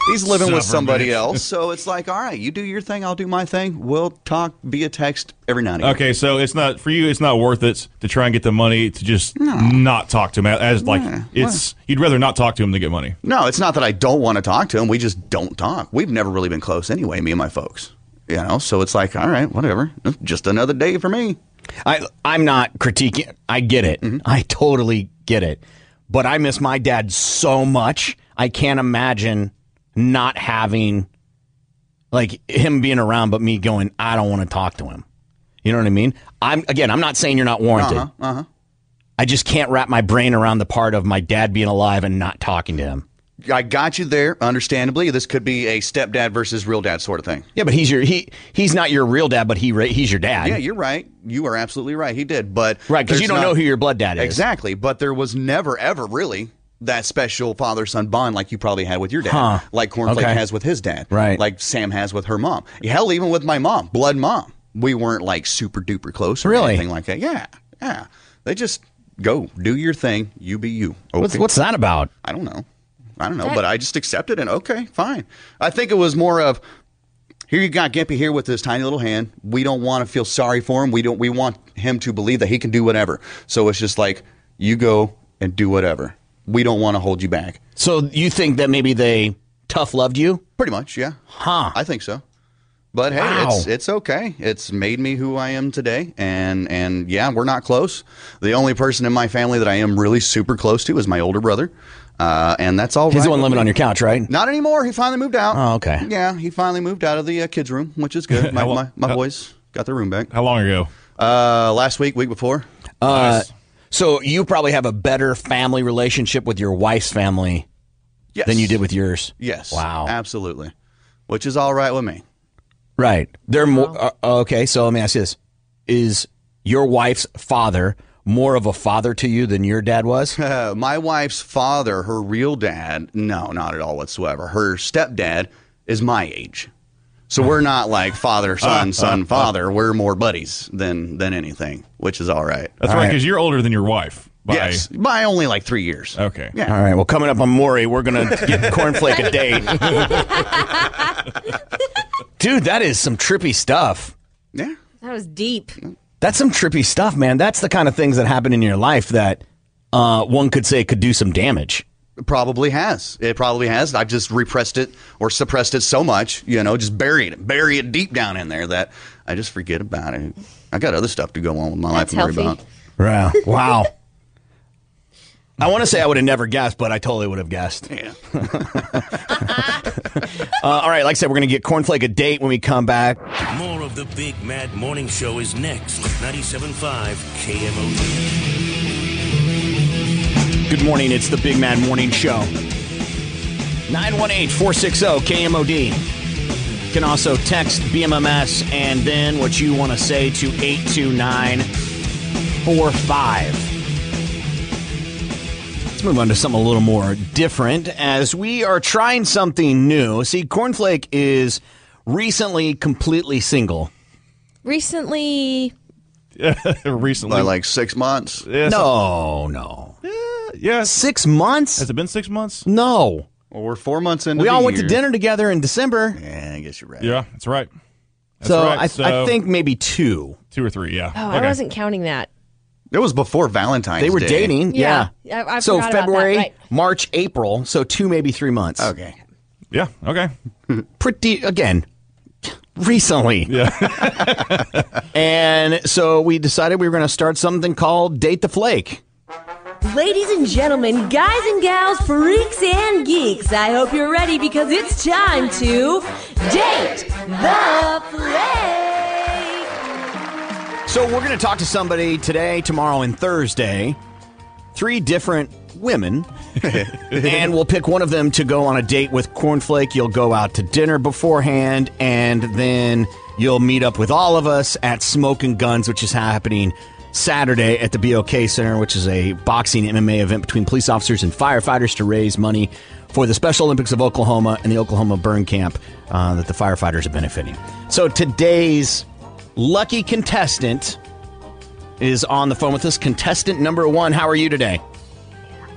Speaker 9: He's living
Speaker 7: Son of
Speaker 9: with
Speaker 7: a
Speaker 9: somebody
Speaker 7: bitch.
Speaker 9: else. So it's like, all right, you do your thing, I'll do my thing. We'll talk via text every now and again.
Speaker 10: Okay, so it's not for you. It's not worth it to try and get the money to just not talk to him. As like it's, you'd rather not talk to him than get money.
Speaker 9: No, it's not that I don't want to talk to him. We just don't talk. We've never really been close anyway, me and my folks. You know, so it's like, all right, whatever. Just another day for me.
Speaker 7: I I'm not critiquing. I get it.
Speaker 9: Mm-hmm.
Speaker 7: I totally get it. But I miss my dad so much. I can't imagine not having like him being around, but me going. I don't want to talk to him. You know what I mean? I'm again. I'm not saying you're not warranted.
Speaker 9: Uh-huh, uh-huh.
Speaker 7: I just can't wrap my brain around the part of my dad being alive and not talking to him.
Speaker 9: I got you there, understandably. This could be a stepdad versus real dad sort of thing.
Speaker 7: Yeah, but he's your he he's not your real dad, but he ra- he's your dad.
Speaker 9: Yeah, you're right. You are absolutely right. He did, but
Speaker 7: Right, 'cause you
Speaker 9: there's
Speaker 7: don't
Speaker 9: not-
Speaker 7: know who your blood dad is.
Speaker 9: Exactly, but there was never ever really that special father son bond like you probably had with your dad,
Speaker 7: Huh.
Speaker 9: like Cornflake
Speaker 7: Okay.
Speaker 9: has with his dad,
Speaker 7: Right.
Speaker 9: Like Sam has with her mom. Hell, even with my mom, blood mom, we weren't like super duper close or
Speaker 7: Really?
Speaker 9: anything like that. Yeah, yeah. They just go do your thing. You be you.
Speaker 7: What's- what's that about?
Speaker 9: I don't know. I don't know,
Speaker 7: That-
Speaker 9: but I just accepted it. Okay, fine. I think it was more of here you got Gimpy here with his tiny little hand. We don't want to feel sorry for him. We don't we want him to believe that he can do whatever. So it's just like you go and do whatever. We don't want to hold you back.
Speaker 7: So you think that maybe they tough loved you?
Speaker 9: Pretty much, yeah.
Speaker 7: Huh.
Speaker 9: I think so. But hey,
Speaker 7: Wow.
Speaker 9: it's it's okay. It's made me who I am today and and yeah, we're not close. The only person in my family that I am really super close to is my older brother. Uh, and that's all
Speaker 7: He's the
Speaker 9: right
Speaker 7: one
Speaker 9: with
Speaker 7: living
Speaker 9: me.
Speaker 7: on your couch, right?
Speaker 9: Not anymore. He finally moved out.
Speaker 7: Oh, okay.
Speaker 9: Yeah, he finally moved out of the uh, kids' room, which is good. My,
Speaker 7: How lo-
Speaker 9: my, my boys got their room back.
Speaker 10: How long ago?
Speaker 9: Uh, last week, week before.
Speaker 7: Uh, So you probably have a better family relationship with your wife's family
Speaker 9: Yes.
Speaker 7: than you did with yours.
Speaker 9: Yes.
Speaker 7: Wow.
Speaker 9: Absolutely. Which is all right with me.
Speaker 7: Right. They're more uh, okay. So let me ask you this: Is your wife's father more of a father to you than your dad was?
Speaker 9: Uh, my wife's father, her real dad, no, not at all whatsoever. Her stepdad is my age. So we're not like father, son, son, father. We're more buddies than than anything, which is all right.
Speaker 10: That's right, because you're older than your wife. By,
Speaker 9: Yes, by only like three years.
Speaker 10: Okay.
Speaker 9: Yeah.
Speaker 7: All right. Well, coming up on Maury, we're gonna get cornflake a date. Dude, that is some trippy stuff.
Speaker 9: Yeah.
Speaker 8: That was deep.
Speaker 7: That's some trippy stuff, man. That's the kind of things that happen in your life that uh, one could say could do some damage.
Speaker 9: Probably has. It probably has. I've just repressed it or suppressed it so much, you know, just buried it, bury it deep down in there that I just forget about it. I got other stuff to go on with my life
Speaker 7: That's
Speaker 9: to worry
Speaker 7: healthy.
Speaker 9: about.
Speaker 7: Wow. Wow. I want to say I would have never guessed, but I totally would have guessed.
Speaker 9: Yeah.
Speaker 7: uh, all right. Like I said, we're going to get Cornflake a date when we come back.
Speaker 11: More of the Big Mad Morning Show is next. 97.5 KMOD.
Speaker 7: Good morning. It's the Big Man Morning Show. 918 460 KMOD. You can also text BMMS and then what you want to say to 82945. Let's move on to something a little more different as we are trying something new. See, Cornflake is recently completely single.
Speaker 8: Recently,
Speaker 10: recently.
Speaker 9: By like six months.
Speaker 7: no, Oh, no.
Speaker 10: Yeah.
Speaker 7: Six months?
Speaker 10: Has it been six months?
Speaker 7: No.
Speaker 9: Well, we're four months into
Speaker 7: we
Speaker 9: the
Speaker 7: all went to
Speaker 9: year.
Speaker 7: dinner together in December.
Speaker 9: Yeah, I guess you're right.
Speaker 10: Yeah, that's right. That's
Speaker 7: so,
Speaker 10: right.
Speaker 7: I, I
Speaker 10: So-
Speaker 7: think maybe two.
Speaker 10: Two or three, yeah.
Speaker 8: oh, I wasn't counting that.
Speaker 9: It was before Valentine's
Speaker 7: They were
Speaker 9: Day.
Speaker 7: dating. Yeah.
Speaker 8: Yeah. I- I
Speaker 7: so
Speaker 8: forgot about that,
Speaker 7: February,
Speaker 8: right.
Speaker 7: March, April. So two, maybe three months.
Speaker 9: Okay.
Speaker 10: Yeah. Okay.
Speaker 7: Pretty again. Recently.
Speaker 10: Yeah.
Speaker 7: and so we decided we were going to start something called Date the Flake.
Speaker 1: Ladies and gentlemen, guys and gals, freaks and geeks, I hope you're ready because it's time to date the
Speaker 7: So we're going to talk to somebody today, tomorrow, and Thursday. Three different women. and we'll pick one of them to go on a date with Cornflake. You'll go out to dinner beforehand, and then you'll meet up with all of us at Smoke and Guns, which is happening Saturday at the BOK Center, which is a boxing MMA event between police officers and firefighters to raise money for the Special Olympics of Oklahoma and the Oklahoma Burn Camp uh, that the firefighters are benefiting. So today's lucky contestant is on the phone with us. Contestant number one, how are you today?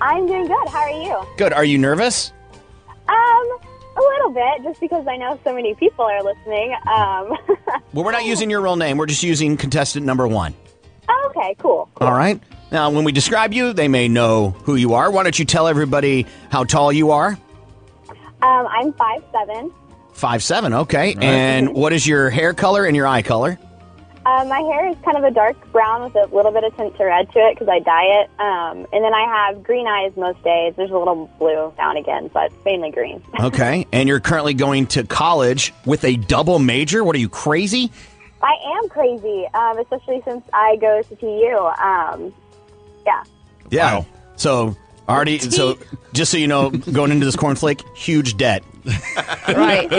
Speaker 2: I'm doing good. How are you?
Speaker 7: Good. Are you nervous?
Speaker 2: Um, a little bit, just because I know so many people are listening. Um,
Speaker 7: Well, we're not using your real name. We're just using contestant number one.
Speaker 2: oh, okay, cool.
Speaker 7: All right. Now, when we describe you, they may know who you are. Why don't you tell everybody how tall you are?
Speaker 2: Um, I'm five seven.
Speaker 7: Five seven. Okay. And what is your hair color and your eye color?
Speaker 2: Uh, my hair is kind of a dark brown with a little bit of tint to red to it because I dye it. Um, and then I have green eyes most days. There's a little blue now and again, but mainly green.
Speaker 7: Okay. and you're currently going to college with a double major. What are you crazy?
Speaker 2: I am crazy, um, especially since I go to TU. Um, yeah.
Speaker 7: Yeah. So already. So just so you know, going into this cornflake, huge debt.
Speaker 2: Right.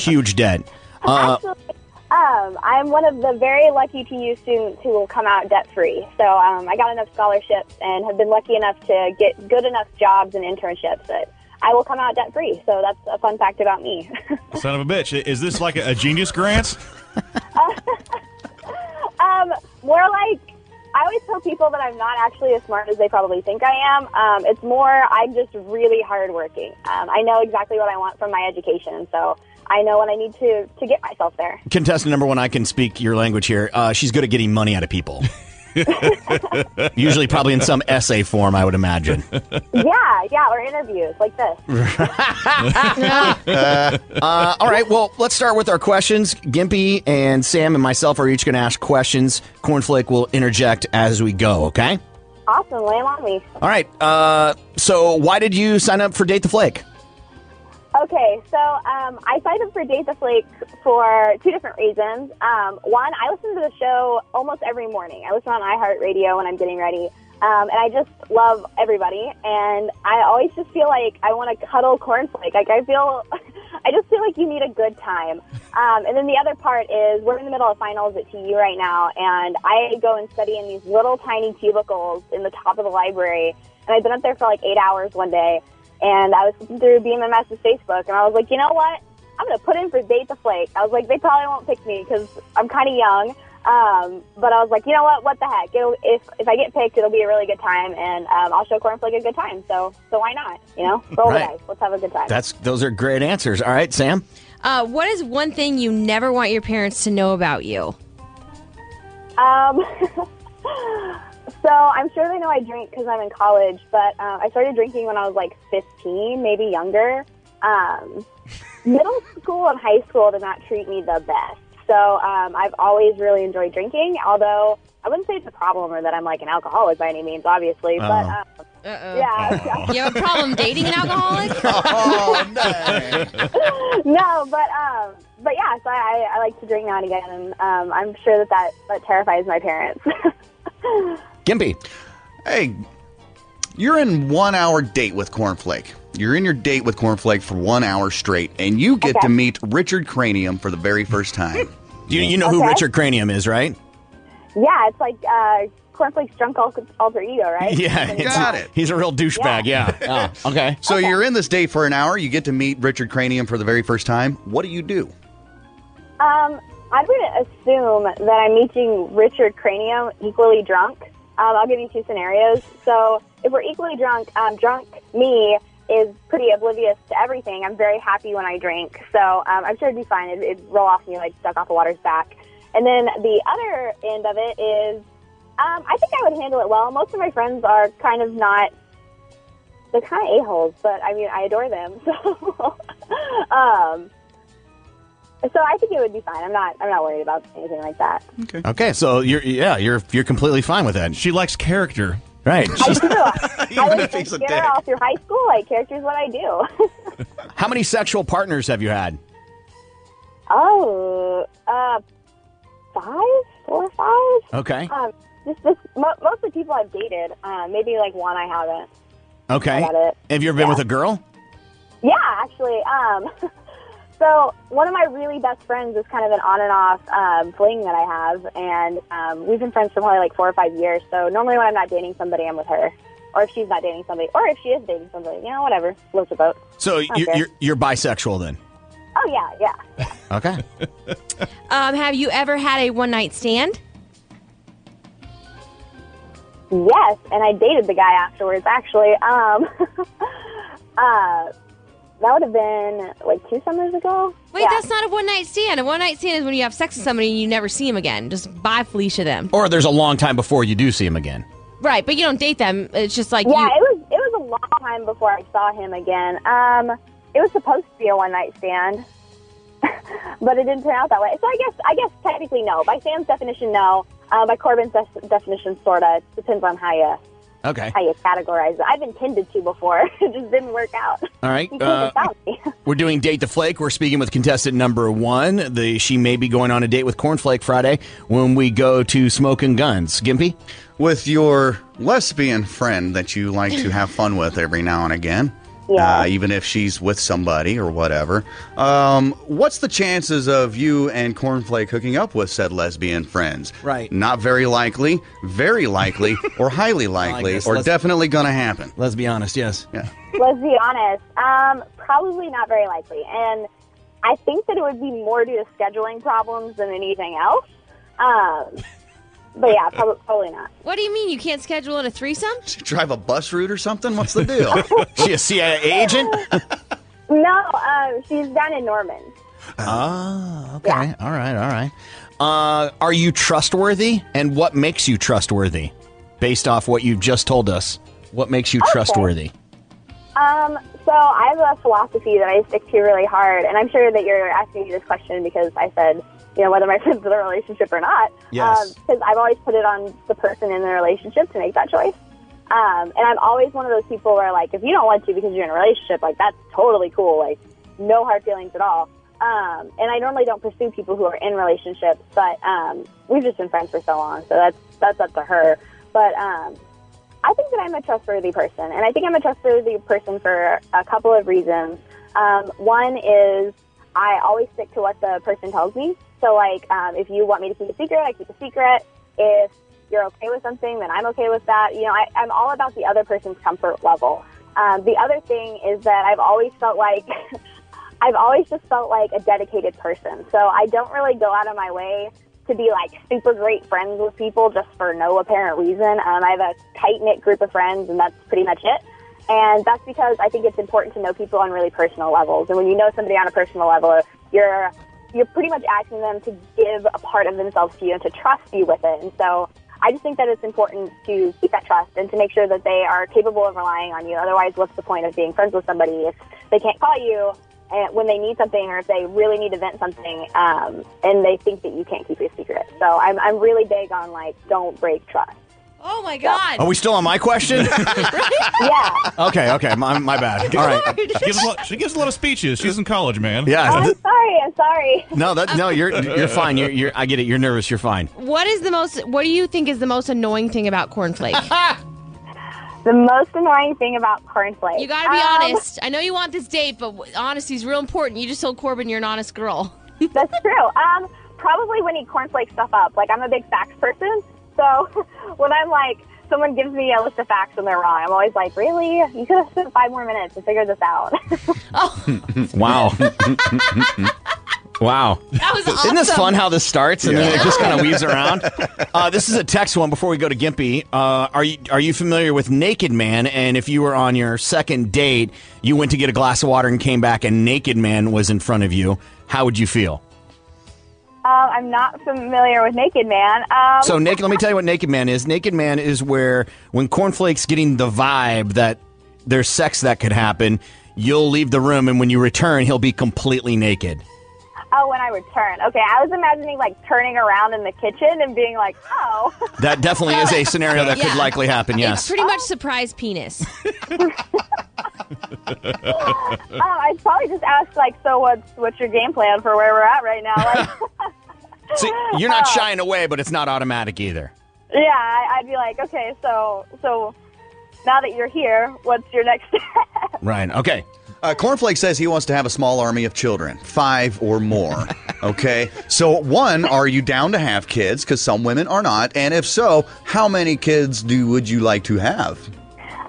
Speaker 7: huge debt. Uh,
Speaker 2: Um, I'm one of the very lucky TU students who will come out debt free. So um, I got enough scholarships and have been lucky enough to get good enough jobs and internships that I will come out debt free. So that's a fun fact about me.
Speaker 10: Son of a bitch. I- Is this like a, a genius grant?
Speaker 2: um, more like I always tell people that I'm not actually as smart as they probably think I am. Um, it's more I'm just really hardworking. Um, I know exactly what I want from my education, so I know what I need to to get myself there.
Speaker 7: contestant number one, I can speak your language here. Uh, she's good at getting money out of people. Usually, probably in some essay form, I would imagine.
Speaker 2: yeah, yeah, or interviews like this.
Speaker 7: uh, all right. Well, let's start with our questions. Gimpy and Sam and myself are each going to ask questions. Cornflake will interject as we go. Okay.
Speaker 2: Awesome, lay 'em on me.
Speaker 7: All right. Uh, so, why did you sign up for Date the Flake?
Speaker 2: Okay, so um, I signed up for Date the Flake for two different reasons. Um, one, I listen to the show almost every morning. I listen on iHeartRadio when I'm getting ready, um, and I just love everybody. And I always just feel like I want to cuddle cornflake. Like I feel, I just feel like you need a good time. Um, and then the other part is we're in the middle of finals at TU right now, and I go and study in these little tiny cubicles in the top of the library. And I've been up there for like eight hours one day. And I was flipping through BMMS's Facebook, and I was like, you know what? I'm going to put in for Date the Flake. I was like, they probably won't pick me because I'm kind of young. Um, but I was like, you know what? What the heck? It'll, if, if I get picked, it'll be a really good time, and um, I'll show Cornflake a good time. So so why not? You know, roll
Speaker 7: Right.
Speaker 2: the dice. Let's have a good time.
Speaker 7: That's those are great answers. All right, Sam.
Speaker 8: Uh, what is one thing you never want your parents to know about you?
Speaker 2: Um, so I'm sure they know I drink because I'm in college, but um, I started drinking when I was like 15, maybe younger. Um, middle school and high school did not treat me the best. So um, I've always really enjoyed drinking, although I wouldn't say it's a problem or that I'm like an alcoholic by any means, obviously. But
Speaker 8: Oh.
Speaker 2: um, yeah,
Speaker 8: You have a problem dating an alcoholic?
Speaker 7: Oh,
Speaker 2: no, but um, but yeah, so I, I like to drink now and again, and um, I'm sure that that, that terrifies my parents.
Speaker 7: Gimpy.
Speaker 9: Hey, You're in one hour date with Cornflake. You're in your date with Cornflake for one hour straight, and you get to meet Richard Cranium for the very first time.
Speaker 7: you, you know who
Speaker 2: Okay.
Speaker 7: Richard Cranium is, right?
Speaker 2: Yeah, it's like uh, Cornflake's drunk al- alter ego, right?
Speaker 7: Yeah,
Speaker 2: Something
Speaker 7: it's-
Speaker 2: like that.
Speaker 7: He's a real douchebag. Yeah. Oh, okay.
Speaker 9: So you're in this date for an hour. You get to meet Richard Cranium for the very first time. What do you do?
Speaker 2: Um, I'm going to assume that I'm meeting Richard Cranium equally drunk. Um, I'll give you two scenarios. So if we're equally drunk, um, drunk me is pretty oblivious to everything. I'm very happy when I drink, so um, I'm sure it'd be fine. It'd, it'd roll off me like stuck off a water's back. And then the other end of it is, um, I think I would handle it well. Most of my friends are kind of not. They're kind of a-holes, but I mean, I adore them. So, um, so I think it would be fine. I'm not. I'm not worried about anything like that.
Speaker 7: Okay. So you're yeah you're you're completely fine with that. She likes character. Right.
Speaker 2: I do. I
Speaker 7: Even
Speaker 2: was
Speaker 7: if he's a
Speaker 2: just scared
Speaker 7: dick.
Speaker 2: all through high school. Like characters, what I do.
Speaker 7: How many sexual partners have you had?
Speaker 2: oh, uh, five, four, five.
Speaker 7: Okay.
Speaker 2: Um, just this. Mo- mostly people I've dated. Um, maybe like one I haven't.
Speaker 7: Okay.
Speaker 2: I got it.
Speaker 7: Have you ever been with a girl?
Speaker 2: Yeah, actually. Um, so one of my really best friends is kind of an on and off um, fling that I have, and um, we've been friends for probably like four or five years. So normally when I'm not dating somebody, I'm with her, or if she's not dating somebody, or if she is dating somebody, you know, whatever, floats the boat.
Speaker 7: So
Speaker 2: Okay.
Speaker 7: you're, you're you're bisexual then?
Speaker 2: Oh yeah, yeah.
Speaker 7: Okay.
Speaker 8: Um, have you ever had a one night stand?
Speaker 2: Yes, and I dated the guy afterwards. Actually, um, uh, that would have been like two summers ago.
Speaker 8: Wait, that's not a one night stand. A one night stand is when you have sex with somebody and you never see him again. Just bye Felicia them.
Speaker 7: Or there's a long time before you do see him again.
Speaker 8: Right, but you don't date them. It's just like
Speaker 2: yeah,
Speaker 8: you,
Speaker 2: it was it was a long time before I saw him again. Um, it was supposed to be a one night stand, but it didn't turn out that way. So I guess I guess technically no. By Sam's definition, no. Uh, by Corbin's def- definition, sorta. It depends on how you
Speaker 7: Okay.
Speaker 2: how you categorize it. I've intended to before, it just didn't work out.
Speaker 7: All right.
Speaker 2: He came
Speaker 7: Uh,
Speaker 2: without me.
Speaker 7: we're doing Date the Flake. We're speaking with contestant number one. The She may be going on a date with Cornflake Friday when we go to Smoking Guns. Gimpy?
Speaker 9: With your lesbian friend that you like to have fun with every now and again, yeah. uh, even if she's with somebody or whatever, um, what's the chances of you and Cornflake hooking up with said lesbian friends?
Speaker 7: Right.
Speaker 9: Not very likely, very likely, or highly likely,
Speaker 7: guess
Speaker 9: or
Speaker 7: let's-
Speaker 9: definitely going to happen.
Speaker 7: Let's be honest, yes.
Speaker 9: Yeah.
Speaker 2: Let's be honest. Um, probably not very likely. And I think that it would be more due to scheduling problems than anything else. Um, but yeah, probably, probably not.
Speaker 8: What do you mean you can't schedule it a threesome?
Speaker 9: Drive a bus route or something? What's the deal?
Speaker 7: she a CIA agent?
Speaker 2: No, um, she's down in Norman.
Speaker 7: Ah, okay. All right, all right. Uh, are you trustworthy? And what makes you trustworthy? Based off what you've just told us, what makes you
Speaker 2: Okay.
Speaker 7: trustworthy?
Speaker 2: Um, so I have a philosophy that I stick to really hard, and I'm sure that you're asking me this question because I said, you know, whether my friend's in a relationship or not.
Speaker 6: Yes.
Speaker 2: Because I've always put it on the person in the relationship to make that choice. Um, and I'm always one of those people where, like, if you don't want to because you're in a relationship, like, that's totally cool. Like, no hard feelings at all. Um, and I normally don't pursue people who are in relationships, but um, we've just been friends for so long, so that's that's up to her. But um, I think that I'm a trustworthy person, and I think I'm a trustworthy person for a couple of reasons. Um, one is I always stick to what the person tells me. So, like, um, if you want me to keep a secret, I keep a secret. If you're okay with something, then I'm okay with that. You know, I, I'm all about the other person's comfort level. Um, the other thing is that I've always felt like I've always just felt like a dedicated person. So I don't really go out of my way to be like super great friends with people just for no apparent reason. Um, I have a tight knit group of friends, and that's pretty much it. And that's because I think it's important to know people on really personal levels. And when you know somebody on a personal level, you're you're pretty much asking them to give a part of themselves to you and to trust you with it. And so I just think that it's important to keep that trust and to make sure that they are capable of relying on you. Otherwise, what's the point of being friends with somebody if they can't call you and when they need something or if they really need to vent something um, and they think that you can't keep your secret? So I'm, I'm really big on like, don't break trust.
Speaker 8: Oh my god.
Speaker 7: Are we still on my question?
Speaker 2: yeah.
Speaker 7: Okay, okay. My, my bad. All right.
Speaker 10: She gives, a lot, she gives a lot of speeches. She's in college, man.
Speaker 2: Oh,
Speaker 7: Yeah.
Speaker 2: I'm sorry. I'm sorry.
Speaker 7: No, that no, you're you're fine. You're, you're I get it. You're nervous. You're fine.
Speaker 8: What is the most what do you think is the most annoying thing about cornflake?
Speaker 2: The most annoying thing about cornflakes.
Speaker 8: You gotta be
Speaker 2: Um,
Speaker 8: honest. I know you want this date, but w- honesty's real important. You just told Corbin you're an honest girl.
Speaker 2: That's true. Um, probably when he cornflakes stuff up. Like I'm a big facts person, so when I'm like someone gives me a list of facts and they're wrong, I'm always like, really? You could have spent five more minutes to figure this out. Um,
Speaker 7: wow. wow.
Speaker 8: That was
Speaker 7: Isn't this
Speaker 8: awesome.
Speaker 7: fun how this starts and then
Speaker 8: Yeah.
Speaker 7: it just kind of weaves around? Uh, this is a text one before we go to Gimpy. Uh, are you are you familiar with Naked Man? And if you were on your second date, you went to get a glass of water and came back, and Naked Man was in front of you. How would you feel?
Speaker 2: Um, I'm not familiar with Naked Man. Um,
Speaker 7: So, naked. Let me tell you what Naked Man is. Naked Man is where when Cornflake's getting the vibe that there's sex that could happen, you'll leave the room, and when you return, he'll be completely naked.
Speaker 2: Oh, when I return. Okay, I was imagining like turning around in the kitchen and being like, oh.
Speaker 7: That definitely is a scenario that could
Speaker 8: Yeah.
Speaker 7: likely happen.
Speaker 8: It's
Speaker 7: Yes.
Speaker 8: pretty much surprise penis.
Speaker 2: oh, I'd probably just ask like, so what's what's your game plan for where we're at right now? Like,
Speaker 7: See, you're not shying away, but it's not automatic either.
Speaker 2: yeah, I, I'd be like, okay, so so now that you're here, what's your next step?
Speaker 7: Ryan, okay.
Speaker 9: Uh, Cornflake says he wants to have a small army of children, five or more. Okay. So, one, are you down to have kids? Because some women are not. And if so, how many kids do would you like to have?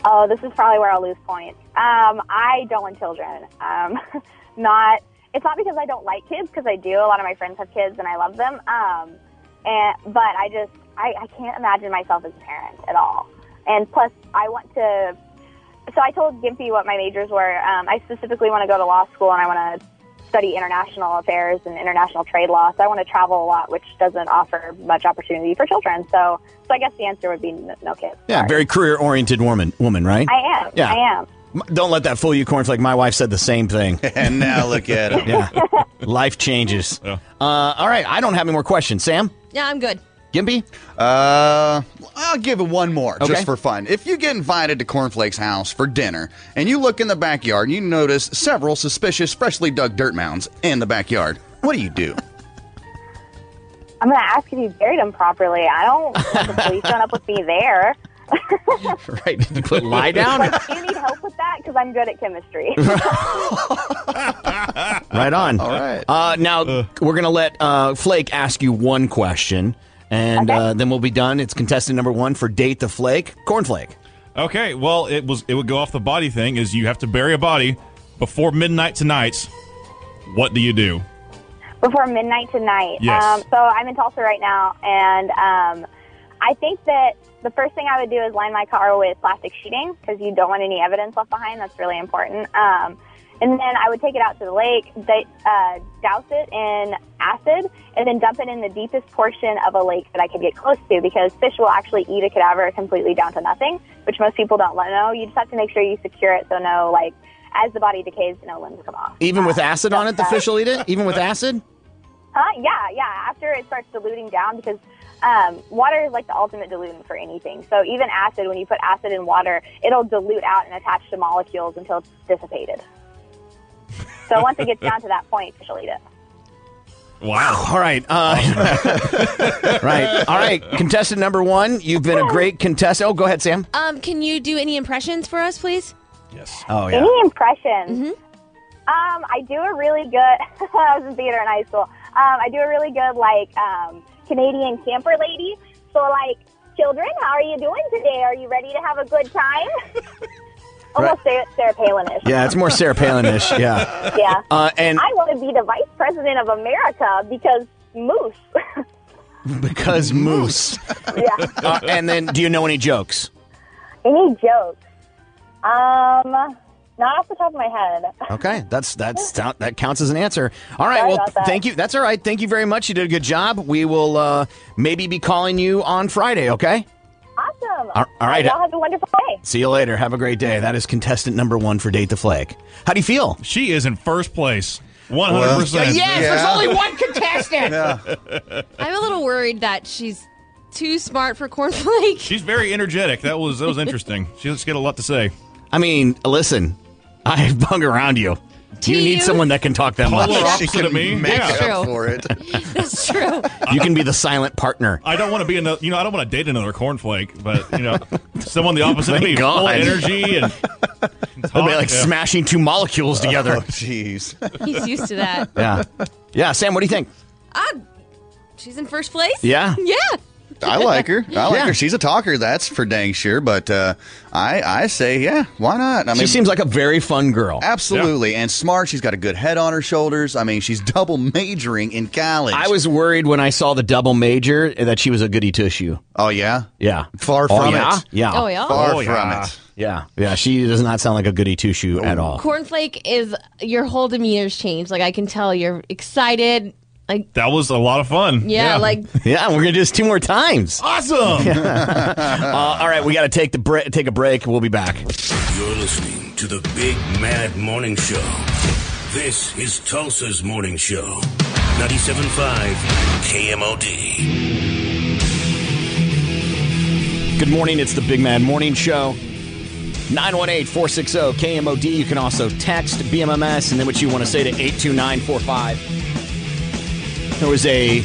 Speaker 2: Oh, this is probably where I'll lose points. Um, I don't want children. Um, not. It's not because I don't like kids, because I do. A lot of my friends have kids, and I love them. Um, and but I just I, I can't imagine myself as a parent at all. And plus, I want to. So I told Gimpy what my majors were. Um, I specifically want to go to law school, and I want to study international affairs and international trade law. So I want to travel a lot, which doesn't offer much opportunity for children. So, so I guess the answer would be n- no kids.
Speaker 7: Yeah, very career oriented woman, woman, right?
Speaker 2: I am.
Speaker 7: Yeah.
Speaker 2: I am.
Speaker 7: M- Don't let that fool you, Cornflake. My wife said the same thing.
Speaker 9: And now look at him.
Speaker 7: Yeah. Life changes. Uh, all right. I don't have any more questions. Sam?
Speaker 8: yeah, I'm good.
Speaker 7: Gimpy?
Speaker 9: Uh, I'll give it one more
Speaker 7: Okay.
Speaker 9: just for fun. If you get invited to Cornflake's house for dinner and you look in the backyard and you notice several suspicious, freshly dug dirt mounds in the backyard, what do you do?
Speaker 2: I'm gonna ask if you buried him properly. I don't want the police showing up with me there.
Speaker 7: Right. Did you put lie down?
Speaker 2: Like, do you need help with that? Because I'm good at chemistry.
Speaker 7: right on. All right. Uh, now, we're going to let uh, Flake ask you one question, and uh, then we'll be done. It's contestant number one for Date the Flake, Cornflake.
Speaker 10: Okay, well, it was it would go off the body thing is you have to bury a body before midnight tonight. What do you do?
Speaker 2: Before midnight tonight.
Speaker 10: Yes.
Speaker 2: Um, so I'm in Tulsa right now, and um, I think that the first thing I would do is line my car with plastic sheeting because you don't want any evidence left behind. That's really important. Um, and then I would take it out to the lake, d- uh, douse it in acid, and then dump it in the deepest portion of a lake that I could get close to because fish will actually eat a cadaver completely down to nothing, which most people don't let- know. You just have to make sure you secure it so no, like, as the body decays, no limbs come off.
Speaker 7: Even with acid on it, the fish will eat it? Even with acid?
Speaker 2: Huh? Uh, Yeah, yeah. After it starts diluting down, because um, water is like the ultimate dilutant for anything. So even acid, when you put acid in water, it'll dilute out and attach to molecules until it's dissipated. So once it gets down to that point, fish will eat it.
Speaker 10: Wow.
Speaker 7: All right. Uh, right. All right. Contestant number one, you've been a great contestant. Oh, go ahead, Sam.
Speaker 8: Um, can you do any impressions for us, please?
Speaker 7: Oh, yeah.
Speaker 2: Any impressions?
Speaker 5: Mm-hmm.
Speaker 2: Um, I do a really good. I was in theater in high school. Um, I do a really good like um, Canadian camper lady. So like, children, how are you doing today? Are you ready to have a good time? Almost Sarah, Sarah Palin-ish.
Speaker 7: Yeah, it's more Sarah Palin-ish. Yeah.
Speaker 2: Yeah.
Speaker 7: Uh, and
Speaker 2: I want to be the vice president of America because moose.
Speaker 7: because moose.
Speaker 2: yeah.
Speaker 7: Uh, and then, do you know any jokes?
Speaker 2: Any jokes? Um, not off the top of my head.
Speaker 7: Okay, that's that's that counts as an answer. All right,
Speaker 2: Sorry
Speaker 7: well,
Speaker 2: about that.
Speaker 7: thank you. That's all right. Thank you very much. You did a good job. We will uh, maybe be calling you on Friday. Okay.
Speaker 2: Awesome.
Speaker 7: All- all right.
Speaker 2: Y'all have a wonderful day.
Speaker 7: See you later. Have a great day. That is contestant number one for Date the Flake. How do you feel?
Speaker 10: She is in first place. 100%.
Speaker 7: Well, yes, there's Yeah. only
Speaker 8: one contestant.
Speaker 10: Yeah.
Speaker 8: I'm a little worried that she's too smart for cornflake.
Speaker 10: She's very energetic. That was that was interesting. She's got a lot to say.
Speaker 7: I mean, listen, I've hung around you. You need someone that can talk that
Speaker 10: Polar
Speaker 7: much.
Speaker 10: opposite She can of me? make Yeah. up
Speaker 9: for it.
Speaker 8: That's true.
Speaker 7: You can be the silent partner.
Speaker 10: I don't want to be another. You know, I don't want to date another cornflake, but you know, someone the opposite of
Speaker 7: Thank
Speaker 10: me, full
Speaker 7: God.
Speaker 10: of energy and
Speaker 7: It'd be like
Speaker 10: Yeah.
Speaker 7: smashing two molecules together.
Speaker 10: Oh,
Speaker 9: Jeez.
Speaker 8: He's used to that.
Speaker 7: yeah.
Speaker 8: Ah,
Speaker 7: Yeah, Sam, what do you think?
Speaker 8: She's in first place?
Speaker 7: Yeah?
Speaker 8: Yeah.
Speaker 9: I like her. I like
Speaker 8: Yeah.
Speaker 9: her. She's a talker. That's for dang sure. But uh, I, I say, yeah, why not? I
Speaker 7: She seems like a very fun girl.
Speaker 9: Absolutely, and smart. She's got a good head on her shoulders. I mean, she's double majoring in college.
Speaker 7: I was worried when I saw the double major that she was a goody tissue.
Speaker 9: Oh yeah,
Speaker 7: yeah,
Speaker 9: far
Speaker 7: Oh,
Speaker 9: from
Speaker 7: yeah?
Speaker 9: it.
Speaker 7: Yeah.
Speaker 8: Oh, yeah? Far
Speaker 9: from
Speaker 7: yeah.
Speaker 9: it.
Speaker 7: Uh, Yeah, yeah. She does not sound like a goody two shoe at all.
Speaker 8: Cornflake is your whole demeanor's changed. Like I can tell you're excited. Like
Speaker 10: That was a lot of fun.
Speaker 8: Yeah, Yeah. like-
Speaker 7: yeah, we're gonna do this two more times.
Speaker 10: Awesome.
Speaker 7: uh, all right, we got to take the bre- take a break. We'll be back.
Speaker 11: You're listening to the Big Mad Morning Show. This is Tulsa's Morning Show. 97.5 KMOD.
Speaker 7: Good morning. It's the Big Mad Morning Show. 918 460 KMOD. You can also text BMMS and then what you want to say to 82945. There was a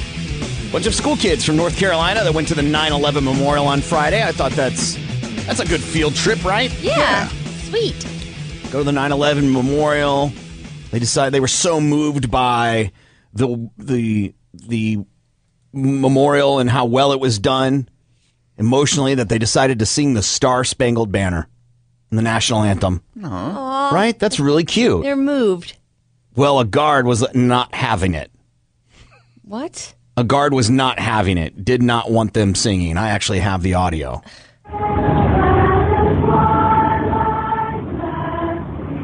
Speaker 7: bunch of school kids from North Carolina that went to the 9 11 memorial on Friday. I thought that's that's a good field trip, right?
Speaker 8: Yeah. Sweet.
Speaker 7: go to the 9/11 memorial. They decided they were so moved by the the the memorial and how well it was done emotionally that they decided to sing the Star Spangled Banner and the national anthem.
Speaker 8: Aw.
Speaker 7: Right? That's really cute.
Speaker 8: They're moved.
Speaker 7: Well, a guard was not having it.
Speaker 8: What?
Speaker 7: A guard was not having it. Did not want them singing. I actually have the audio.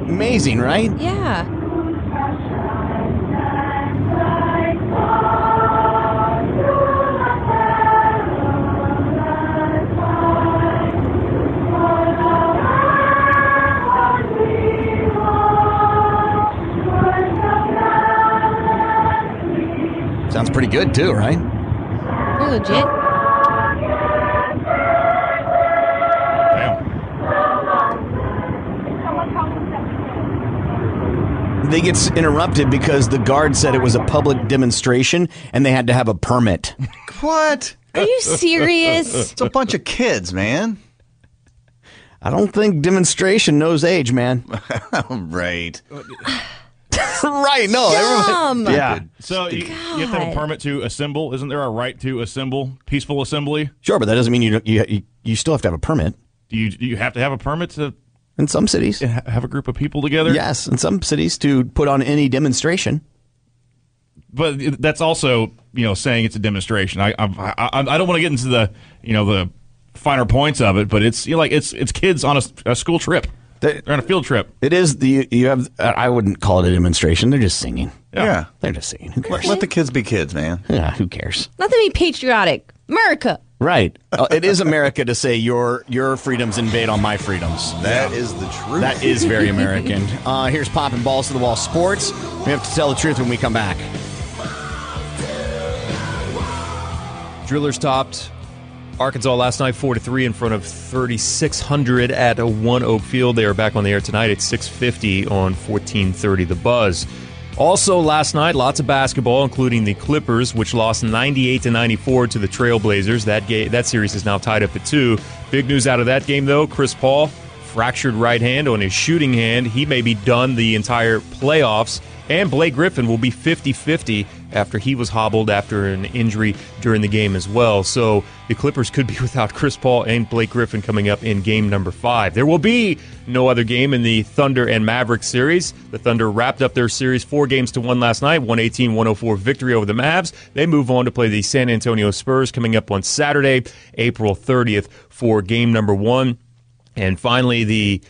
Speaker 7: Amazing, right?
Speaker 8: Yeah.
Speaker 7: Sounds pretty good too, right?
Speaker 8: They're legit.
Speaker 7: They gets interrupted because the guard said it was a public demonstration and they had to have a permit.
Speaker 9: What?
Speaker 8: Are you serious?
Speaker 9: It's a bunch of kids, man.
Speaker 7: I don't think demonstration knows age, man.
Speaker 9: right.
Speaker 7: right. No.
Speaker 10: everyone-
Speaker 7: Yeah.
Speaker 10: So you, you have to have a
Speaker 7: God.
Speaker 10: permit to assemble. Isn't there a right to assemble peaceful assembly?
Speaker 7: Sure, but that doesn't mean you don't, you you still have to have a permit
Speaker 10: Do you do you have to have a permit to
Speaker 7: in some cities.
Speaker 10: have a group of people together?
Speaker 7: Yes, in some cities to put on any demonstration.
Speaker 10: but that's also you know saying it's a demonstration. I I, I, I don't want to get into the you know the finer points of it, but it's you know, like it's it's kids on a, a school trip.
Speaker 7: They're
Speaker 10: on a field trip.
Speaker 7: It is the you have. I wouldn't call it a demonstration. They're just singing.
Speaker 10: Yeah.
Speaker 7: They're just singing. Who cares?
Speaker 9: Let, let the kids be kids, man.
Speaker 7: Yeah. Who cares?
Speaker 8: Not to be patriotic. America.
Speaker 7: Right. Uh, it is America to say your your freedoms invade on my freedoms.
Speaker 9: That is the truth.
Speaker 7: That is very American. uh, here's popping balls to the wall sports. We have to tell the truth when we come back.
Speaker 13: Drillers topped Arkansas last night, four to three, in front of 3,600 at a One Oak Field. They are back on the air tonight at 6:50 on 1430 The Buzz. Also last night, lots of basketball, including the Clippers, which lost 98 to 94 to the Trailblazers. That game, that series is now tied up at two. Big news out of that game, though: Chris Paul fractured right hand on his shooting hand. He may be done the entire playoffs. And Blake Griffin will be 50 50 after he was hobbled after an injury during the game as well. So the Clippers could be without Chris Paul and Blake Griffin coming up in game number five. There will be no other game in the Thunder and Mavericks series. The Thunder wrapped up their series four games to one last night, 118 104 victory over the Mavs. They move on to play the San Antonio Spurs coming up on Saturday, April 30th, for game number one. And finally, the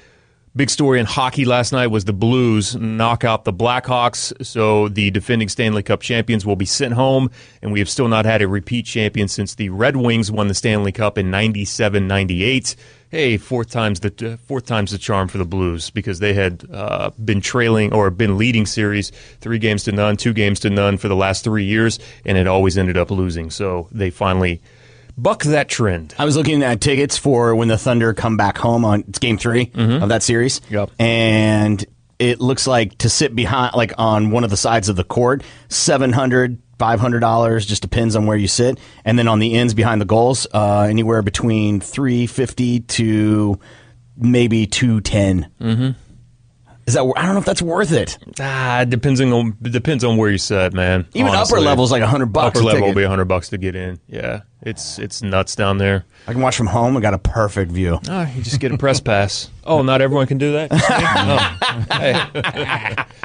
Speaker 13: big story in hockey last night was the Blues knock out the Blackhawks. So the defending Stanley Cup champions will be sent home. And we have still not had a repeat champion since the Red Wings won the Stanley Cup in 97 98. Hey, fourth time's the uh, fourth time's the charm for the Blues because they had uh, been trailing or been leading series three games to none, two games to none for the last three years, and it always ended up losing. So they finally buck that trend.
Speaker 7: I was looking at
Speaker 13: Mm-hmm.
Speaker 7: tickets for when the Thunder come back home on it's game 3 of that series. Yep. And it looks like to sit behind, like on one of the sides of the court, 700 $500 just depends on where you sit and then on the ends behind the goals uh, anywhere between 350 to maybe 210
Speaker 13: Mm-hmm.
Speaker 7: is that wor- i don't know if that's worth it
Speaker 13: Ah, it depends on it depends on where you sit, man.
Speaker 7: Even upper
Speaker 13: Honestly.
Speaker 7: level's like 100 bucks
Speaker 13: Upper
Speaker 7: a
Speaker 13: level will
Speaker 7: ticket.
Speaker 13: be hundred bucks to get in. Yeah, it's it's nuts down there.
Speaker 7: I can watch from home. I got a perfect view.
Speaker 13: Oh, you just get a press pass. Oh, not everyone can do that. Oh. Hey.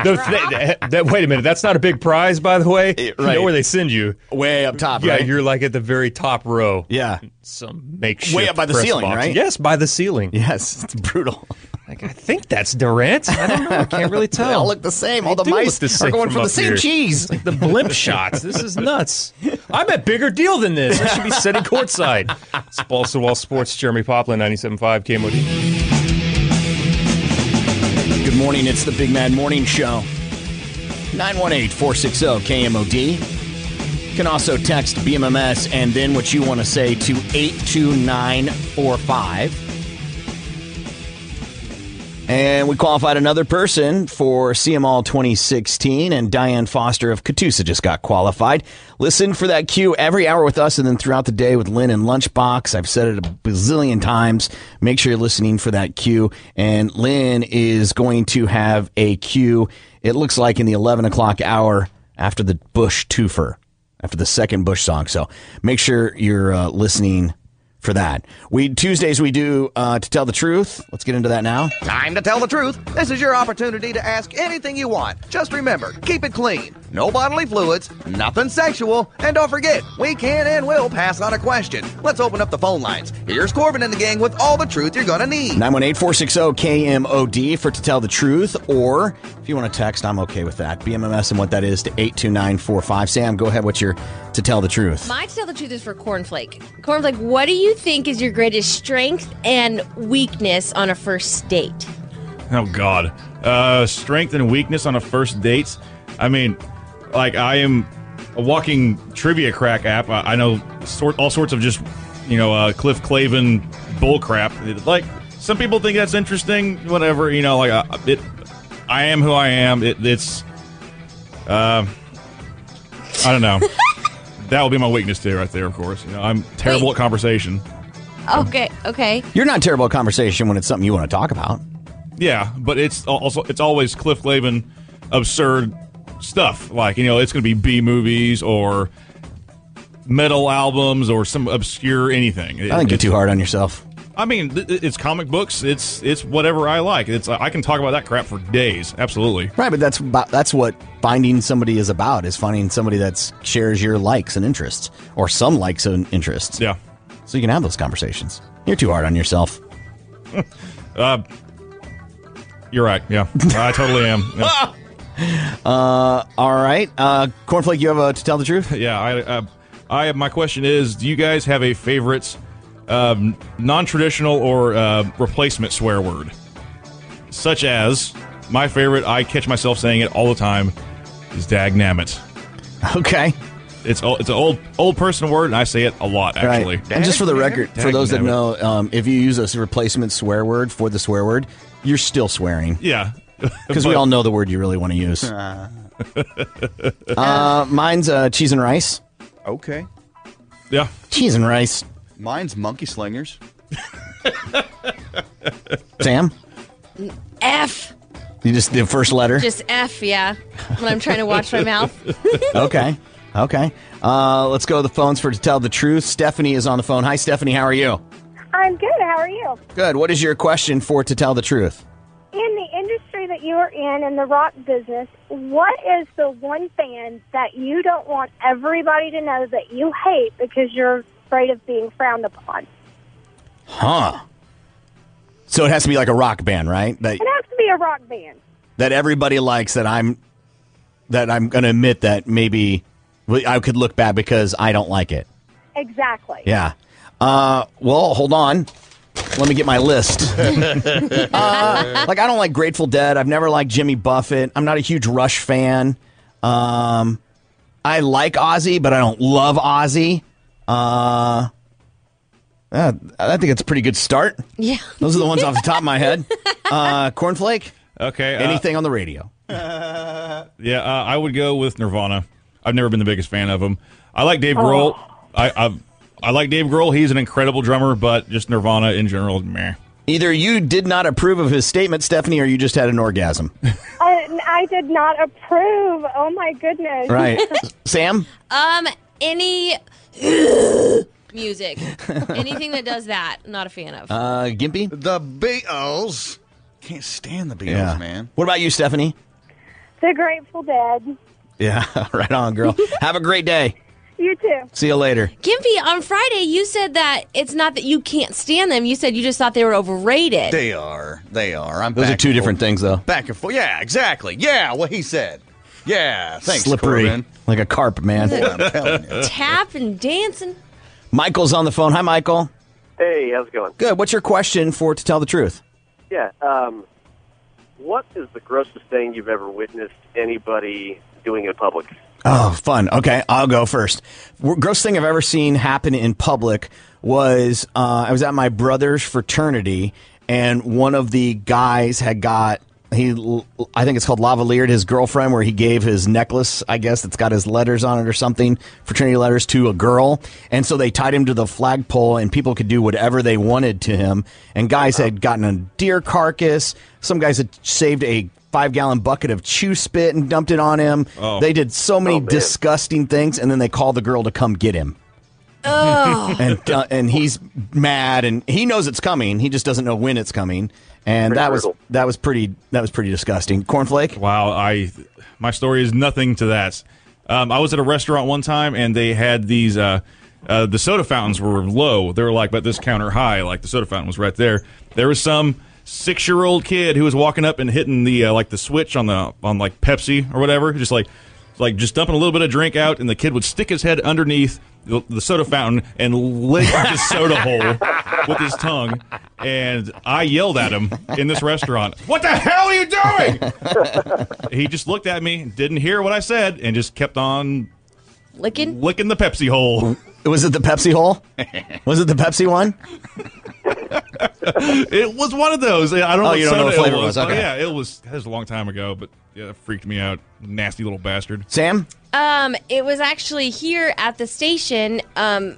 Speaker 13: No, th- that- that- wait a minute. That's not a big prize, by the way. You
Speaker 7: right.
Speaker 13: know where they send you?
Speaker 7: Way up top.
Speaker 13: Yeah,
Speaker 7: right?
Speaker 13: you're like at the very top row.
Speaker 7: Yeah,
Speaker 13: some makeshift
Speaker 7: Way up by the
Speaker 13: press
Speaker 7: ceiling,
Speaker 13: box.
Speaker 7: right?
Speaker 13: Yes, by the ceiling.
Speaker 7: Yes, it's brutal.
Speaker 13: Like I think that's Durant. I don't know. I can't really tell.
Speaker 7: They all look the same. All
Speaker 13: They
Speaker 7: the
Speaker 13: do look
Speaker 7: mice
Speaker 13: the
Speaker 7: are
Speaker 13: same
Speaker 7: going
Speaker 13: from
Speaker 7: for the
Speaker 13: up
Speaker 7: same
Speaker 13: here.
Speaker 7: cheese.
Speaker 13: It's like the blimp shots. This is nuts. I'm at bigger deal than this. I should be sitting courtside. It's Balls to Wall Sports. Jeremy Poplin, 97.5 KMOD.
Speaker 7: Good morning. It's the Big Mad Morning Show. 918 460 KMOD. You can also text BMMS and then what you want to say to 82945. And we qualified another person for CMall 2016, and Diane Foster of Catoosa just got qualified. Listen for that cue every hour with us and then throughout the day with Lynn and Lunchbox. I've said it a bazillion times. Make sure you're listening for that cue. And Lynn is going to have a cue, it looks like in the 11 o'clock hour after the Bush twofer, after the second Bush song. So make sure you're uh, listening for that. We Tuesdays we do uh, to tell the truth. Let's get into that now.
Speaker 4: Time to tell the truth. This is your opportunity to ask anything you want. Just remember, keep it clean. No bodily fluids, nothing sexual, and don't forget, we can and will pass on a question. Let's open up the phone lines. Here's Corbin and the gang with all the truth you're gonna need.
Speaker 7: 918-460-KMOD for to tell the truth or if you want to text, I'm okay with that. BMMS and what that is to 82945. Sam, go ahead what's your to tell the truth.
Speaker 8: My to tell the truth is for cornflake. Cornflake, what do you think is your greatest strength and weakness on a first date?
Speaker 10: Oh God, uh, strength and weakness on a first date. I mean, like I am a walking trivia crack app. I, I know sort all sorts of just you know uh, Cliff Clavin bull crap. It- Like some people think that's interesting. Whatever you know, like uh, it. I am who I am. It, it's. Uh, I don't know. that will be my weakness too, right there. Of course, you know I'm terrible at conversation.
Speaker 8: Okay, okay.
Speaker 7: You're not terrible at conversation when it's something you want to talk about.
Speaker 10: Yeah, but it's al- also it's always Cliff Clavin absurd stuff. Like you know, it's going to be B movies or metal albums or some obscure anything.
Speaker 7: I think you're
Speaker 10: It's-
Speaker 7: too hard on yourself.
Speaker 10: I mean, th- it's comic books. It's it's whatever I like. It's I can talk about that crap for days. Absolutely.
Speaker 7: Right, but that's about, that's what finding somebody is about is finding somebody that shares your likes and interests or some likes and interests.
Speaker 10: Yeah.
Speaker 7: So you can have those conversations. You're too hard on yourself.
Speaker 10: Uh, you're right. Yeah, I totally am. Yeah.
Speaker 7: Uh, all right, uh, Cornflake, you have a to tell the truth.
Speaker 10: Yeah, I, uh, I my question is, do you guys have a favorite um, non-traditional or uh, replacement swear word, such as my favorite? I catch myself saying it all the time. Is dag nabbit.
Speaker 7: Okay.
Speaker 10: It's o- it's an old old person word, and I say it a lot actually.
Speaker 7: Right. And just for the record, for those that
Speaker 10: Dagnabbit.
Speaker 7: know, um, if you use a replacement swear word for the swear word, you're still swearing.
Speaker 10: yeah,
Speaker 7: Because we
Speaker 10: But-
Speaker 7: all know the word you really want to use. Uh, mine's uh, cheese and rice.
Speaker 9: Okay.
Speaker 10: Yeah.
Speaker 7: Cheese and rice.
Speaker 9: Mine's monkey slingers.
Speaker 7: Sam,
Speaker 8: F.
Speaker 7: you just the first letter.
Speaker 8: Just F, yeah. When I'm trying to watch my mouth.
Speaker 7: okay. Okay. Uh, let's go to the phones for to tell the truth. Stephanie is on the phone. Hi, Stephanie. How are you?
Speaker 5: I'm good. How are you?
Speaker 7: Good. What is your question for to tell the truth?
Speaker 5: In the industry that you are in, in the rock business, what is the one band that you don't want everybody to know that you hate because you're afraid of being frowned upon?
Speaker 7: Huh. So it has to be like a rock band, right? That
Speaker 5: It has to be a rock band.
Speaker 7: that everybody likes that I'm that I'm going to admit that maybe I could look bad because I don't like it.
Speaker 5: Exactly.
Speaker 7: Yeah. Uh, well, hold on. Let me get my list. Uh, like I don't like Grateful Dead. I've never liked Jimmy Buffett. I'm not a huge Rush fan. Um, I like Ozzy, but I don't love Ozzy. Uh, uh, I think it's a pretty good start.
Speaker 8: Yeah.
Speaker 7: Those are the ones off the top of my head. Uh, Cornflake.
Speaker 10: Okay. uh,
Speaker 7: Anything on the radio.
Speaker 10: Yeah, uh, I would go with Nirvana. I've never been the biggest fan of him. I like Dave Grohl. I I've, I like Dave Grohl. He's an incredible drummer, but just Nirvana in general, meh.
Speaker 7: Either you did not approve of his statement, Stephanie, or you just had an orgasm.
Speaker 5: I, I did not approve. Oh my goodness!
Speaker 7: Right. Sam?
Speaker 8: Um, any music, anything that does that, not a fan of.
Speaker 7: Uh, Gimpy?
Speaker 9: The Beatles. Can't stand the Beatles, man.
Speaker 7: What about you, Stephanie?
Speaker 5: The Grateful Dead.
Speaker 7: Yeah, right on, girl. Have a great day.
Speaker 5: You too.
Speaker 7: See you later.
Speaker 8: Gimpy, on Friday you said that it's not that you can't stand them. You said you just thought they were overrated.
Speaker 9: They are. They are. I'm
Speaker 7: Those are
Speaker 9: back
Speaker 7: two
Speaker 9: and
Speaker 7: different things, though.
Speaker 9: forth. Back and forth. Yeah, exactly. Yeah, what he said. Yeah, thanks,
Speaker 7: Slippery
Speaker 9: Corbin.
Speaker 7: like a carp, man.
Speaker 9: Boy, I'm telling
Speaker 8: Tap and dancing.
Speaker 7: Michael's on the phone. Hi, Michael.
Speaker 12: Hey, how's it going?
Speaker 7: Good. What's your question for to tell the truth?
Speaker 12: Yeah. Um, what is the grossest thing you've ever witnessed anybody doing in public?
Speaker 7: Oh, fun. Okay, I'll go first. W- Gross thing I've ever seen happen in public was uh, I was at my brother's fraternity, and one of the guys had got he l- I think it's called lavaliered his girlfriend, where he gave his necklace, I guess that's got his letters on it or something, fraternity letters to a girl, and so they tied him to the flagpole, and people could do whatever they wanted to him. And guys had gotten a deer carcass. Some guys had saved a five gallon bucket of chew spit and dumped it on him.
Speaker 10: Oh.
Speaker 7: They did so many disgusting things, and then they called the girl to come get him.
Speaker 8: Oh.
Speaker 7: and uh, and he's mad, and he knows it's coming. He just doesn't know when it's coming. And
Speaker 10: Pretty
Speaker 7: that was
Speaker 10: brutal.
Speaker 7: that was pretty that was pretty disgusting. Cornflake.
Speaker 10: Wow, I my story is nothing to that. Um, I was at a restaurant one time and they had these uh, uh, the soda fountains were low. They were like about this counter high, like the soda fountain was right there. There was some six year old kid who was walking up and hitting the uh, like the switch on the on like Pepsi or whatever, just like like just dumping a little bit of drink out, and the kid would stick his head underneath the, the soda fountain and lick the soda hole with his tongue. And I yelled at him in this restaurant. What the hell are you doing? he just looked at me, didn't hear what I said, and just kept on
Speaker 8: licking
Speaker 10: licking the Pepsi hole.
Speaker 7: Was it the Pepsi hole? Was it the Pepsi one?
Speaker 10: it was one of those. I don't know.
Speaker 7: Oh, you don't know
Speaker 10: soda
Speaker 7: what flavor
Speaker 10: it
Speaker 7: it
Speaker 10: was.
Speaker 7: was,
Speaker 10: Oh,
Speaker 7: okay.
Speaker 10: yeah, it was. That was a long time ago, but yeah, that freaked me out. Nasty little bastard.
Speaker 7: Sam.
Speaker 8: Um, it was actually here at the station. Um,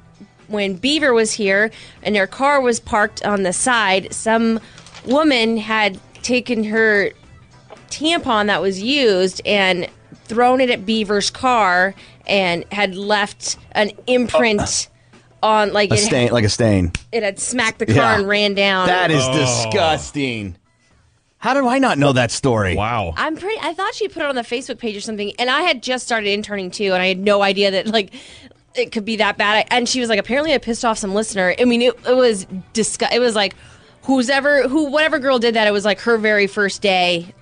Speaker 8: when Beaver was here and their car was parked on the side, some woman had taken her tampon that was used and thrown it at Beaver's car and had left an imprint on like
Speaker 7: A
Speaker 8: it,
Speaker 7: stain like a stain.
Speaker 8: it had smacked the car
Speaker 7: Yeah.
Speaker 8: and ran down.
Speaker 7: That
Speaker 10: Oh.
Speaker 7: is disgusting. How do I not know that story?
Speaker 10: Wow.
Speaker 8: I'm pretty. I thought she put it on the Facebook page or something, and I had just started interning too, and I had no idea that like it could be that bad. And she was like, apparently, I pissed off some listener. I mean, it, it was disgust. It was like, who's ever who, whatever girl did that. It was like her very first day.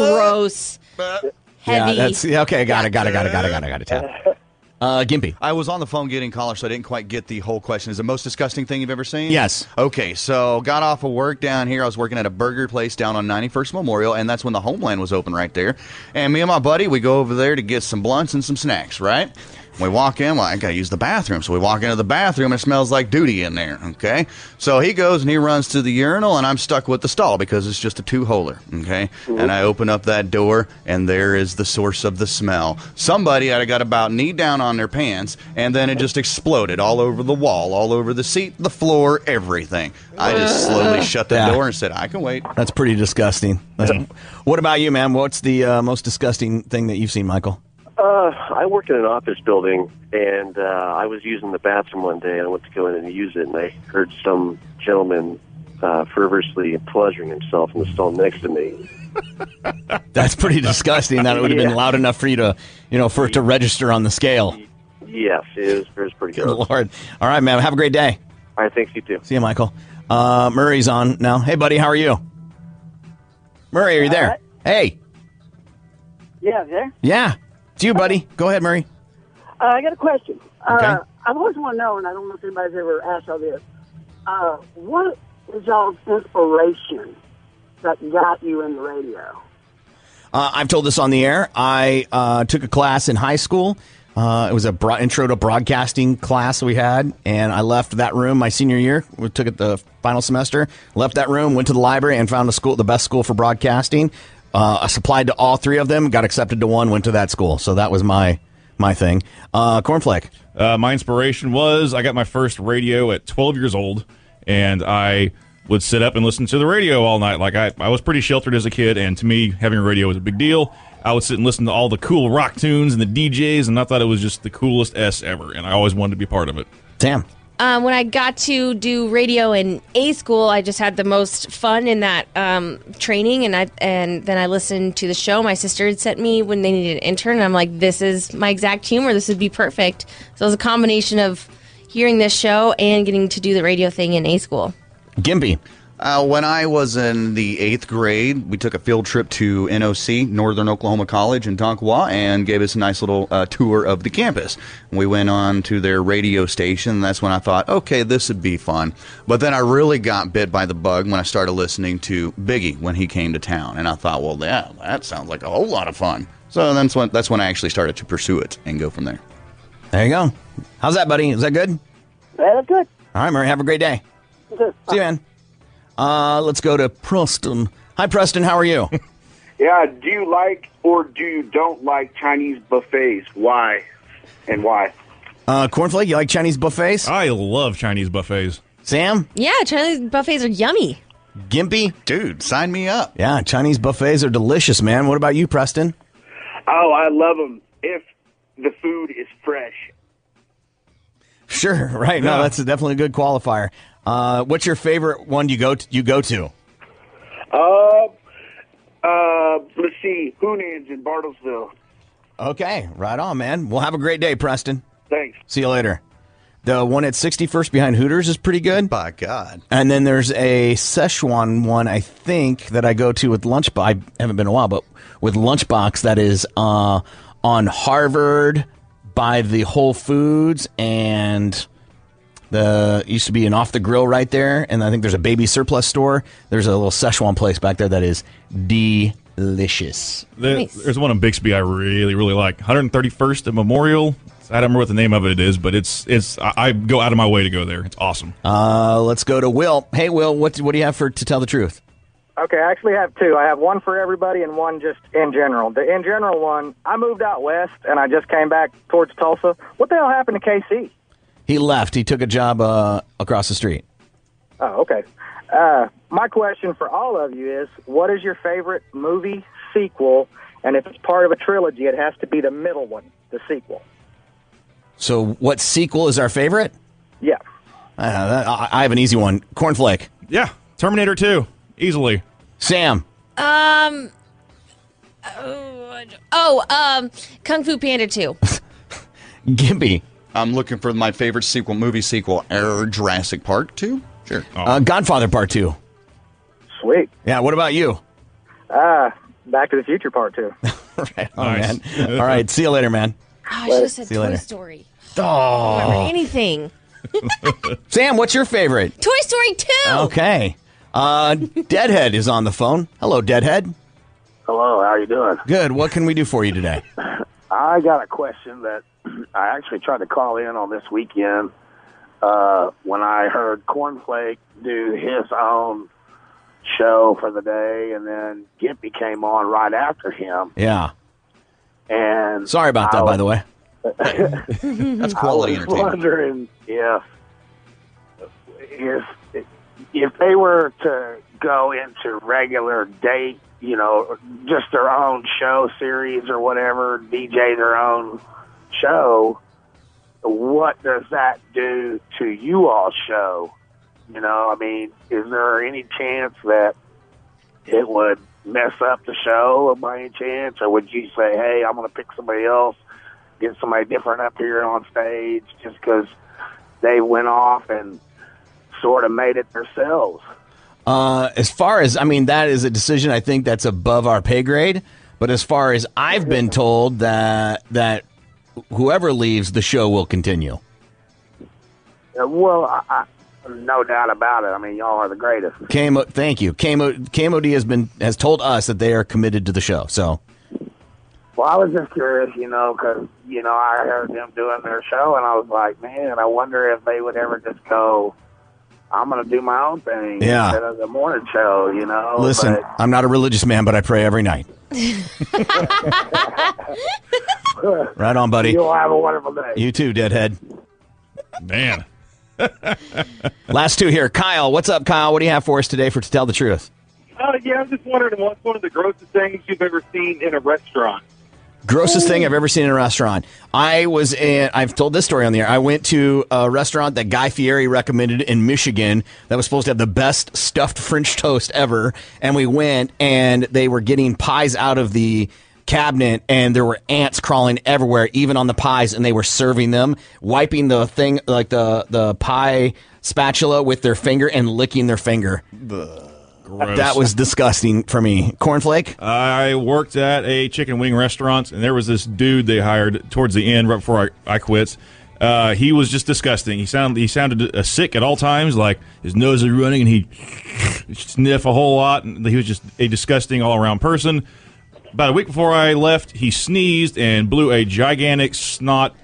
Speaker 8: Gross.
Speaker 7: Yeah,
Speaker 8: Heavy.
Speaker 7: that's yeah, okay. Got it. Got it. Got it. Got it. Got it. Got it. Tap. Uh, Gimpy.
Speaker 9: I was on the phone getting caller, so I didn't quite get the whole question. Is the most disgusting thing you've ever seen?
Speaker 7: Yes.
Speaker 9: Okay, so got off of work down here. I was working at a burger place down on 91st Memorial, and that's when the Homeland was open right there. And me and my buddy, we go over there to get some blunts and some snacks, right? We walk in, well, I gotta use the bathroom. So we walk into the bathroom, and it smells like duty in there, okay? So he goes and he runs to the urinal, and I'm stuck with the stall because it's just a two holer, okay? And I open up that door, and there is the source of the smell. Somebody had got about knee down on their pants, and then it just exploded all over the wall, all over the seat, the floor, everything. I just slowly shut the
Speaker 7: Yeah.
Speaker 9: door and said, I can wait.
Speaker 7: That's pretty disgusting. That's- What about you, man? What's the uh, most disgusting thing that you've seen, Michael?
Speaker 12: Uh, I work in an office building, and uh, I was using the bathroom one day, and I went to go in and use it, and I heard some gentleman uh, fervorously pleasuring himself in the stall next to me.
Speaker 7: That's pretty disgusting. That it would have been
Speaker 12: Yeah.
Speaker 7: loud enough for you to, you know, for it to register on the scale.
Speaker 12: Yes, it was, it was pretty
Speaker 7: Good
Speaker 12: gross.
Speaker 7: lord. All right, man. Have a great day.
Speaker 12: All right, thanks, you too.
Speaker 7: See you, Michael. Uh, Murray's on now. Hey, buddy. How are you? Murray, are you there? Hey.
Speaker 14: Yeah, there.
Speaker 7: Yeah. It's you, buddy. Go ahead, Murray.
Speaker 14: Uh, I got a question.
Speaker 7: Okay.
Speaker 14: Uh, I've always wanted to know, and I don't know if anybody's ever asked all this. Uh, what is y'all's inspiration that got you in the radio?
Speaker 7: Uh, I've told this on the air. I uh, took a class in high school. Uh, it was a bro- intro to broadcasting class we had, and I left that room my senior year. We took it the final semester. Left that room, went to the library, and found a school, the best school for broadcasting. Uh, I supplied to all three of them, got accepted to one, went to that school. So that was my my thing. Uh, cornflake.
Speaker 10: Uh, my inspiration was I got my first radio at 12 years old, and I would sit up and listen to the radio all night. Like I, I was pretty sheltered as a kid, and to me, having a radio was a big deal. I would sit and listen to all the cool rock tunes and the DJs, and I thought it was just the coolest s ever, and I always wanted to be part of it.
Speaker 7: Damn.
Speaker 8: Um, when I got to do radio in A school, I just had the most fun in that um, training, and I and then I listened to the show my sister had sent me when they needed an intern, and I'm like, this is my exact humor. This would be perfect. So it was a combination of hearing this show and getting to do the radio thing in A school.
Speaker 7: Gimpy.
Speaker 9: Uh, when I was in the eighth grade, we took a field trip to NOC, Northern Oklahoma College in Tonkawa, and gave us a nice little uh, tour of the campus. We went on to their radio station, and that's when I thought, okay, this would be fun. But then I really got bit by the bug when I started listening to Biggie when he came to town, and I thought, well, yeah, that sounds like a whole lot of fun. So that's when that's when I actually started to pursue it and go from there.
Speaker 7: There you go. How's that, buddy? Is that good?
Speaker 14: That's good.
Speaker 7: All right, Murray. Have a great day. See you, man. Uh, let's go to Preston. Hi, Preston. How are you?
Speaker 15: Yeah, do you like or do you don't like Chinese buffets? Why and why?
Speaker 7: Uh, Cornflake, you like Chinese buffets?
Speaker 10: I love Chinese buffets.
Speaker 7: Sam?
Speaker 8: Yeah, Chinese buffets are yummy.
Speaker 7: Gimpy?
Speaker 9: Dude, sign me up.
Speaker 7: Yeah, Chinese buffets are delicious, man. What about you, Preston?
Speaker 15: Oh, I love them if the food is fresh.
Speaker 7: Sure, right. No,
Speaker 15: Yeah.
Speaker 7: that's definitely a good qualifier. Uh, what's your favorite one you go to, you go to?
Speaker 15: Uh, uh, let's see, Hoonan's in Bartlesville.
Speaker 7: Okay, right on, man. Well, have a great day, Preston.
Speaker 15: Thanks.
Speaker 7: See you later. The one at 61st behind Hooters is pretty good.
Speaker 9: By God.
Speaker 7: And then there's a Szechuan one, I think, that I go to with Lunchbox. I haven't been in a while, but with Lunchbox that is uh, on Harvard by the Whole Foods and the used to be an off the grill right there. And I think there's a baby surplus store. There's a little Szechuan place back there that is delicious.
Speaker 10: There, There's one in Bixby I really, really like. 131st at Memorial. I don't remember what the name of it is, but it's it's. I, I go out of my way to go there. It's awesome.
Speaker 7: Uh, let's go to Will. Hey, Will, what, what do you have for to tell the truth?
Speaker 16: Okay, I actually have two. I have one for everybody and one just in general. The in general one, I moved out west and I just came back towards Tulsa. What the hell happened to KC?
Speaker 7: He left. He took a job uh, across the street.
Speaker 16: Oh, okay. Uh, my question for all of you is what is your favorite movie sequel? And if it's part of a trilogy, it has to be the middle one, the sequel.
Speaker 7: So, what sequel is our favorite?
Speaker 16: Yeah.
Speaker 7: Uh, that- I, I have an easy one. Cornflake.
Speaker 10: Yeah, Terminator 2, easily.
Speaker 7: Sam.
Speaker 8: Um. Oh, I don't- oh, um, Kung Fu Panda Oh, 2.
Speaker 7: Gimpy.
Speaker 9: I'm looking for my favorite sequel, movie sequel, Error Jurassic Park 2. Sure.
Speaker 7: Uh, Godfather Part 2.
Speaker 16: Sweet.
Speaker 7: Yeah, what about you?
Speaker 16: Uh, Back to the Future Part 2.
Speaker 7: right on, Oh, man. All right, see you later, man.
Speaker 8: Oh, I should have said
Speaker 7: See
Speaker 8: Toy
Speaker 7: you later.
Speaker 8: Story. I don't remember
Speaker 7: Oh.
Speaker 8: anything.
Speaker 7: Sam, what's your favorite?
Speaker 8: Toy Story 2!
Speaker 7: Okay. Uh, Deadhead is on the phone. Hello, Deadhead.
Speaker 23: Hello, how you doing?
Speaker 7: Good. What can we do for you today?
Speaker 23: I got a question that I actually tried to call in on this weekend uh, when I heard Cornflake do his own show for the day, and then Gimpy came on right after him.
Speaker 7: Yeah.
Speaker 23: And
Speaker 7: Sorry about that, by the way.
Speaker 23: That's
Speaker 7: quality
Speaker 23: I
Speaker 7: entertainment.
Speaker 23: was wondering if if if they were to go into regular date, you know, just their own show series or whatever, DJ their own show, what does that do to you all show? You know, I mean, is there any chance that it would mess up the show by any chance, or would you say, "Hey, I'm going to pick somebody else, get somebody different up here on stage," just because they went off and sort of made it themselves?
Speaker 7: Uh, as far as I mean, that is a decision I think that's above our pay grade. But as far as I've been told, that that whoever leaves, the show will continue.
Speaker 23: Uh, Well, I, I, no doubt about it. I mean, y'all are the greatest.
Speaker 7: KMO, thank you. KMO, KMOD has been has told us that they are committed to the show. So
Speaker 23: Well, I was just curious, you know, 'cause you know I heard them doing their show, and I was like, man, I wonder if they would ever just go
Speaker 14: I'm going to do my own thing
Speaker 7: Yeah.
Speaker 14: instead of the morning show, you know.
Speaker 7: Listen, I'm not a religious man, but I pray every night.
Speaker 14: But,
Speaker 7: Right on, buddy.
Speaker 14: You'll have a wonderful day.
Speaker 7: You too, deadhead.
Speaker 10: Man.
Speaker 7: Last two here. Kyle, what's up, Kyle? What do you have for us today for To Tell the Truth?
Speaker 18: Uh, yeah, I'm just wondering what's one of the grossest things you've ever seen in a restaurant?
Speaker 7: Grossest thing I've ever seen in a restaurant. I was in, I've told this story on the air. I went to a restaurant that Guy Fieri recommended in Michigan that was supposed to have the best stuffed French toast ever. And we went and they were getting pies out of the cabinet and there were ants crawling everywhere, even on the pies. And they were serving them, wiping the thing, like the, the pie spatula with their finger and licking their finger.
Speaker 10: Gross.
Speaker 7: That was disgusting for me. Cornflake?
Speaker 10: I worked at a chicken wing restaurant, and there was this dude they hired towards the end, right before I, I quit. Uh, he was just disgusting. He sounded he sounded uh, sick at all times, like his nose was running, and he sniff a whole lot. And he was just a disgusting all around person. About a week before I left, he sneezed and blew a gigantic snot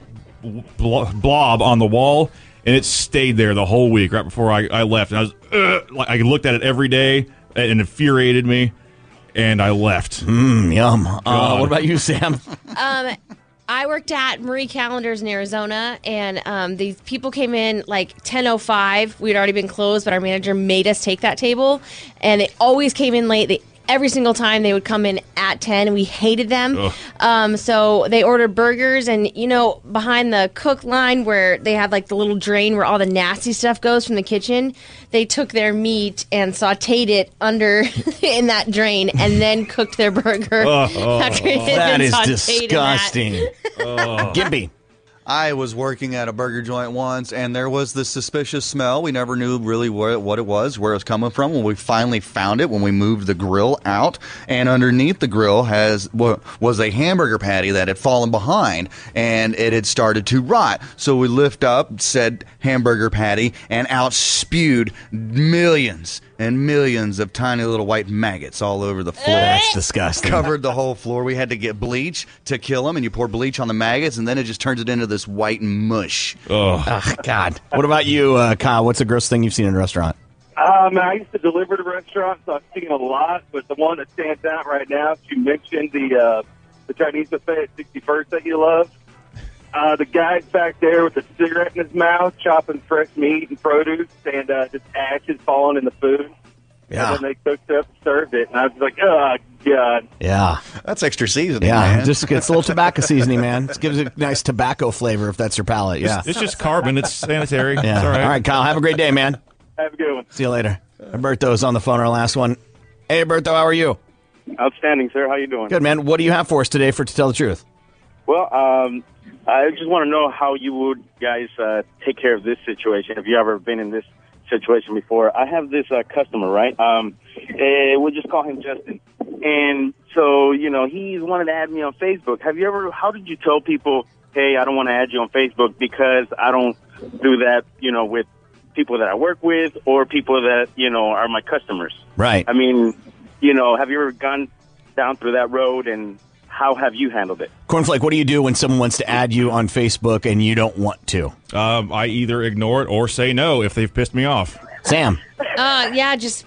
Speaker 10: blo- blob on the wall, and it stayed there the whole week. Right before I, I left, and I was Ugh, like I looked at it every day, and it infuriated me and I left.
Speaker 7: Mmm, yum.
Speaker 10: God.
Speaker 7: what about you, Sam?
Speaker 8: Um, I worked at Marie Callender's in Arizona, and um, these people came in like ten oh five. We'd already been closed, but our manager made us take that table, and they always came in late. They, every single time they would come in at ten, and we hated them.
Speaker 7: Oh.
Speaker 6: Ugh.
Speaker 8: Um, so they ordered burgers, and you know, behind the cook line where they had like the little drain where all the nasty stuff goes from the kitchen, they took their meat and sautéed it under in that drain, and then cooked their burger
Speaker 9: Oh.
Speaker 8: after it had
Speaker 7: Oh, that
Speaker 8: been
Speaker 7: is
Speaker 8: sautéed in that.
Speaker 7: disgusting. Oh. Gimpy.
Speaker 9: I was working at a burger joint once, and there was this suspicious smell. We never knew really where, what it was, where it was coming from. When we finally found it, when we moved the grill out, and underneath the grill has wa- was a hamburger patty that had fallen behind, and it had started to rot. So we lift up said hamburger patty, and out spewed millions and millions of tiny little white maggots all over the floor.
Speaker 7: That's disgusting.
Speaker 9: Covered the whole floor. We had to get bleach to kill them, and you pour bleach on the maggots, and then it just turns it into this white mush.
Speaker 10: Oh,
Speaker 7: God. What about you, uh, Kyle? What's the grossest thing you've seen in a restaurant?
Speaker 18: Um, I used to deliver to restaurants, so I've seen a lot, but the one that stands out right now, you mentioned the uh, the Chinese buffet at 61st that you love. Uh, the guy's back there with a cigarette in his mouth, chopping fresh meat and produce, and uh, just ashes falling in the food.
Speaker 7: Yeah.
Speaker 18: And then they cooked up, and served it, and I was like, oh god.
Speaker 7: Yeah.
Speaker 9: That's extra seasoning.
Speaker 7: Yeah,
Speaker 9: man.
Speaker 7: just it's a little tobacco seasoning, man. It gives it a nice tobacco flavor if that's your palate. Yeah,
Speaker 10: It's, it's just carbon. It's sanitary.
Speaker 7: yeah.
Speaker 10: It's all right.
Speaker 7: all right, Kyle. Have a great day, man.
Speaker 18: Have a good one.
Speaker 7: See you later. Alberto's on the phone. Our last one. Hey, Alberto, how are you?
Speaker 18: Outstanding, sir. How you doing?
Speaker 7: Good, man. What do you have for us today for to tell the truth?
Speaker 18: Well, um, I just want to know how you would guys uh, take care of this situation. Have you ever been in this situation before? I have this uh, customer, right? Um, eh, we'll just call him Justin. And so, you know, he's wanted to add me on Facebook. Have you ever? How did you tell people, hey, I don't want to add you on Facebook because I don't do that, you know, with people that I work with or people that you know are my customers.
Speaker 7: Right.
Speaker 18: I mean, you know, have you ever gone down through that road and how have you handled it?
Speaker 7: Cornflake, what do you do when someone wants to add you on Facebook and you don't want to?
Speaker 10: Um, I either ignore it or say no if they've pissed me off.
Speaker 7: Sam,
Speaker 8: Uh, yeah, just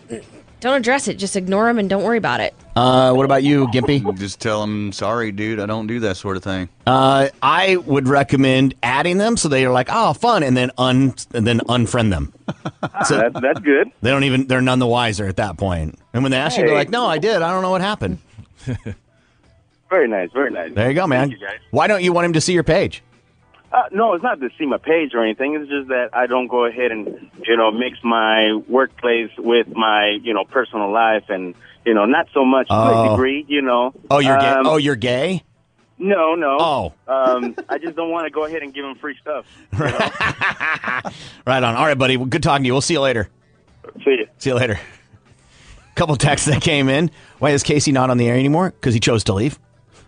Speaker 8: don't address it. Just ignore them and don't worry about it.
Speaker 7: uh, what about you, Gimpy?
Speaker 9: Just tell them, sorry, dude, I don't do that sort of thing.
Speaker 7: Uh, I would recommend adding them so they are like, oh, fun, and then un and then unfriend them. So
Speaker 18: that, that's good.
Speaker 7: They don't even they're none the wiser at that point. And when they ask you, they're
Speaker 18: Hey.
Speaker 7: like, no, I did. I don't know what happened.
Speaker 18: Very nice, very nice.
Speaker 7: There you go, man.
Speaker 18: Thank you, guys.
Speaker 7: Why don't you want him to see your page?
Speaker 18: Uh, no, it's not to see my page or anything. It's just that I don't go ahead and you know mix my workplace with my you know personal life, and you know not so much to
Speaker 7: Oh.
Speaker 18: a degree. You know.
Speaker 7: Oh, you're gay.
Speaker 18: Um,
Speaker 7: Oh, you're gay.
Speaker 18: No, no.
Speaker 7: Oh.
Speaker 18: um, I just don't want to go ahead and give him free stuff.
Speaker 7: Right on. All right, buddy. Well, good talking to you. We'll see you later.
Speaker 18: See you.
Speaker 7: See you later. Couple texts that came in. Why is Casey not on the air anymore? Because he chose to leave.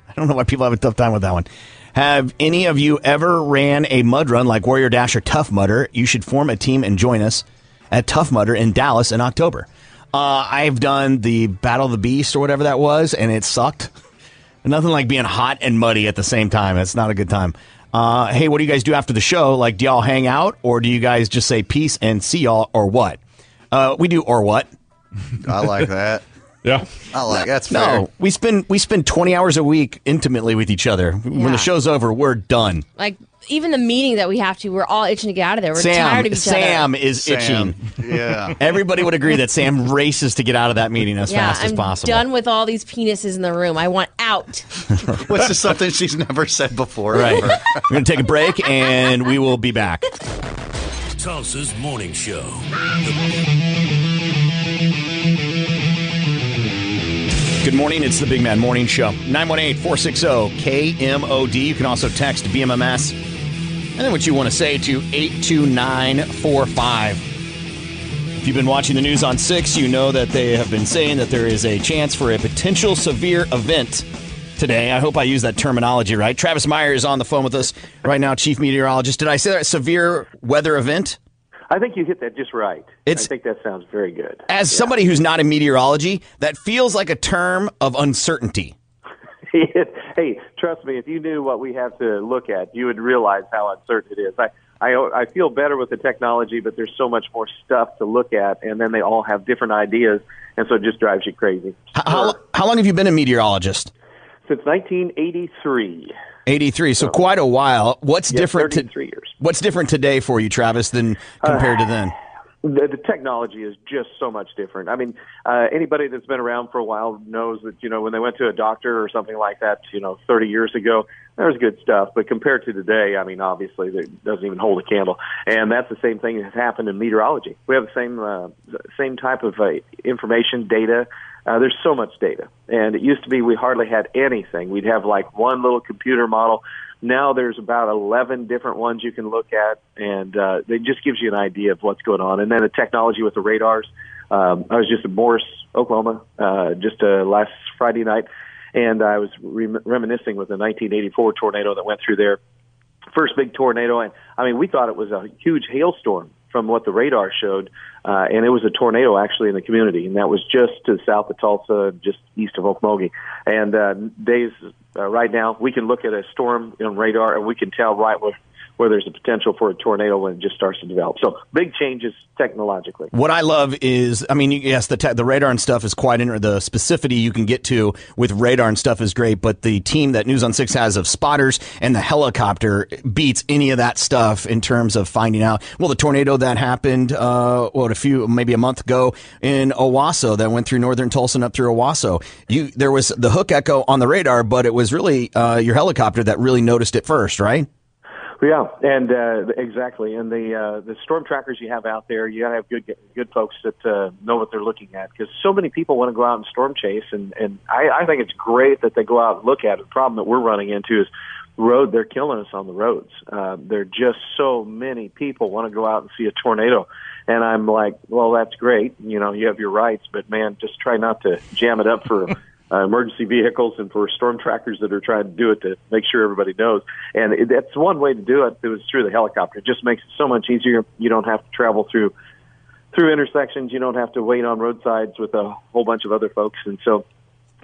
Speaker 7: I don't know why people have a tough time with that one. Have any of you ever ran a mud run like Warrior Dash or Tough Mudder? You should form a team and join us at Tough Mudder in Dallas in October. Uh, I've done the Battle of the Beast or whatever that was, and it sucked. Nothing like being hot and muddy at the same time. It's not a good time. uh, hey, what do you guys do after the show? Like, do y'all hang out or do you guys just say peace and see y'all or what? Uh, we do or what?
Speaker 9: I like that.
Speaker 10: yeah.
Speaker 9: I like that's
Speaker 7: no,
Speaker 9: fair.
Speaker 7: we spend we spend 20 hours a week intimately with each other. When
Speaker 8: Yeah.
Speaker 7: the show's over, we're done.
Speaker 8: Like even the meeting that we have to, we're all itching to get out of there. We're
Speaker 7: Sam,
Speaker 8: tired of each
Speaker 7: Sam
Speaker 8: other.
Speaker 7: is
Speaker 9: Sam.
Speaker 7: itching.
Speaker 9: Yeah.
Speaker 7: Everybody would agree that Sam races to get out of that meeting as
Speaker 8: yeah,
Speaker 7: fast as
Speaker 8: I'm
Speaker 7: possible.
Speaker 8: done with all these penises in the room. I want out.
Speaker 9: Which is something she's never said before.
Speaker 7: Right. We're going to take a break and we will be back.
Speaker 11: Tulsa's Morning Show.
Speaker 7: Good morning. It's the Big Man Morning Show. 918 460 KMOD. You can also text BMMS. And then what you want to say to 82945. If you've been watching the news on 6, you know that they have been saying that there is a chance for a potential severe event today. I hope I use that terminology right. Travis Meyer is on the phone with us right now, chief meteorologist. Did I say that? Severe weather event?
Speaker 3: I think you hit that just right.
Speaker 7: It's-
Speaker 3: I think that sounds very good.
Speaker 7: As somebody who's not in meteorology, that feels like a term of uncertainty.
Speaker 3: hey, trust me, if you knew what we have to look at, you would realize how uncertain it is. I, I, I feel better with the technology, but there's so much more stuff to look at, and then they all have different ideas, and so it just drives you crazy.
Speaker 7: How, how, how long have you been a meteorologist?
Speaker 3: Since 1983,
Speaker 7: 83, so quite a while. What's different to,
Speaker 3: years.
Speaker 7: What's different today for you, Travis, than compared to then?
Speaker 3: the, the technology is just so much different. I mean, uh, anybody that's been around for a while knows that you know when they went to a doctor or something like that, you know, 30 years ago, there was good stuff. But compared to today, I mean, obviously, it doesn't even hold a candle. And that's the same thing that's happened in meteorology. We have the same uh, same type of uh, information data. Uh, there's so much data, and it used to be we hardly had anything. We'd have like one little computer model. Now there's about 11 different ones you can look at, and uh, it just gives you an idea of what's going on. And then the technology with the radars. Um, I was just in Morris, Oklahoma, uh, just uh, last Friday night, and I was rem- reminiscing with the 1984 tornado that went through there first big tornado, and I mean, we thought it was a huge hailstorm from what the radar showed, uh, and it was a tornado actually in the community, and that was just to the south of Tulsa, just east of Okmulgee. And uh, days uh, right now, we can look at a storm on radar, and we can tell right where where there's a potential for a tornado when it just starts to develop. So big changes technologically.
Speaker 7: What I love is, I mean, yes, the te- the radar and stuff is quite in the specificity you can get to with radar and stuff is great, but the team that News on Six has of spotters and the helicopter beats any of that stuff in terms of finding out. Well, the tornado that happened, uh, what a few maybe a month ago in Owasso that went through northern Tulsa and up through Owasso, you there was the hook echo on the radar, but it was really uh, your helicopter that really noticed it first, right?
Speaker 3: Yeah, and uh, exactly. And the uh, the storm trackers you have out there, you got to have good good folks that uh, know what they're looking at because so many people want to go out and storm chase, and and I, I think it's great that they go out and look at it. The problem that we're running into is road they're killing us on the roads. Uh, there are just so many people want to go out and see a tornado, and I'm like, well, that's great. You know, you have your rights, but man, just try not to jam it up for. Uh, emergency vehicles and for storm trackers that are trying to do it to make sure everybody knows. And it, that's one way to do it. It was through the helicopter. It just makes it so much easier. You don't have to travel through through intersections. You don't have to wait on roadsides with a whole bunch of other folks. And so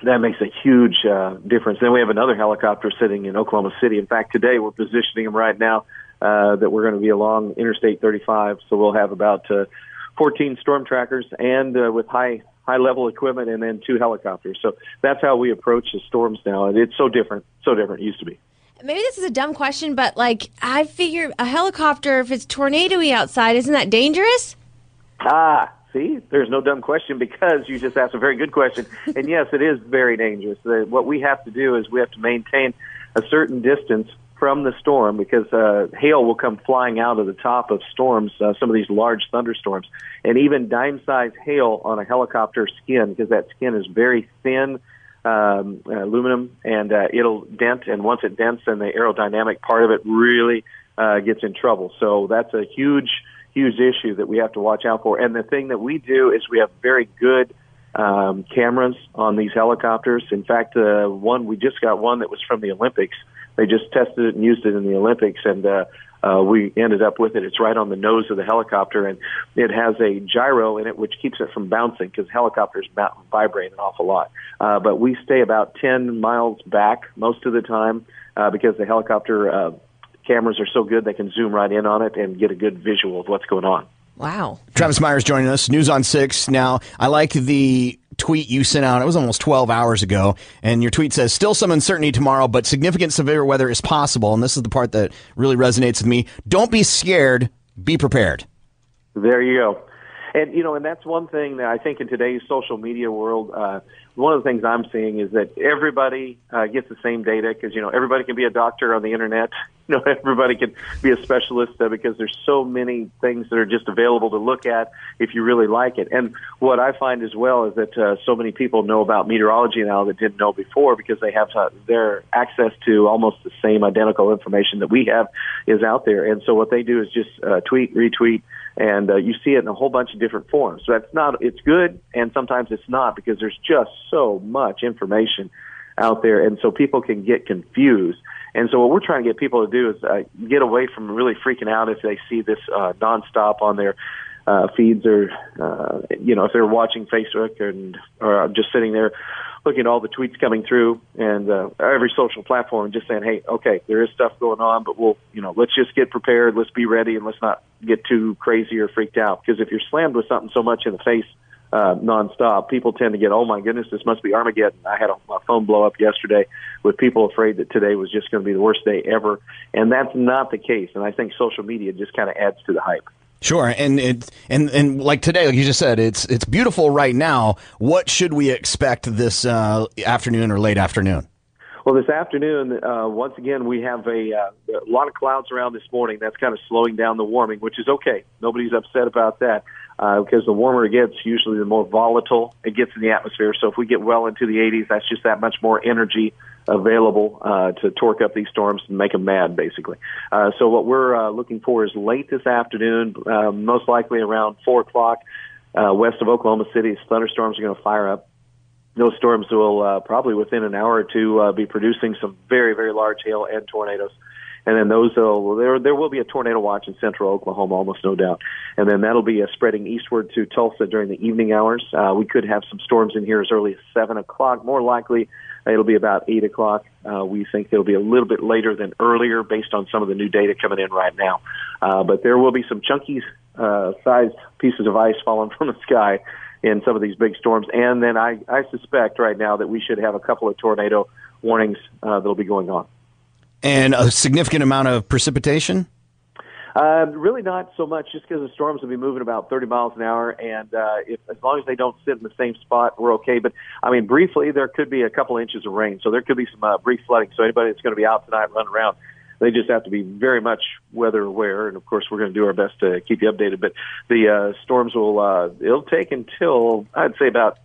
Speaker 3: that makes a huge uh, difference. Then we have another helicopter sitting in Oklahoma City. In fact, today we're positioning them right now uh, that we're going to be along Interstate 35. So we'll have about uh, 14 storm trackers and uh, with high high level equipment and then two helicopters. So that's how we approach the storms now. And it's so different, so different. It used to be.
Speaker 8: Maybe this is a dumb question, but like I figure a helicopter, if it's tornadoy outside, isn't that dangerous?
Speaker 3: Ah, see, there's no dumb question because you just asked a very good question. And yes, it is very dangerous. The, what we have to do is we have to maintain a certain distance from the storm because uh, hail will come flying out of the top of storms, uh, some of these large thunderstorms, and even dime-sized hail on a helicopter skin because that skin is very thin um, uh, aluminum, and uh, it'll dent. And once it dents, then the aerodynamic part of it really uh, gets in trouble. So that's a huge, huge issue that we have to watch out for. And the thing that we do is we have very good um, cameras on these helicopters. In fact, uh, one we just got one that was from the Olympics. They just tested it and used it in the Olympics, and uh, uh, we ended up with it. It's right on the nose of the helicopter, and it has a gyro in it, which keeps it from bouncing because helicopters ba- vibrate an awful lot. Uh, but we stay about 10 miles back most of the time uh, because the helicopter uh, cameras are so good they can zoom right in on it and get a good visual of what's going on.
Speaker 8: Wow.
Speaker 7: Travis Myers joining us, News on 6. Now, I like the tweet you sent out. It was almost 12 hours ago. And your tweet says, Still some uncertainty tomorrow, but significant severe weather is possible. And this is the part that really resonates with me. Don't be scared, be prepared.
Speaker 3: There you go. And you know, and that's one thing that I think in today's social media world, uh, one of the things I'm seeing is that everybody uh, gets the same data because you know everybody can be a doctor on the internet. You know, everybody can be a specialist uh, because there's so many things that are just available to look at if you really like it. And what I find as well is that uh, so many people know about meteorology now that didn't know before because they have uh, their access to almost the same identical information that we have is out there. And so what they do is just uh, tweet, retweet and uh, you see it in a whole bunch of different forms. So that's not it's good, and sometimes it's not because there's just so much information out there, and so people can get confused. And so what we're trying to get people to do is uh, get away from really freaking out if they see this uh, nonstop on their uh, feeds or uh, you know if they're watching Facebook and or just sitting there looking at all the tweets coming through and uh, every social platform, and just saying, hey, okay, there is stuff going on, but we'll you know let's just get prepared, let's be ready, and let's not get too crazy or freaked out because if you're slammed with something so much in the face. Uh, nonstop, people tend to get, oh my goodness, this must be Armageddon. I had a, my phone blow up yesterday with people afraid that today was just going to be the worst day ever, and that's not the case. And I think social media just kind of adds to the hype.
Speaker 7: Sure, and it and and like today, like you just said, it's it's beautiful right now. What should we expect this uh, afternoon or late afternoon?
Speaker 3: Well, this afternoon, uh, once again, we have a, uh, a lot of clouds around this morning. That's kind of slowing down the warming, which is okay. Nobody's upset about that uh, because the warmer it gets, usually the more volatile it gets in the atmosphere. So if we get well into the 80s, that's just that much more energy available uh, to torque up these storms and make them mad, basically. Uh, so what we're uh, looking for is late this afternoon, uh, most likely around 4 o'clock. Uh, west of Oklahoma City, thunderstorms are going to fire up those storms will uh, probably within an hour or two uh, be producing some very very large hail and tornadoes and then those will there there will be a tornado watch in central Oklahoma almost no doubt and then that'll be uh, spreading eastward to Tulsa during the evening hours uh, we could have some storms in here as early as seven o'clock more likely it'll be about eight o'clock uh, we think it'll be a little bit later than earlier based on some of the new data coming in right now uh, but there will be some chunky uh, sized pieces of ice falling from the sky in some of these big storms. And then I, I suspect right now that we should have a couple of tornado warnings uh, that'll be going on.
Speaker 7: And a significant amount of precipitation.
Speaker 3: Uh, really not so much, just because the storms will be moving about 30 miles an hour, and uh, if, as long as they don't sit in the same spot, we're okay. But I mean, briefly, there could be a couple inches of rain, so there could be some uh, brief flooding. So anybody that's going to be out tonight, running around, they just have to be very much weather aware. And of course, we're going to do our best to keep you updated. But the uh, storms will uh, it'll take until I'd say about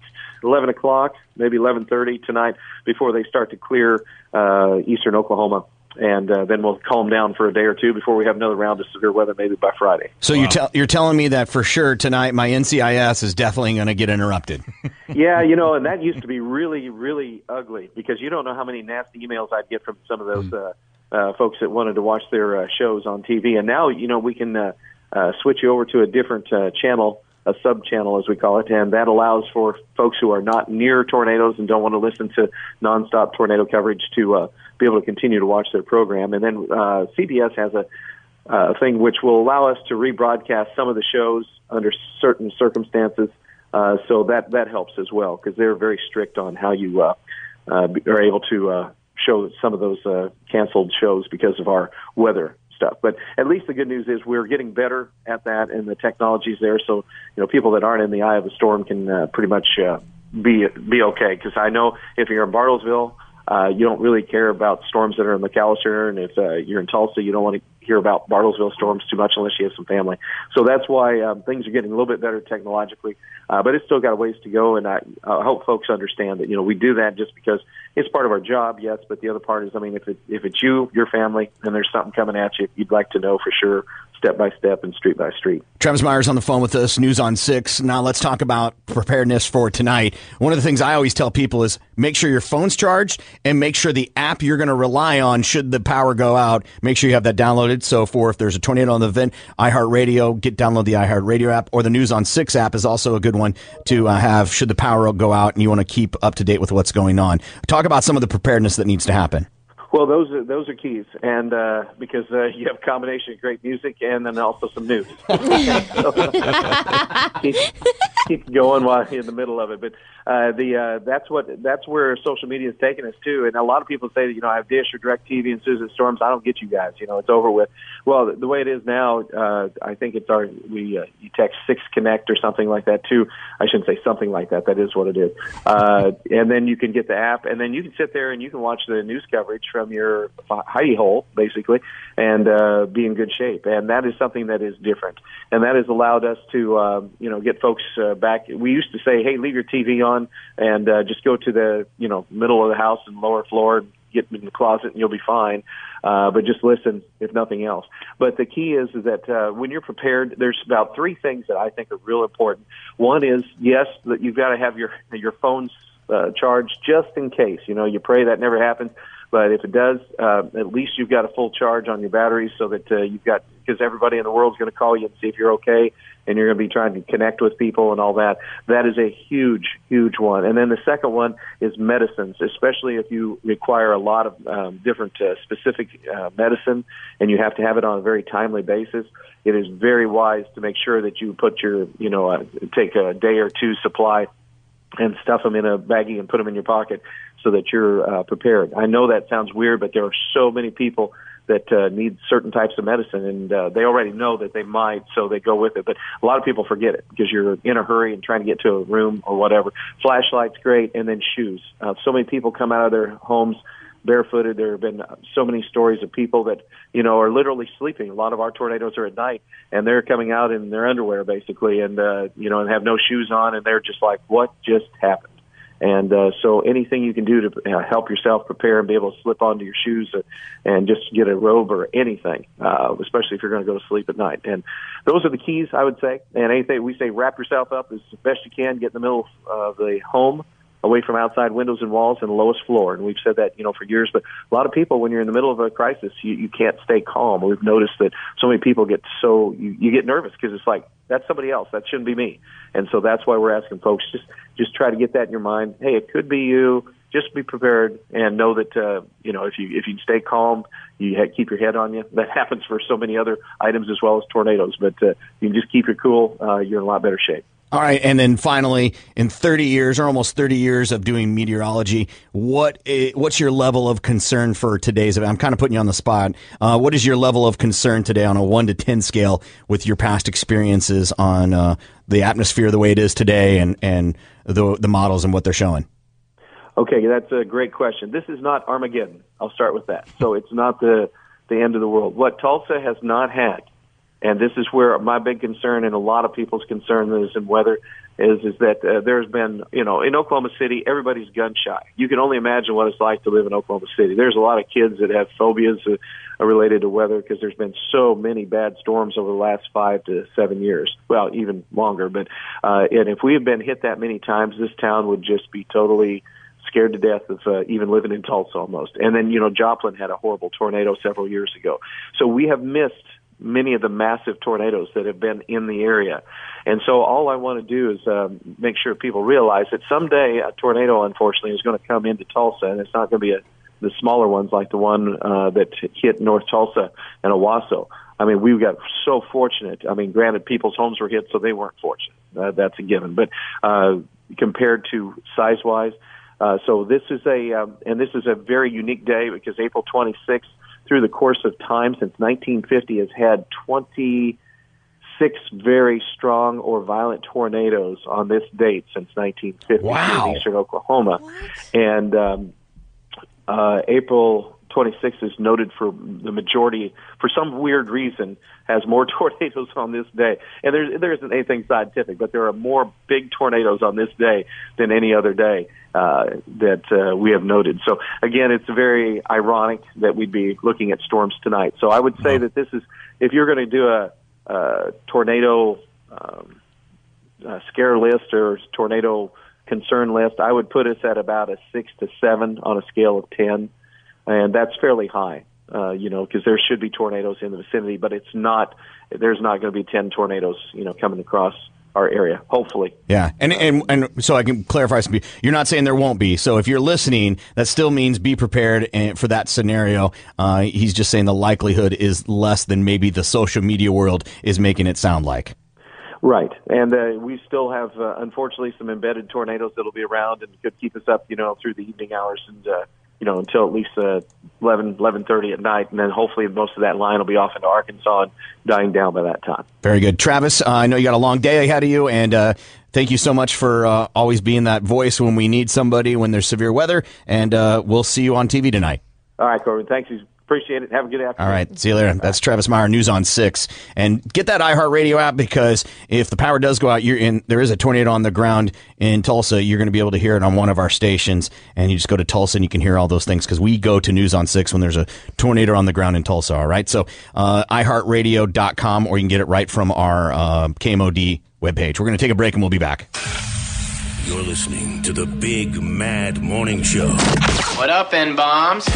Speaker 3: 11 o'clock, maybe 11:30 tonight before they start to clear uh, eastern Oklahoma. And uh, then we'll calm down for a day or two before we have another round of severe weather, maybe by Friday.
Speaker 7: So you tell you're telling me that for sure tonight my NCIS is definitely going to get interrupted.
Speaker 3: yeah, you know, and that used to be really, really ugly because you don't know how many nasty emails I'd get from some of those uh, uh, folks that wanted to watch their uh, shows on TV. And now, you know, we can uh, uh, switch you over to a different uh, channel, a sub channel as we call it, and that allows for folks who are not near tornadoes and don't want to listen to nonstop tornado coverage to uh, be able to continue to watch their program. And then uh, CBS has a uh, thing which will allow us to rebroadcast some of the shows under certain circumstances. Uh, so that that helps as well because they're very strict on how you uh, uh, be- are able to uh, show some of those uh, canceled shows because of our weather stuff. But at least the good news is we're getting better at that, and the technology's there. So you know, people that aren't in the eye of the storm can uh, pretty much uh, be be okay. Because I know if you're in Bartlesville. Uh, you don't really care about storms that are in McAllister, and if uh, you're in Tulsa, you don't want to hear about Bartlesville storms too much unless you have some family. So that's why um, things are getting a little bit better technologically, uh, but it's still got a ways to go. And I, I hope folks understand that you know we do that just because it's part of our job, yes. But the other part is, I mean, if it, if it's you, your family, and there's something coming at you, you'd like to know for sure, step by step and street by street.
Speaker 7: Travis Myers on the phone with us, News on 6. Now let's talk about preparedness for tonight. One of the things I always tell people is make sure your phone's charged and make sure the app you're going to rely on should the power go out, make sure you have that downloaded. So for if there's a tornado on the event, iHeartRadio, get download the iHeartRadio app or the News on 6 app is also a good one to uh, have should the power go out and you want to keep up to date with what's going on. Talk about some of the preparedness that needs to happen.
Speaker 3: Well, those are those are keys, and uh, because uh, you have a combination of great music and then also some news. keep, keep going while you're in the middle of it. But uh, the uh, that's what that's where social media is taking us to. And a lot of people say that you know I have Dish or Directv and Susan Storms. I don't get you guys. You know it's over with. Well, the, the way it is now, uh, I think it's our we uh, you text six connect or something like that too. I shouldn't say something like that. That is what it is. Uh, and then you can get the app, and then you can sit there and you can watch the news coverage from your hi- hidey hole basically, and uh, be in good shape. And that is something that is different, and that has allowed us to um, you know get folks uh, back. We used to say, hey, leave your TV on and uh, just go to the you know middle of the house and lower floor and get in the closet and you'll be fine. Uh, but just listen, if nothing else. But the key is, is that uh, when you're prepared, there's about three things that I think are real important. One is, yes, that you've got to have your your phones uh, charged just in case. You know, you pray that never happens, but if it does, uh, at least you've got a full charge on your batteries so that uh, you've got because everybody in the world's going to call you and see if you're okay, and you're going to be trying to connect with people and all that. That is a huge, huge one. And then the second one is medicines, especially if you require a lot of um, different uh, specific uh, medicine and you have to have it on a very timely basis. It is very wise to make sure that you put your, you know, uh, take a day or two supply and stuff them in a baggie and put them in your pocket so that you're uh, prepared. I know that sounds weird, but there are so many people that uh, need certain types of medicine and uh, they already know that they might, so they go with it. But a lot of people forget it because you're in a hurry and trying to get to a room or whatever. Flashlight's great, and then shoes. Uh, so many people come out of their homes barefooted. There have been so many stories of people that you know are literally sleeping. A lot of our tornadoes are at night, and they're coming out in their underwear basically, and uh, you know, and have no shoes on, and they're just like, "What just happened?" And uh, so, anything you can do to uh, help yourself prepare and be able to slip onto your shoes uh, and just get a robe or anything, uh, especially if you're going to go to sleep at night. And those are the keys, I would say. And anything we say, wrap yourself up as best you can, get in the middle of uh, the home away from outside windows and walls and lowest floor. And we've said that, you know, for years. But a lot of people, when you're in the middle of a crisis, you, you can't stay calm. We've noticed that so many people get so, you, you get nervous because it's like, that's somebody else. That shouldn't be me. And so that's why we're asking folks, just, just try to get that in your mind. Hey, it could be you. Just be prepared and know that, uh, you know, if you, if you stay calm, you ha- keep your head on you. That happens for so many other items as well as tornadoes, but, uh, you can just keep your cool. Uh, you're in a lot better shape.
Speaker 7: All right, and then finally, in 30 years or almost 30 years of doing meteorology, what i what's your level of concern for today's event? I'm kind of putting you on the spot. Uh, what is your level of concern today on a one to 10 scale with your past experiences on uh, the atmosphere the way it is today and and the the models and what they're showing?
Speaker 3: Okay, that's a great question. This is not Armageddon. I'll start with that. So it's not the the end of the world. What Tulsa has not had, and this is where my big concern and a lot of people's concern is in weather is is that uh, there's been you know in Oklahoma City everybody's gun shy. You can only imagine what it's like to live in Oklahoma City. There's a lot of kids that have phobias uh, related to weather because there's been so many bad storms over the last five to seven years. Well, even longer. But uh, and if we had been hit that many times, this town would just be totally scared to death of uh, even living in Tulsa almost. And then you know Joplin had a horrible tornado several years ago. So we have missed many of the massive tornadoes that have been in the area. And so all I want to do is um, make sure people realize that someday a tornado, unfortunately, is going to come into Tulsa, and it's not going to be a, the smaller ones like the one uh, that hit North Tulsa and Owasso. I mean, we got so fortunate. I mean, granted, people's homes were hit, so they weren't fortunate. Uh, that's a given. But uh, compared to size-wise, uh, so this is a um, and this is a very unique day because April 26th through the course of time since 1950 has had 26 very strong or violent tornadoes on this date since 1950
Speaker 6: Wow.
Speaker 3: in eastern Oklahoma. And um, uh, April 26th is noted for the majority, for some weird reason, has more tornadoes on this day. And there's, there isn't anything scientific, but there are more big tornadoes on this day than any other day uh, that uh, we have noted. So again, it's very ironic that we'd be looking at storms tonight. So I would say that this is, if you're going to do a, a uh, tornado um, uh, scare list or tornado concern list, I would put us at about a six to seven on a scale of ten, and that's fairly high. Uh, you know, because there should be tornadoes in the vicinity, but it's not. There's not going to be ten tornadoes, you know, coming across our area. Hopefully,
Speaker 7: Yeah, and and and so I can clarify some. You're not saying there won't be. So if you're listening, that still means be prepared and- for that scenario. Uh, he's just saying the likelihood is less than maybe the social media world is making it sound like.
Speaker 3: right. And uh, we still have, uh, unfortunately, some embedded tornadoes that'll be around and could keep us up, you know, through the evening hours and uh, you know until at least uh, 11, 11.30 at night, and then hopefully most of that line will be off into Arkansas and dying down by that time.
Speaker 7: Very good, Travis. Uh, I know you got a long day ahead of you, and uh, thank you so much for uh, always being that voice when we need somebody when there's severe weather. And uh, we'll see you on TV tonight.
Speaker 3: All right, Corbin. Thanks. Appreciate it. Have a good afternoon.
Speaker 7: All right. See you later. That's Travis Meyer, News on 6. And get that iHeartRadio app because if the power does go out, you're in, there is a tornado on the ground in Tulsa. You're going to be able to hear it on one of our stations. And you just go to Tulsa and you can hear all those things because we go to News on 6 when there's a tornado on the ground in Tulsa. All right. So uh, iHeartRadio.com or you can get it right from our uh, KMOD webpage. We're going to take a break and we'll be back.
Speaker 11: You're listening to the Big Mad Morning Show.
Speaker 17: What up, N bombs?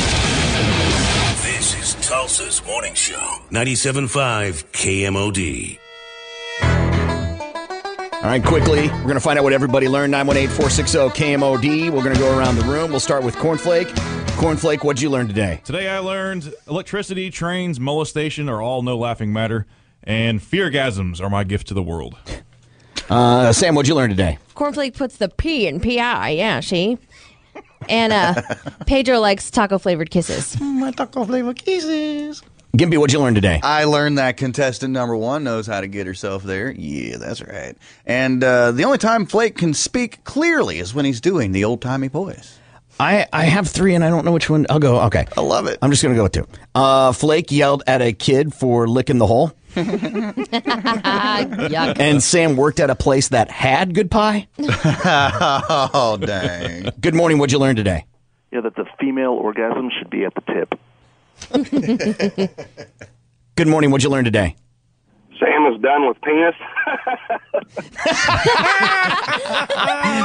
Speaker 11: This is Tulsa's Morning Show. 97.5 KMOD.
Speaker 7: All right, quickly, we're going to find out what everybody learned. 918 460 KMOD. We're going to go around the room. We'll start with Cornflake. Cornflake, what'd you learn today?
Speaker 10: Today I learned electricity, trains, molestation are all no laughing matter, and feargasms are my gift to the world.
Speaker 7: Uh, Sam, what'd you learn today?
Speaker 8: Cornflake puts the P in PI. Yeah, she. And uh, Pedro likes taco flavored kisses.
Speaker 9: My taco flavored kisses.
Speaker 7: Gimpy, what'd you learn today?
Speaker 9: I learned that contestant number one knows how to get herself there. Yeah, that's right. And uh, the only time Flake can speak clearly is when he's doing the old timey voice.
Speaker 7: I, I have three and I don't know which one. I'll go. Okay. I
Speaker 9: love it.
Speaker 7: I'm just going to go with two. Uh, Flake yelled at a kid for licking the hole.
Speaker 8: Yuck.
Speaker 7: And Sam worked at a place that had good pie.
Speaker 9: oh, dang.
Speaker 7: Good morning. What'd you learn today?
Speaker 19: Yeah, that the female orgasm should be at the tip.
Speaker 7: Good morning. What'd you learn today?
Speaker 19: Sam is done with penis.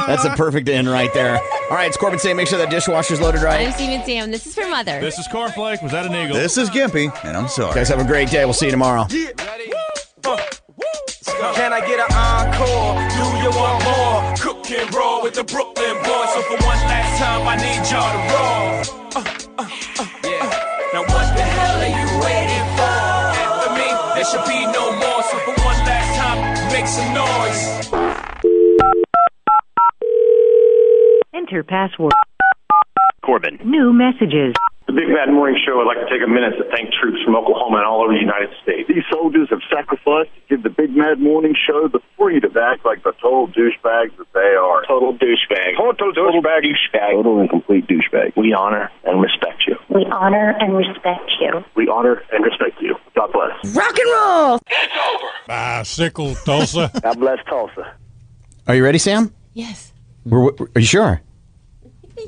Speaker 7: That's a perfect end right there. All right, it's Corbin saying make sure that dishwasher's loaded right.
Speaker 8: I'm Steven Sam. This is for Mother.
Speaker 10: This is Cornflake. Was that an eagle?
Speaker 9: This is Gimpy, and I'm sorry.
Speaker 7: guys have a great day. We'll see you tomorrow.
Speaker 20: Can I get an encore? Do you want more? Cook and roll with the Brooklyn boys. So for one last time, I need y'all to roll. Uh, uh, uh, uh. Now what the hell are you waiting for? After me, there should be no more. So for one last time, make some noise.
Speaker 24: Enter password.
Speaker 19: Corbin.
Speaker 24: New messages.
Speaker 19: The Big Bad Morning Show would like to take a minute to thank troops from Oklahoma and all over the United States.
Speaker 25: These soldiers have sacrificed to give the Big Mad Morning Show the freedom to act like the total douchebags that they are.
Speaker 19: Total douchebag. Total douchebag. Douchebag. Total and complete douchebag. We honor and respect you.
Speaker 24: We honor and respect you.
Speaker 19: We honor and respect you. God bless.
Speaker 24: Rock and roll.
Speaker 7: Bicycle Tulsa.
Speaker 19: God bless Tulsa.
Speaker 7: Are you ready, Sam?
Speaker 8: Yes.
Speaker 7: We're, we're- are you sure?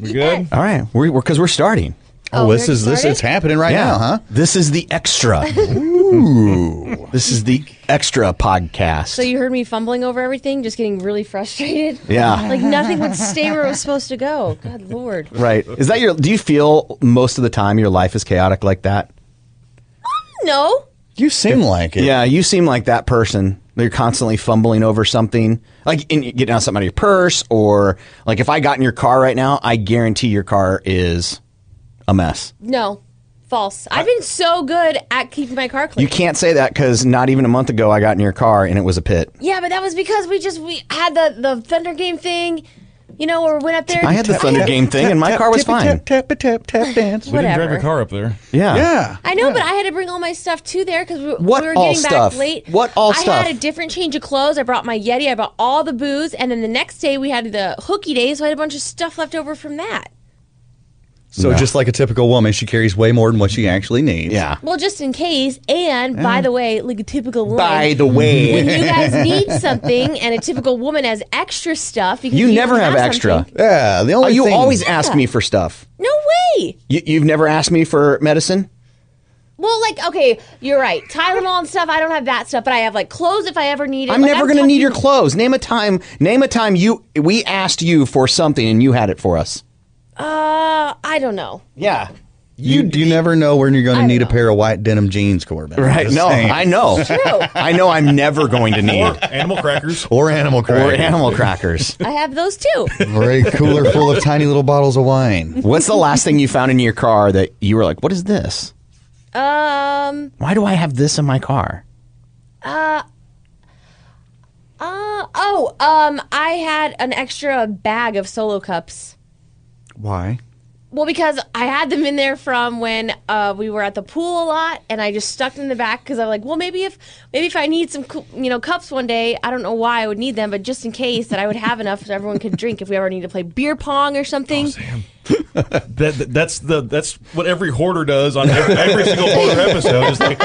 Speaker 10: We good?
Speaker 7: All right. We're because we're, starting.
Speaker 9: Oh, Oh, we this already is- this started? is happening right
Speaker 7: Yeah.
Speaker 9: now, huh?
Speaker 7: This is the extra. Ooh. this is the extra podcast.
Speaker 8: So you heard me fumbling over everything, just getting really frustrated.
Speaker 7: Yeah.
Speaker 8: Like nothing would stay where it was supposed to go. God lord.
Speaker 7: Right. Is that your do you feel most of the time your life is chaotic like that?
Speaker 8: Um, No.
Speaker 9: You seem like it.
Speaker 7: Yeah, you seem like that person. You're constantly fumbling over something, like in, getting out something out of your purse, or like if I got in your car right now, I guarantee your car is a mess.
Speaker 8: No. False. I've been so good at keeping my car clean.
Speaker 7: You can't say that because not even a month ago I got in your car and it was a pit.
Speaker 8: Yeah, but that was because we just we had the the Thunder game thing, you know, or went up there.
Speaker 7: I had the Thunder game thing and my car was fine.
Speaker 9: Tap a tap tap dance.
Speaker 10: We didn't drive
Speaker 8: Whatever.
Speaker 10: your car up there.
Speaker 7: Yeah.
Speaker 9: Yeah.
Speaker 8: I know, but I had to bring all my stuff too there because we, we
Speaker 7: What
Speaker 8: were
Speaker 7: all
Speaker 8: getting
Speaker 7: stuff?
Speaker 8: back late.
Speaker 7: What all
Speaker 8: I
Speaker 7: stuff?
Speaker 8: had a different change of clothes. I brought my Yeti. I brought all the booze, and then the next day we had the hooky day, so I had a bunch of stuff left over from that.
Speaker 9: So just like a typical woman, she carries way more than what she actually needs.
Speaker 7: Yeah.
Speaker 8: Well, just in case. And by the way, like a typical woman.
Speaker 9: By the way.
Speaker 8: when you guys need something, and a typical woman has extra stuff because
Speaker 7: You,
Speaker 8: you,
Speaker 7: never
Speaker 8: don't
Speaker 7: have, extra.
Speaker 8: something-
Speaker 9: Yeah. The
Speaker 7: only
Speaker 8: only
Speaker 7: you
Speaker 8: thing-
Speaker 7: always
Speaker 8: Yeah.
Speaker 7: ask me for stuff.
Speaker 8: No way.
Speaker 7: You, you've never asked me for medicine.
Speaker 8: Well, like okay, you're right. Tylenol and stuff. I don't have that stuff, but I have like clothes if I ever need it.
Speaker 7: I'm
Speaker 8: Like,
Speaker 7: never going to
Speaker 8: talking-
Speaker 7: need your clothes. Name a time. Name a time you we asked you for something and you had it for us.
Speaker 8: Uh, I don't know.
Speaker 7: Yeah.
Speaker 9: You, you never know when you're going to need a pair of white denim jeans, Corbin. I'm
Speaker 7: Right.
Speaker 9: just
Speaker 7: No,
Speaker 9: saying.
Speaker 7: I know. I know I'm never going to need.
Speaker 10: animal crackers.
Speaker 9: Or animal
Speaker 7: Or
Speaker 9: crackers.
Speaker 7: animal crackers.
Speaker 8: I have those too.
Speaker 9: Or a cooler full of tiny little bottles of wine.
Speaker 7: What's the last thing you found in your car that you were like, what is this?
Speaker 8: Um.
Speaker 7: Why do I have this in my car?
Speaker 8: Uh. Uh, oh, um, I had an extra bag of solo cups.
Speaker 9: Why?
Speaker 8: Well, because I had them in there from when uh, we were at the pool a lot, and I just stuck them in the back because I'm like, well, maybe if maybe if I need some cu- you know cups one day, I don't know why I would need them, but just in case that I would have enough so everyone could drink if we ever need to play beer pong or something.
Speaker 10: That, that- that's the that's what every hoarder does on every, every single hoarder episode. Is like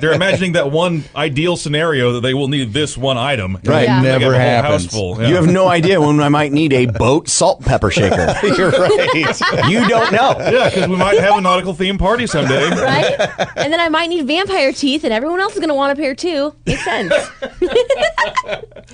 Speaker 10: they're imagining that one ideal scenario that they will need this one item. They
Speaker 7: Right. Never
Speaker 10: have a whole
Speaker 7: happens.
Speaker 10: house full. Yeah.
Speaker 7: You have no idea when I might need a boat salt pepper shaker.
Speaker 10: You're
Speaker 7: right. You don't know.
Speaker 10: Yeah, because we might have a nautical theme party someday.
Speaker 8: Right? and then I might need vampire teeth, and everyone else is going to want a pair too. Makes sense.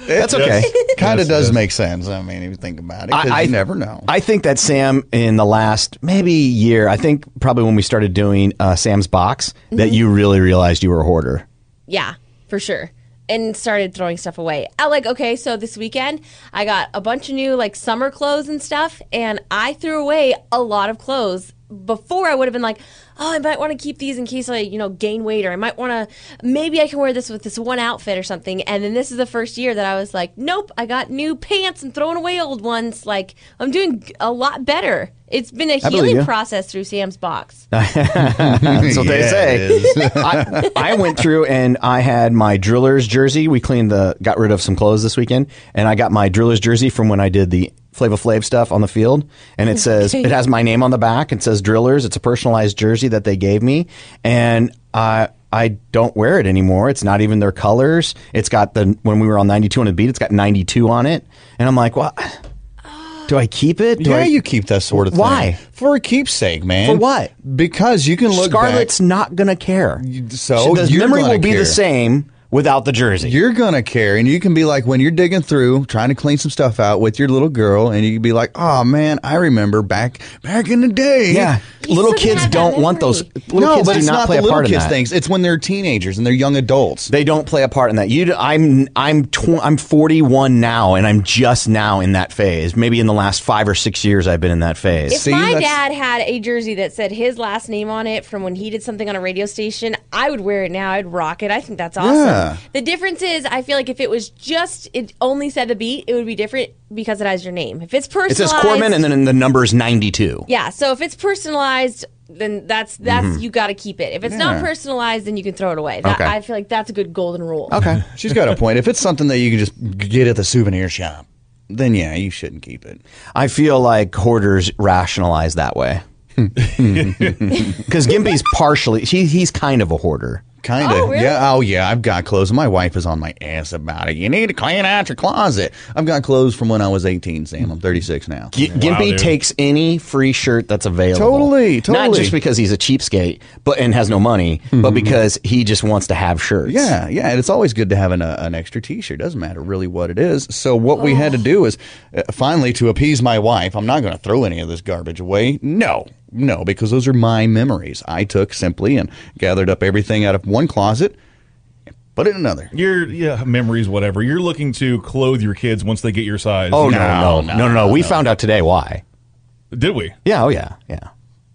Speaker 9: That's
Speaker 7: okay.
Speaker 9: kind of does make sense. I mean, if you think about it, because you never know.
Speaker 7: I think that Sam, in the last maybe year, I think probably when we started doing uh, Sam's box, that
Speaker 8: Mhm.
Speaker 7: you really realized you were a hoarder.
Speaker 8: Yeah, for sure. And started throwing stuff away. I like, okay, so this weekend I got a bunch of new like summer clothes and stuff, and I threw away a lot of clothes. Before I would have been like, oh, I might want to keep these in case I, you know, gain weight, or I might want to, maybe I can wear this with this one outfit or something. And then this is the first year that I was like, nope, I got new pants and throwing away old ones. Like, I'm doing a lot better. It's been a
Speaker 7: I believe
Speaker 8: healing
Speaker 7: you.
Speaker 8: process through Sam's box.
Speaker 7: That's what they
Speaker 9: Yeah,
Speaker 7: say.
Speaker 9: it is.
Speaker 7: I, I went through and I had my drillers jersey. We cleaned the, got rid of some clothes this weekend, and I got my drillers jersey from when I did the Flava Flav stuff on the field. And it says
Speaker 1: Okay.
Speaker 7: it has my name on the back. It says drillers. It's a personalized jersey that they gave me, and I I don't wear it anymore. It's not even their colors. It's got the when we were on ninety two on the beat. It's got ninety two on it, and I'm like, what? Do I keep it? Do
Speaker 9: yeah,
Speaker 7: I,
Speaker 9: you keep that sort of thing.
Speaker 7: Why?
Speaker 9: For a keepsake, man.
Speaker 7: For what?
Speaker 9: Because you can look
Speaker 7: Scarlett's not gonna care.
Speaker 9: So
Speaker 7: the
Speaker 9: you're
Speaker 7: memory
Speaker 9: gonna
Speaker 7: will be
Speaker 9: care.
Speaker 7: the same without the jersey.
Speaker 9: You're gonna care, and you can be like when you're digging through, trying to clean some stuff out with your little girl, and you can be like, "Oh man, I remember back back in the day."
Speaker 7: Yeah. You Little still kids have that don't want those- memory. little
Speaker 9: no,
Speaker 7: kids
Speaker 9: but
Speaker 7: do
Speaker 9: it's
Speaker 7: not play a
Speaker 9: the little
Speaker 7: part in
Speaker 9: kids
Speaker 7: that.
Speaker 9: things. It's when they're teenagers and they're young adults.
Speaker 7: They don't play a part in that. You, d- I'm, I'm, tw- I'm 41 now, and I'm just now in that phase. Maybe in the last five or six years, I've been in that phase.
Speaker 8: If my dad had a jersey that said his last name on it from when he did something on a radio station, I would wear it now. I'd rock it. I think that's awesome.
Speaker 7: Yeah.
Speaker 8: The difference is, I feel like if it was just it only said the beat, it would be different because it has your name. If it's
Speaker 7: it
Speaker 8: personalized,
Speaker 7: says Corbin, and then the number's 92.
Speaker 8: yeah. So if it's personalized, then that's that's
Speaker 7: Mhm.
Speaker 8: you got to keep it. If it's
Speaker 9: Yeah.
Speaker 8: not personalized, then you can throw it away. That,
Speaker 9: Okay.
Speaker 8: I feel like that's a good golden rule.
Speaker 7: Okay,
Speaker 9: she's got a point. If it's something that you can just get at the souvenir shop, then yeah, you shouldn't keep it.
Speaker 7: I feel like hoarders rationalize that way. Because Gimpy's partially, he, he's kind of a hoarder.
Speaker 9: Kind of. Yeah. Oh, yeah. I've got clothes. My wife is on my ass about it. You need to clean out your closet. I've got clothes from when I was 18, Sam. I'm 36 now.
Speaker 7: G- Gimpy takes any free shirt that's available.
Speaker 9: Totally,
Speaker 7: Not
Speaker 9: totally. Mm-hmm.
Speaker 7: just because he's a cheapskate, but and has no money, but because he just wants to have shirts.
Speaker 9: Yeah, yeah, and it's always good to have an, uh, an extra T-shirt. Doesn't matter really what it is. So what we had to do is uh, finally to appease my wife. I'm not going to throw any of this garbage away. No, no, because those are my memories. I took simply and gathered up everything out of one closet, and put it in another.
Speaker 10: Your yeah, memories, whatever. You're looking to clothe your kids once they get your size.
Speaker 7: Oh no, no, no, no, no. We found out today why.
Speaker 10: Did we?
Speaker 7: Yeah. Oh yeah. Yeah.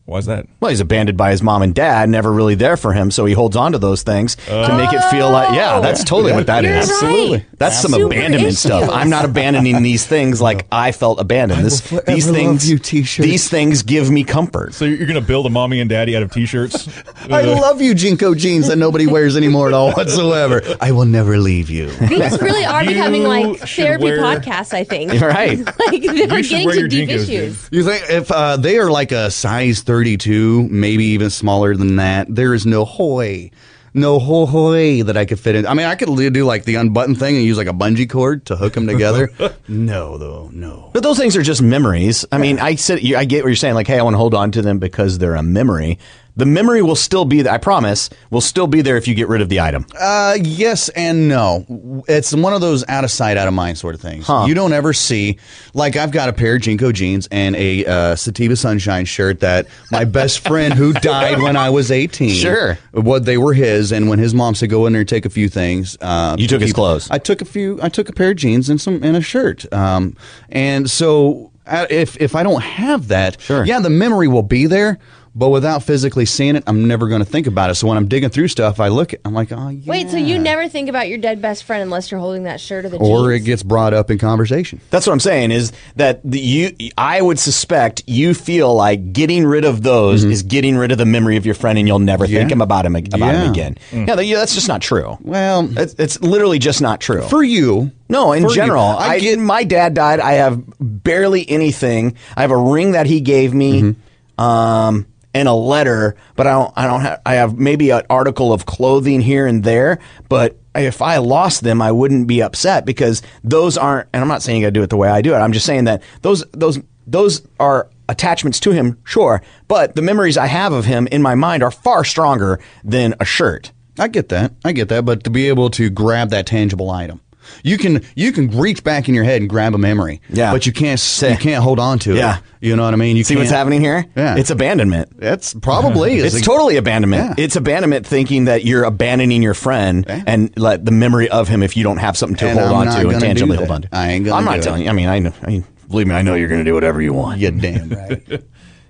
Speaker 10: Why's that?
Speaker 7: Well, he's abandoned by his mom and dad, never really there for him, so he holds on to those things to make it feel like, yeah, that's totally what that is.
Speaker 9: Oh. You're right. Absolutely.
Speaker 7: That's some
Speaker 9: Super
Speaker 7: abandonment
Speaker 9: issues.
Speaker 7: stuff. I'm not abandoning these things like I felt abandoned. this, these
Speaker 9: love
Speaker 7: things,
Speaker 9: you,
Speaker 7: these things give me comfort.
Speaker 10: So you're going to build a mommy and daddy out of t-shirts?
Speaker 9: I love you, Jinko jeans that nobody wears anymore at all whatsoever. I will never leave you.
Speaker 8: These really are becoming like
Speaker 9: should
Speaker 8: therapy
Speaker 9: wear-
Speaker 8: podcasts. I think.
Speaker 9: You're right.
Speaker 8: like they're
Speaker 9: should
Speaker 8: getting
Speaker 9: wear
Speaker 8: to
Speaker 9: your
Speaker 8: deep
Speaker 9: Jinkos,
Speaker 8: issues.
Speaker 9: You think if uh, they are like a size 32, maybe even smaller than that, there is no hoy, no ho hoy that I could fit in. I mean, I could li- do like the unbutton thing and use like a bungee cord to hook them together. no, though, no.
Speaker 7: But those things are just memories. I mean, I said you- I get what you're saying. Like, hey, I want to hold on to them because they're a memory. The memory will still be there. I promise, will still be there if you get rid of the item.
Speaker 9: Uh, yes and no. It's one of those out of sight, out of mind sort of things. You don't ever see, like, I've got a pair of Jinko jeans and a uh, Sativa Sunshine shirt that my best friend who died when I was 18.
Speaker 7: Sure.
Speaker 9: What they were his. And when his mom said, go in there and take a few things. Uh,
Speaker 7: You took his
Speaker 9: keep-
Speaker 7: clothes.
Speaker 9: I took a few, I took a pair of jeans and some, and a shirt. Um, and so I- if, if I don't have that, sure. yeah, the memory will be there. But without physically seeing it, I'm never going to think about it. So when I'm digging through stuff, I look, at, I'm like, oh,
Speaker 8: Wait, so you never think about your dead best friend unless you're holding that shirt or the
Speaker 9: or
Speaker 8: jeans?
Speaker 9: it gets brought up in conversation.
Speaker 7: That's what I'm saying is that the, you I would suspect you feel like getting rid of those
Speaker 9: Mm-hmm.
Speaker 7: is getting rid of the memory of your friend and you'll never think him about him ag- about
Speaker 9: Yeah.
Speaker 7: him again.
Speaker 9: Mm.
Speaker 7: Yeah, that- yeah, that's just not true.
Speaker 9: Well,
Speaker 7: it's, it's literally just not true.
Speaker 9: For you.
Speaker 7: No, in
Speaker 9: For you.
Speaker 7: general,
Speaker 9: I
Speaker 7: I, get my dad died. I have barely anything. I have a ring that he gave me,
Speaker 9: Mm-hmm.
Speaker 7: um, and a letter, but I don't. I don't have. I have maybe an article of clothing here and there, but if I lost them, I wouldn't be upset because those aren't. And I'm not saying you got to do it the way I do it. I'm just saying that those those those are attachments to him, sure, but the memories I have of him in my mind are far stronger than a shirt.
Speaker 9: I get that. I get that. But to be able to grab that tangible item, you can you can reach back in your head and grab a memory. Yeah. But you can't s- you can't hold on to
Speaker 7: Yeah.
Speaker 9: it. You know what I mean? You
Speaker 7: See what's
Speaker 9: can't-
Speaker 7: happening here?
Speaker 9: Yeah.
Speaker 7: It's abandonment.
Speaker 9: That's probably is
Speaker 7: it's
Speaker 9: a-
Speaker 7: totally abandonment. It's abandonment thinking that you're abandoning your friend and let the memory of him if you don't have something to
Speaker 9: And
Speaker 7: hold
Speaker 9: I'm
Speaker 7: on
Speaker 9: not
Speaker 7: to
Speaker 9: gonna
Speaker 7: and
Speaker 9: do
Speaker 7: tangibly
Speaker 9: that.
Speaker 7: hold on to.
Speaker 9: I ain't gonna
Speaker 7: I'm not
Speaker 9: do it.
Speaker 7: telling you. I mean, I know. I mean, believe me, I know you're going to do whatever you want.
Speaker 9: You're damn right.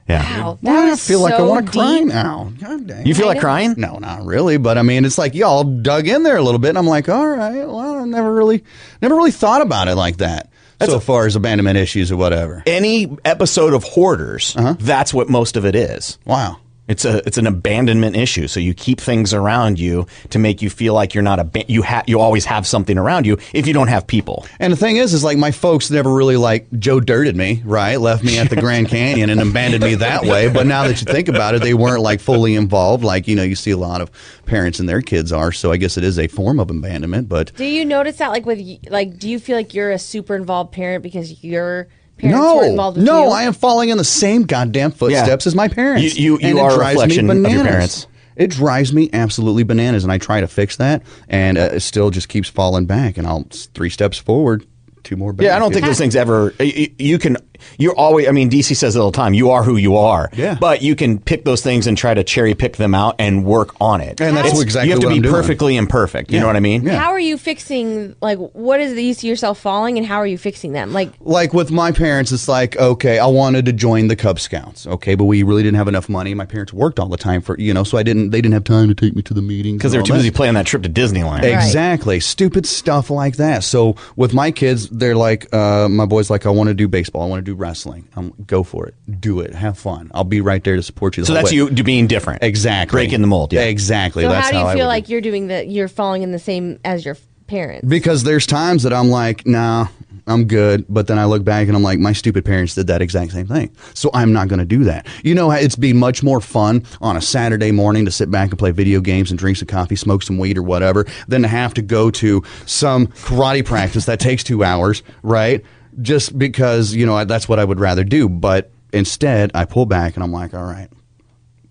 Speaker 7: yeah.
Speaker 9: Why do I feel like I
Speaker 6: so
Speaker 9: want to cry
Speaker 6: deep.
Speaker 9: now. God damn.
Speaker 7: You feel like crying?
Speaker 9: No, not really. But I mean, it's like y'all dug in there a little bit, and I'm like, all right. Well, I never really never really thought about it like that. so far as abandonment issues or whatever. Uh-huh.
Speaker 7: Any episode of Hoarders, that's what most of it is.
Speaker 9: Wow.
Speaker 7: It's a it's an abandonment issue. So you keep things around you to make you feel like you're not a you ha- you always have something around you if you don't have people.
Speaker 9: And the thing is, is like my folks never really like Joe dirted me, right? Left me at the Grand Canyon and abandoned me that way. But now that you think about it, they weren't like fully involved. Like, you know, you see a lot of parents and their kids are. So I guess it is a form of abandonment. But
Speaker 8: Do you notice that? Like with y- like, do you feel like you're a super involved parent because your parents were
Speaker 9: no,
Speaker 8: involved with
Speaker 9: no,
Speaker 8: you?
Speaker 9: I am following in the same goddamn footsteps as my parents.
Speaker 7: You- you- you
Speaker 9: And it
Speaker 7: are a
Speaker 9: drives me
Speaker 7: reflection of your
Speaker 9: bananas.
Speaker 7: parents.
Speaker 9: It drives me absolutely bananas. And I try to fix that. And uh, it still just keeps falling back. And I'll three steps forward, two more back.
Speaker 7: Yeah, I don't think those
Speaker 9: It's-
Speaker 7: things ever. y- y- You can. You're always. I mean, DC says it all the time. You are who you are. Yeah. But you can pick those things and try to cherry pick them out and work on it.
Speaker 9: And that's exactly
Speaker 7: You have to
Speaker 9: what
Speaker 7: be
Speaker 9: I'm doing.
Speaker 7: perfectly imperfect. You
Speaker 9: Yeah.
Speaker 7: know what I mean?
Speaker 8: How are you fixing? Like, what is the you see yourself falling, and how are you fixing them? Like,
Speaker 9: like with my parents, it's like, okay, I wanted to join the Cub Scouts, okay, but we really didn't have enough money. My parents worked all the time for, you know, so I didn't, they didn't have time to take me to the meetings.
Speaker 7: Because
Speaker 9: and
Speaker 7: they were
Speaker 9: all
Speaker 7: too
Speaker 9: that.
Speaker 7: busy playing that trip to Disneyland.
Speaker 9: Exactly. Stupid stuff like that. So with my kids, they're like, uh, my boy's like, I want to do baseball. I want to do wrestling. Um, go for it. Do it. Have fun. I'll be right there to support you. The
Speaker 7: So
Speaker 9: whole
Speaker 7: that's
Speaker 9: way.
Speaker 7: you d- being different.
Speaker 9: Exactly.
Speaker 7: Breaking the mold. Yeah.
Speaker 9: Exactly.
Speaker 8: so
Speaker 9: that's
Speaker 8: how do you
Speaker 9: I
Speaker 8: feel
Speaker 9: would-
Speaker 8: like you're doing the you're falling in the same as your f- parents?
Speaker 9: Because there's times that I'm like, nah, I'm good. But then I look back and I'm like, my stupid parents did that exact same thing. So I'm not going to do that. You know, it's been much more fun on a Saturday morning to sit back and play video games and drink some coffee, smoke some weed or whatever, than to have to go to some karate practice that takes two hours, right? Just because, you know, I, that's what I would rather do. But instead, I pull back and I'm like, all right.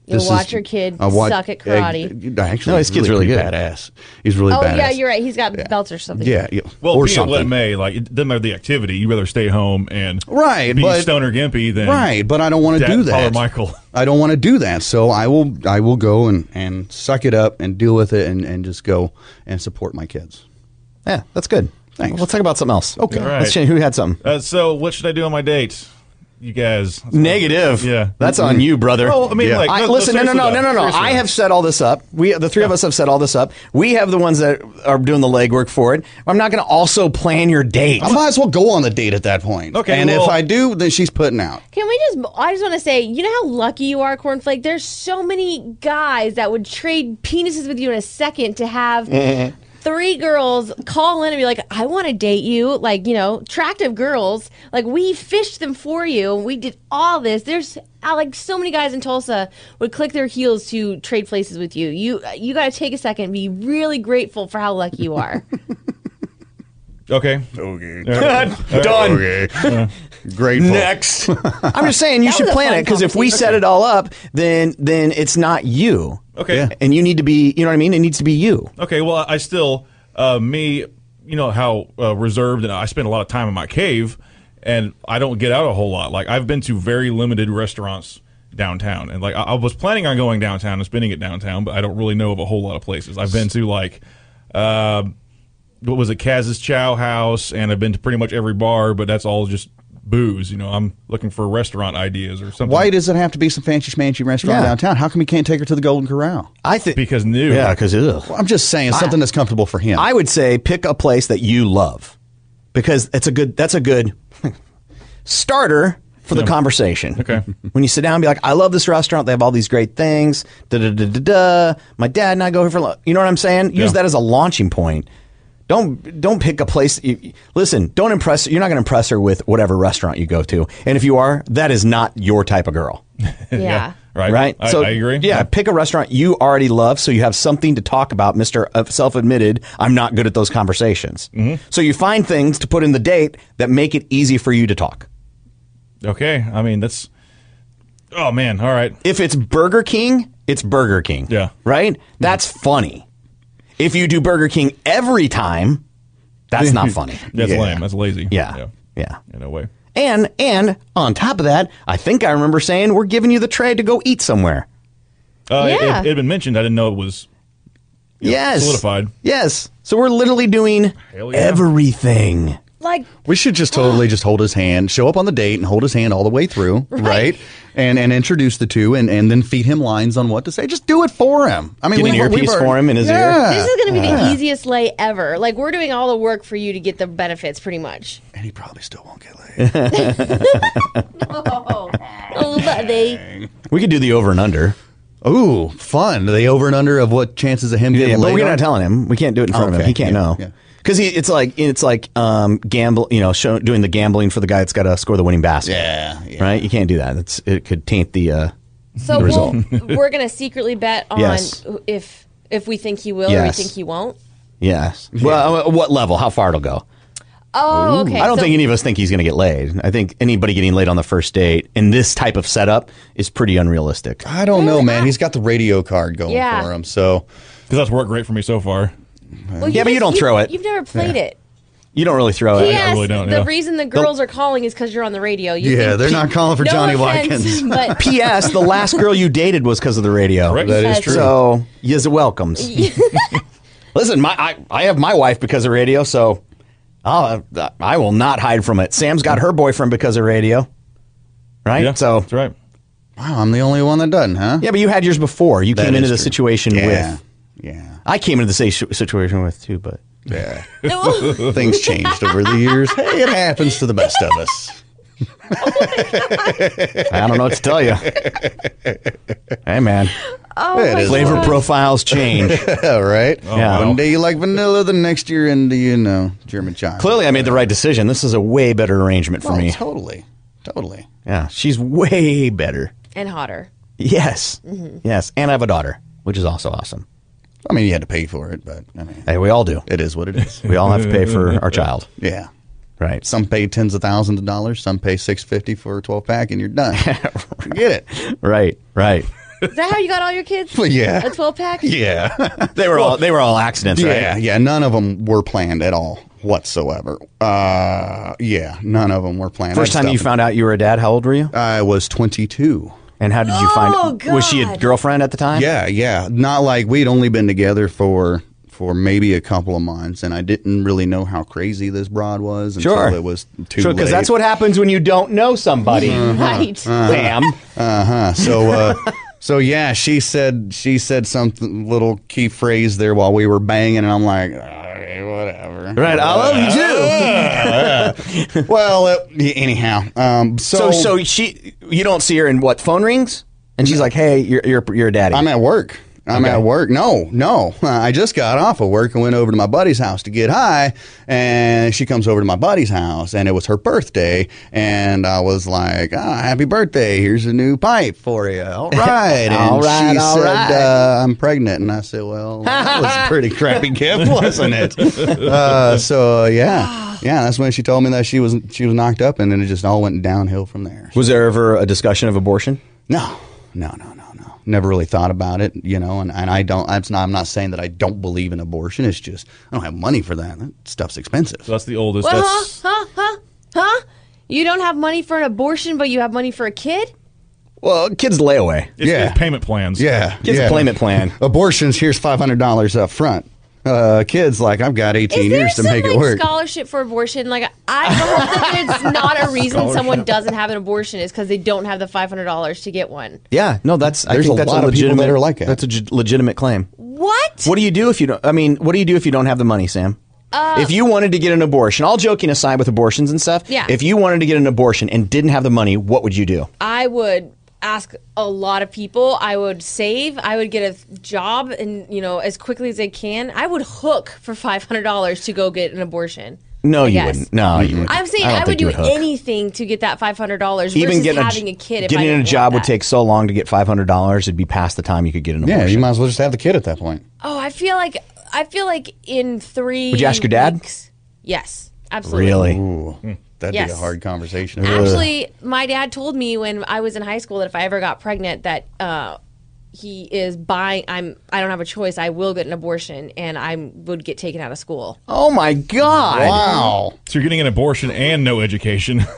Speaker 8: You
Speaker 9: this
Speaker 8: watch
Speaker 9: is-
Speaker 8: your kid
Speaker 9: I wa-
Speaker 8: suck at karate.
Speaker 9: I, actually,
Speaker 7: No,
Speaker 9: this kid's really, badass. He's really
Speaker 8: oh
Speaker 9: badass.
Speaker 8: yeah, you're right. He's got belts or something.
Speaker 9: Yeah, yeah.
Speaker 10: Well,
Speaker 9: or
Speaker 10: be it what it
Speaker 9: something.
Speaker 10: may, like it doesn't matter the activity. You would rather stay home and
Speaker 9: Right,
Speaker 10: be
Speaker 9: but-
Speaker 10: stoner gimpy than
Speaker 9: Right, but I don't want to
Speaker 10: Dad-
Speaker 9: do
Speaker 10: Father
Speaker 9: that.
Speaker 10: Michael.
Speaker 9: I don't want to do that. So I will I will go and, and suck it up and deal with it and, and just go and support my kids.
Speaker 7: Yeah, that's good.
Speaker 9: Thanks.
Speaker 7: Let's talk about something else.
Speaker 9: Okay.
Speaker 10: All right.
Speaker 7: Let's change. Who had something?
Speaker 10: Uh, so, what should I do on my date? You guys.
Speaker 7: Negative.
Speaker 10: Yeah.
Speaker 7: That's
Speaker 9: Mm-hmm.
Speaker 7: on you, brother.
Speaker 10: Oh, I mean, like, no, no,
Speaker 7: listen, no,
Speaker 10: seriously
Speaker 7: no, no, no, no,
Speaker 10: though.
Speaker 7: no.
Speaker 10: Seriously.
Speaker 7: I have set all this up. We, the three of us, have set all this up. We have the ones that are doing the legwork for it. I'm not going to also plan your date.
Speaker 9: I might as well go on the date at that point.
Speaker 7: Okay,
Speaker 9: And
Speaker 7: well-
Speaker 9: if I do, then she's putting out.
Speaker 8: Can we just? I just want to say, you know how lucky you are, Cornflake. There's so many guys that would trade penises with you in a second to have three girls call in and be like, I want to date you. Like, you know, attractive girls. Like, we fished them for you. We did all this. There's uh, like so many guys in Tulsa would click their heels to trade places with uh, you. You you got to take a second and be really grateful for how lucky you are.
Speaker 10: Okay.
Speaker 1: Okay.
Speaker 7: Done.
Speaker 10: Uh,
Speaker 1: Okay. Grateful.
Speaker 7: Next. I'm just saying you should plan it because if we set it all up, then then it's not you.
Speaker 10: Okay. Yeah.
Speaker 7: And you need to be, you know what I mean? It needs to be you.
Speaker 10: Okay, well, I still, uh, me, you know how uh, reserved and I spend a lot of time in my cave and I don't get out a whole lot. Like, I've been to very limited restaurants downtown. And, like, I, I was planning on going downtown and spending it downtown, but I don't really know of a whole lot of places. I've been to, like, uh, what was it, Kaz's Chow House, and I've been to pretty much every bar, but that's all just booze. You know, I'm looking for restaurant ideas or something.
Speaker 9: Why does it have to be some fancy schmancy restaurant
Speaker 10: Yeah.
Speaker 9: downtown? How come you can't take her to the Golden Corral?
Speaker 7: I think
Speaker 10: because new.
Speaker 7: Yeah, because
Speaker 9: Well, I'm just saying it's something that's comfortable for him.
Speaker 7: I would say pick a place that you love because it's a good that's a good starter for the conversation. Okay. When you sit down and be like, I love this restaurant. They have all these great things. Da da da da da. My dad and I go here for lunch. You know what I'm saying? Use that as a launching point. Don't don't pick a place. that You, listen, don't impress. You're not going to impress her with whatever restaurant you go to. And if you are, that is not your type of girl.
Speaker 8: Yeah. Yeah.
Speaker 10: Right.
Speaker 7: Right.
Speaker 10: I- I agree.
Speaker 7: Yeah, Pick a restaurant you already love, so you have something to talk about. Mister self admitted, I'm not good at those conversations.
Speaker 10: Mm-hmm.
Speaker 7: So you find things to put in the date that make it easy for you to talk.
Speaker 10: Okay. I mean, that's. Oh, man. All right.
Speaker 7: If it's Burger King, it's Burger King. Yeah. Right. That's
Speaker 10: Mm-hmm.
Speaker 7: funny. If you do Burger King every time, that's not funny.
Speaker 10: That's lame. That's lazy.
Speaker 7: Yeah. Yeah.
Speaker 10: In a way.
Speaker 7: And and on top of that, I think I remember saying we're giving you the tray to go eat somewhere.
Speaker 10: Uh, it-
Speaker 7: Yeah.
Speaker 10: it, it had been mentioned. I didn't know it was you know,
Speaker 7: Yes.
Speaker 10: solidified.
Speaker 7: Yes. So we're literally doing everything.
Speaker 8: Like
Speaker 9: We should just totally just hold his hand, show up on the date and hold his hand all the way through, right? And and introduce the two and, and then feed him lines on what to say. Just do it for him. I mean,
Speaker 7: Get an
Speaker 9: we've- we've
Speaker 7: earpiece
Speaker 9: already-
Speaker 7: for him in his ear.
Speaker 9: yeah.
Speaker 8: This is going to be the
Speaker 9: Yeah.
Speaker 8: easiest lay ever. Like we're doing all the work for you to get the benefits, pretty much.
Speaker 9: And he probably still won't get
Speaker 8: Oh, but they.
Speaker 7: we could do the over and under.
Speaker 9: Ooh, fun. The over and under of what chances of him getting
Speaker 7: Yeah, but
Speaker 9: laid
Speaker 7: we're
Speaker 9: on?
Speaker 7: not telling him. We can't do it in front of
Speaker 9: Okay.
Speaker 7: him. He can't
Speaker 9: Yeah,
Speaker 7: know.
Speaker 9: yeah.
Speaker 7: Because he, it's like it's like um, gamble, you know, show, doing the gambling for the guy that's got to score the winning basket. Yeah, right. You can't do that. That's it could taint the uh,
Speaker 8: So
Speaker 7: the result.
Speaker 8: we'll, we're going to secretly bet on
Speaker 7: Yes.
Speaker 8: if if we think he will or we
Speaker 7: Yes.
Speaker 8: think he won't.
Speaker 7: yes. Well, uh, what level? How far it'll go?
Speaker 8: Oh, okay.
Speaker 7: I don't
Speaker 8: so-
Speaker 7: think any of us think he's going to get laid. I think anybody getting laid on the first date in this type of setup is pretty unrealistic.
Speaker 9: I don't know, man. He's got the radio card going
Speaker 8: Yeah.
Speaker 9: for him, so
Speaker 10: because that's worked great for me so far.
Speaker 8: Well,
Speaker 7: yeah, Oh, but you
Speaker 8: just-
Speaker 7: don't throw it.
Speaker 8: You've never played it.
Speaker 7: You don't really throw it.
Speaker 8: P.S. the reason the girls are calling is because you're on the radio. You
Speaker 7: Yeah,
Speaker 8: think-
Speaker 7: they're not calling for
Speaker 8: No
Speaker 7: Johnny Watkins.
Speaker 8: offense, But
Speaker 7: P.S. The last girl you dated was because of the radio.
Speaker 8: Correct. That is true.
Speaker 7: So, yes, welcomes. Listen, my I, I have my wife because of radio, so I'll, I will not hide from it. Sam's got her boyfriend because of radio, right? so that's
Speaker 10: right.
Speaker 9: Wow, I'm the only one that doesn't, huh?
Speaker 7: Yeah, but you had yours before. You
Speaker 9: That
Speaker 7: came
Speaker 9: is
Speaker 7: into the
Speaker 9: true.
Speaker 7: situation
Speaker 9: Yeah.
Speaker 7: with. Yeah, I came into the situ- situation with too, but
Speaker 9: yeah, things changed over the years. Hey, it happens to the best of us.
Speaker 7: I don't know what to tell you. hey, man.
Speaker 8: Oh
Speaker 9: It my is
Speaker 7: Flavor
Speaker 9: gosh.
Speaker 7: profiles change.
Speaker 10: Oh,
Speaker 9: right?
Speaker 7: yeah.
Speaker 9: One day you like vanilla, the next year into you know German chocolate.
Speaker 7: Clearly, I made the right decision. This is a way better arrangement for
Speaker 9: Well,
Speaker 7: me.
Speaker 9: Totally, totally.
Speaker 7: Yeah, she's way better.
Speaker 8: and hotter.
Speaker 7: Yes.
Speaker 8: Mhm.
Speaker 7: Yes. And I have a daughter, which is also awesome.
Speaker 9: I mean, you had to pay for it, but I mean,
Speaker 7: hey, we all do.
Speaker 9: It is what it is.
Speaker 7: We all have to pay for our child.
Speaker 9: Yeah.
Speaker 7: Right.
Speaker 9: Some pay tens of thousands of dollars. Some pay six fifty for a twelve pack, and you're done. Get it?
Speaker 7: Right. Right.
Speaker 8: Is that how you got all your kids?
Speaker 9: Well, yeah.
Speaker 8: A 12 pack?
Speaker 9: Yeah,
Speaker 7: they were all they were all accidents, right?
Speaker 9: Yeah, yeah. None of them were planned at all whatsoever. Uh, yeah, none of them were planned.
Speaker 7: First time you found out you were a dad, how old were you?
Speaker 9: I was twenty two.
Speaker 7: And how did you find? Was she a girlfriend at the time?
Speaker 9: Yeah, yeah. Not like we'd only been together for for maybe a couple of months, and I didn't really know how crazy this broad was until
Speaker 7: Sure.
Speaker 9: it was too
Speaker 7: Sure,
Speaker 9: late.
Speaker 7: because that's what happens when you don't know somebody.
Speaker 9: Right. Uh-huh.
Speaker 7: Sam.
Speaker 9: Uh huh. So, uh, so yeah, she said she said something little key phrase there while we were banging, and I'm like, okay, whatever.
Speaker 7: Right, I love you
Speaker 9: you too. well, it, y- anyhow, um,
Speaker 7: So,
Speaker 9: so
Speaker 7: so she, you don't see her in what phone rings, and she's like, "Hey, you're you're, you're a daddy."
Speaker 9: I'm at work. I'm at work. No, no. I just got off of work and went over to my buddy's house to get high. And she comes over to my buddy's house, and it was her birthday. And I was like, ah, Happy birthday. Here's a new pipe for you. All right. And
Speaker 6: All right,
Speaker 9: she
Speaker 6: all
Speaker 9: said,
Speaker 6: right.
Speaker 9: uh, I'm pregnant. And I said, Well, that was a pretty crappy gift, wasn't it? Uh, so, uh, yeah. Yeah, that's when she told me that she was she was knocked up, and then it just all went downhill from there.
Speaker 7: Was there ever a discussion of abortion?
Speaker 9: No, no, no, no, no. Never really thought about it, you know. And, and I don't. I'm not, I'm not saying that I don't believe in abortion. It's just I don't have money for that. That stuff's expensive.
Speaker 10: So that's the oldest.
Speaker 8: Well, huh, huh, huh, huh? You don't have money for an abortion, but you have money for a kid?
Speaker 7: Well, kids layaway.
Speaker 10: yeah. payment plans.
Speaker 9: Yeah,
Speaker 7: Kids
Speaker 9: yeah.
Speaker 7: payment plan.
Speaker 9: Abortions. Here's five hundred dollars up front. Uh, kids like I've got
Speaker 8: Is
Speaker 9: eighteen
Speaker 8: there
Speaker 9: years to
Speaker 8: some
Speaker 9: make
Speaker 8: like,
Speaker 9: it work.
Speaker 8: scholarship for abortion? Like I the whole thing that it's not a reason someone
Speaker 9: Scholarship.
Speaker 8: doesn't have an abortion is because they don't have the five hundred dollars to get one.
Speaker 7: Yeah, no, that's I
Speaker 9: There's
Speaker 7: think
Speaker 9: a
Speaker 7: that's
Speaker 9: lot
Speaker 7: a
Speaker 9: of people
Speaker 7: legitimate.
Speaker 9: that are like it.
Speaker 7: That's a g- legitimate claim.
Speaker 8: What?
Speaker 7: What do you do if you don't? I mean, what do you do if you don't have the money, Sam?
Speaker 8: Uh,
Speaker 7: if you wanted to get an abortion, all joking aside with abortions and stuff,
Speaker 8: Yeah.
Speaker 7: if you wanted to get an abortion and didn't have the money, what would you do?
Speaker 8: I would ask a lot of people. I would save. I would get a job, and you know, as quickly as I can. I would hook for five hundred dollars to go get an abortion.
Speaker 7: No,
Speaker 8: I
Speaker 7: you
Speaker 8: guess.
Speaker 7: wouldn't. No,
Speaker 9: Mm-hmm.
Speaker 7: you wouldn't.
Speaker 8: I'm saying
Speaker 7: Mm. don't
Speaker 8: I, would
Speaker 7: think you
Speaker 8: do
Speaker 7: hook.
Speaker 8: anything to get that five hundred dollars versus
Speaker 7: Even getting
Speaker 8: having
Speaker 7: a,
Speaker 8: a, kid. If
Speaker 7: getting
Speaker 8: I didn't
Speaker 7: a
Speaker 8: want
Speaker 7: job would
Speaker 8: that.
Speaker 7: take so long to get five hundred dollars. It'd be past the time you could get an abortion. Yeah, you
Speaker 9: might as well just have the kid at that point.
Speaker 8: Oh, I feel like I feel like in three.
Speaker 7: Would you ask your dad?
Speaker 8: Yes, absolutely.
Speaker 7: Really?
Speaker 10: Hmm.
Speaker 9: that'd be
Speaker 8: Yes.
Speaker 9: a hard conversation.
Speaker 8: Actually, my dad told me when I was in high school that if I ever got pregnant, that uh, he is buying. I'm. I don't have a choice. I will get an abortion, and I would get taken out of school.
Speaker 7: Oh my God!
Speaker 9: Wow.
Speaker 10: So you're getting an abortion and no education.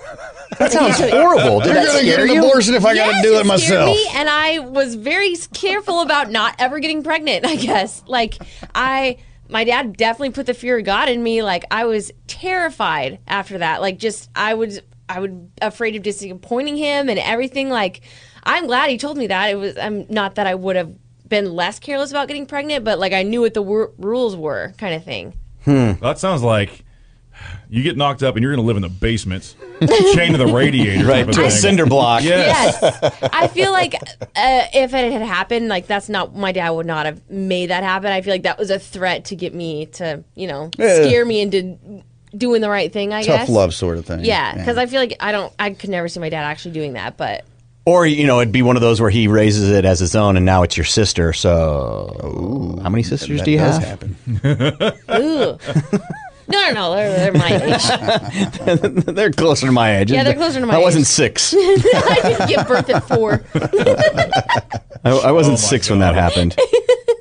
Speaker 7: That sounds horrible. Did
Speaker 10: You're
Speaker 7: that
Speaker 10: gonna
Speaker 7: scare
Speaker 10: get an
Speaker 7: you?
Speaker 10: abortion if I
Speaker 8: yes,
Speaker 10: gotta do it
Speaker 8: scared
Speaker 10: myself.
Speaker 8: me, and I was very careful about not ever getting pregnant. I guess like I. My dad definitely put the fear of God in me. Like I was terrified after that. Like just I would I would afraid of disappointing him and everything. Like I'm glad he told me that. It was I'm not that I would have been less careless about getting pregnant, but like I knew what the wor- rules were, kind of thing.
Speaker 10: That sounds like you get knocked up and you're going to live in the basement, chained to the radiator,
Speaker 7: Right,
Speaker 10: type of
Speaker 7: to a
Speaker 10: thing.
Speaker 7: cinder block.
Speaker 10: Yes.
Speaker 8: I feel like uh, if it had happened, like that's not my dad would not have made that happen. I feel like that was a threat to get me to, you know,
Speaker 9: Yeah.
Speaker 8: scare me into doing the right thing. I
Speaker 9: Tough
Speaker 8: guess
Speaker 9: love sort of thing.
Speaker 8: Yeah, because I feel like I don't, I could never see my dad actually doing that. But
Speaker 7: Or you know, it'd be one of those where he raises it as his own, and now it's your sister. So, how many sisters
Speaker 9: that
Speaker 7: do you
Speaker 9: does
Speaker 7: have?
Speaker 8: ooh, no, no, no, they're, they're my age.
Speaker 7: they're closer to my age.
Speaker 8: Yeah, they're closer to my
Speaker 7: I wasn't
Speaker 8: age.
Speaker 7: six.
Speaker 8: I didn't give birth at four.
Speaker 7: I, I
Speaker 9: Oh
Speaker 7: wasn't six when that happened.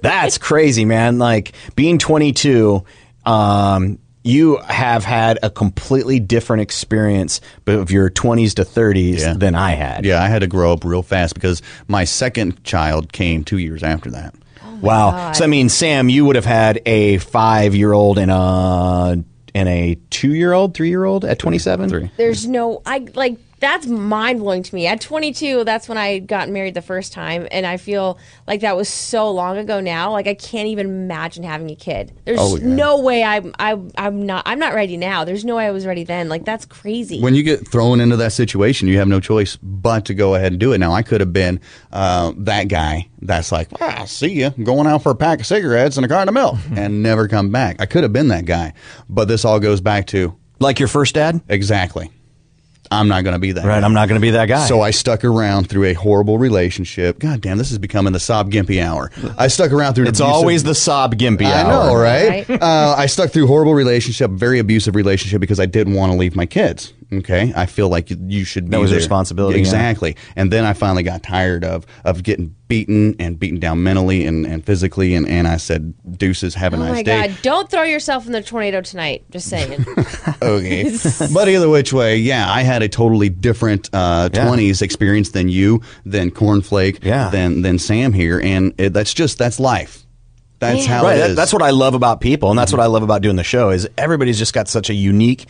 Speaker 7: That's crazy, man. Like being 22, um, you have had a completely different experience of your 20s to 30s than I had.
Speaker 9: Yeah, I had to grow up real fast because my second child came two years after that.
Speaker 8: Oh
Speaker 7: wow. So I mean, Sam, you would have had a five year old and a and a two year old, three year old at 27. Three.
Speaker 8: There's no, I like that's mind blowing to me. At 22, that's when I got married the first time, and I feel like that was so long ago now. Like I can't even imagine having a kid. There's
Speaker 9: Oh, yeah.
Speaker 8: no way I'm, I, I'm not, I'm not ready now. There's no way I was ready then. Like that's crazy.
Speaker 9: When you get thrown into that situation, you have no choice but to go ahead and do it. Now, I could have been uh, that guy that's like, ah, see ya, going out for a pack of cigarettes and a carton of milk and never come back. I could have been that guy. But this all goes back to
Speaker 7: like your first dad?
Speaker 9: Exactly. I'm not going to be that.
Speaker 7: Right. I'm not going to be that guy.
Speaker 9: So I stuck around through a horrible relationship. God damn, this is becoming the sob gimpy hour. I stuck around through. an
Speaker 7: It's
Speaker 9: abusive-
Speaker 7: always the sob gimpy
Speaker 9: I
Speaker 7: hour.
Speaker 9: know, right? uh, I stuck through horrible relationship, very abusive relationship because I didn't want to leave my kids. Okay, I feel like you- you should.
Speaker 7: That
Speaker 9: be
Speaker 7: was a
Speaker 9: there.
Speaker 7: responsibility, yeah.
Speaker 9: exactly. And then I finally got tired of of getting beaten and beaten down mentally and, and physically, and, and I said, "Deuces, have a
Speaker 8: oh
Speaker 9: nice
Speaker 8: my
Speaker 9: day."
Speaker 8: god! Don't throw yourself in the tornado tonight. Just saying.
Speaker 9: okay. but either which way, yeah, I had a totally different uh, 20s experience than you, than Cornflake, yeah. than than Sam here, and it, that's just that's life. That's how
Speaker 7: Right,
Speaker 9: it
Speaker 7: that-
Speaker 9: is.
Speaker 7: that's what I love about people, and that's what I love about doing the show is everybody's just got such a unique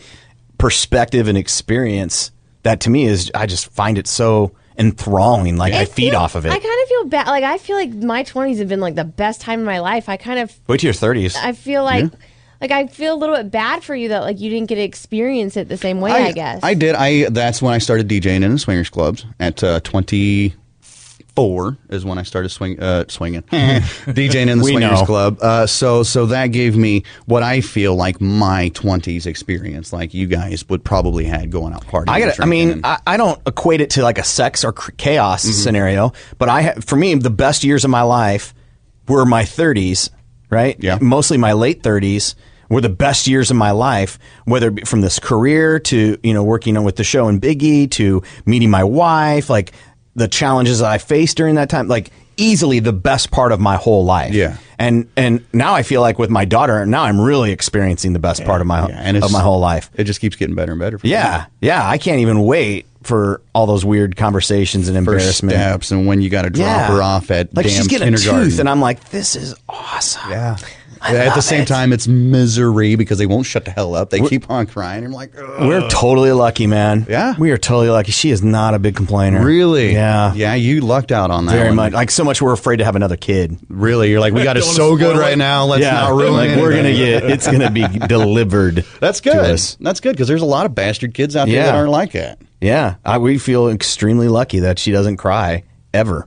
Speaker 7: perspective and experience that to me is I just find it so enthralling. Like I feed off of
Speaker 8: I
Speaker 7: it.
Speaker 8: kind of feel bad. Like I feel like my 20s have been like the best time of my life. I kind of
Speaker 7: Wait till your thirties.
Speaker 8: I feel like like I feel a little bit bad for you that like you didn't get to experience it the same way. I, guess.
Speaker 9: I did. I that's when I started DJing in the swingers clubs at uh, 24 four is when I started swing uh, swinging, DJing in the
Speaker 7: We
Speaker 9: Swingers
Speaker 7: know.
Speaker 9: Club. Uh, so so that gave me what I feel like my twenties experience, like you guys would probably had going out partying.
Speaker 7: I got. I
Speaker 9: drinking
Speaker 7: mean, I, I don't equate it to like a sex or cr- chaos scenario, but I, ha- for me, the best years of my life were my 30s, right? Yeah. Mostly my late 30s were the best years of my life, whether it be from this career to you know working on with the show and Biggie to meeting my wife, like the challenges that I faced during that time, like easily the best part of my whole life. Yeah. And and now I feel like with my daughter, now I'm really experiencing the best part of my of
Speaker 9: it's-
Speaker 7: my whole life.
Speaker 9: It just keeps getting better and better. For
Speaker 7: yeah, yeah. I can't even wait for all those weird conversations and
Speaker 9: First
Speaker 7: embarrassment.
Speaker 9: steps and when you got to drop
Speaker 7: Yeah.
Speaker 9: her off at
Speaker 7: like
Speaker 9: damn
Speaker 7: she's getting a
Speaker 9: kindergarten.
Speaker 7: tooth, and I'm like, this is awesome.
Speaker 9: Yeah.
Speaker 7: I
Speaker 9: at
Speaker 7: love
Speaker 9: the same
Speaker 7: it.
Speaker 9: time, it's misery because they won't shut the hell up. They keep on crying. I'm like, "Ugh."
Speaker 7: We're totally lucky, man. Yeah, we are totally lucky. She is not a big complainer.
Speaker 9: Really?
Speaker 7: Yeah.
Speaker 9: Yeah, you lucked out on that.
Speaker 7: Very
Speaker 9: one.
Speaker 7: much. Like so much, we're afraid to have another kid.
Speaker 9: Really, you're like, we got it so good right now. Let's
Speaker 7: yeah,
Speaker 9: not ruin
Speaker 7: like,
Speaker 9: anything.
Speaker 7: We're gonna get. It's gonna be delivered.
Speaker 9: That's
Speaker 7: to
Speaker 9: good.
Speaker 7: us.
Speaker 9: That's good because there's a lot of bastard kids out there that
Speaker 7: Yeah.
Speaker 9: aren't like that.
Speaker 7: Yeah, I, we feel extremely lucky that she doesn't cry ever.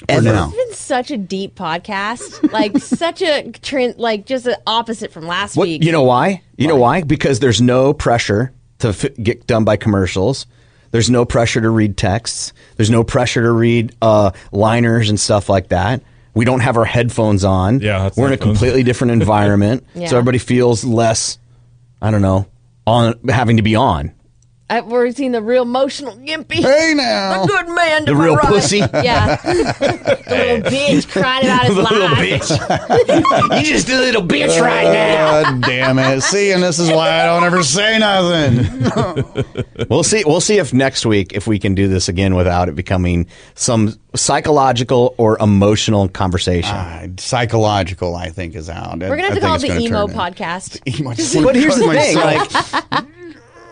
Speaker 9: For
Speaker 7: Ever.
Speaker 9: now.
Speaker 8: It's been such a deep podcast, like such a tran like just the opposite from last
Speaker 7: What,
Speaker 8: week.
Speaker 7: you know why? You know why? Because there's no pressure to f- get done by commercials. There's no pressure to read texts. There's no pressure to read uh, liners and stuff like that. We don't have our headphones on. Yeah, we're in a completely different environment,
Speaker 8: Yeah.
Speaker 7: so everybody feels less. I don't know on having to be on.
Speaker 8: I, Uh, we're seeing the real emotional gimpy.
Speaker 9: Hey now,
Speaker 8: the good man,
Speaker 7: The real
Speaker 8: right.
Speaker 7: pussy?
Speaker 8: Yeah, the little bitch crying about his
Speaker 7: The little
Speaker 8: life.
Speaker 7: bitch. you just a little bitch right now.
Speaker 9: God damn it! See, and this is why I don't ever say nothing.
Speaker 7: we'll see. We'll see if next week if we can do this again without it becoming some psychological or emotional conversation.
Speaker 9: Ah, psychological, I think, is out.
Speaker 8: We're gonna have to call it the emo podcast. Just-
Speaker 7: but here's the thing, like,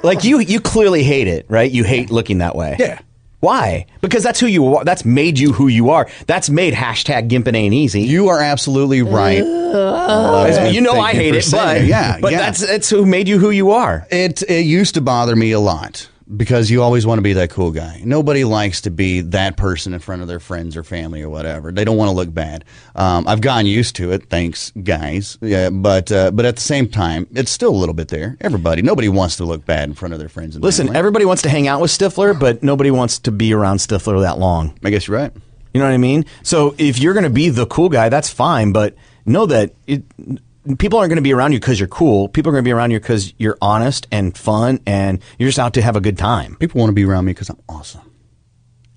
Speaker 7: like you you clearly hate it, right? You hate looking that way. Yeah. Why? Because that's who you are. That's made you who you are. That's made hashtag gimping ain't easy.
Speaker 9: You are absolutely right.
Speaker 7: As- Uh, you know I hate it, but
Speaker 9: yeah,
Speaker 7: but
Speaker 9: yeah.
Speaker 7: that's it's who made you who you are.
Speaker 9: It it used to bother me a lot because you always want to be that cool guy. Nobody likes to be that person in front of their friends or family or whatever. They don't want to look bad. Um, I've gotten used to it, thanks guys. Yeah, but uh, but at the same time, it's still a little bit there. Everybody, nobody wants to look bad in front of their friends. And
Speaker 7: Listen, everybody wants to hang out with Stifler, but nobody wants to be around Stifler that long.
Speaker 9: I guess you're right.
Speaker 7: You know what I mean? So if you're going to be the cool guy, that's fine, but know that it, people aren't going to be around you because you're cool. People are going to be around you because you're honest and fun, and you're just out to have a good time.
Speaker 9: People want to be around me because I'm awesome.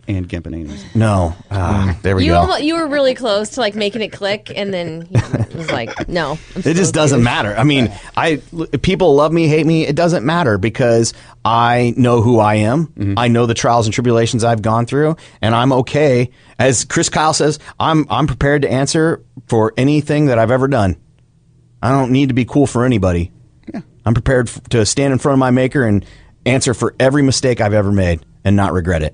Speaker 9: and gimping ain't easy.
Speaker 7: No, Ah, there we
Speaker 8: you
Speaker 7: go.
Speaker 8: almo- you were really close to like making it click, and then he was like, "No."
Speaker 7: it just doesn't matter. I mean, I l- people love me, hate me. It doesn't matter because I know who I am. I know the trials and tribulations I've gone through, and I'm okay. As Chris Kyle says, I'm I'm prepared to answer for anything that I've ever done. I don't need to be cool for anybody. I'm prepared f- to stand in front of my maker and answer for every mistake I've ever made and not regret it.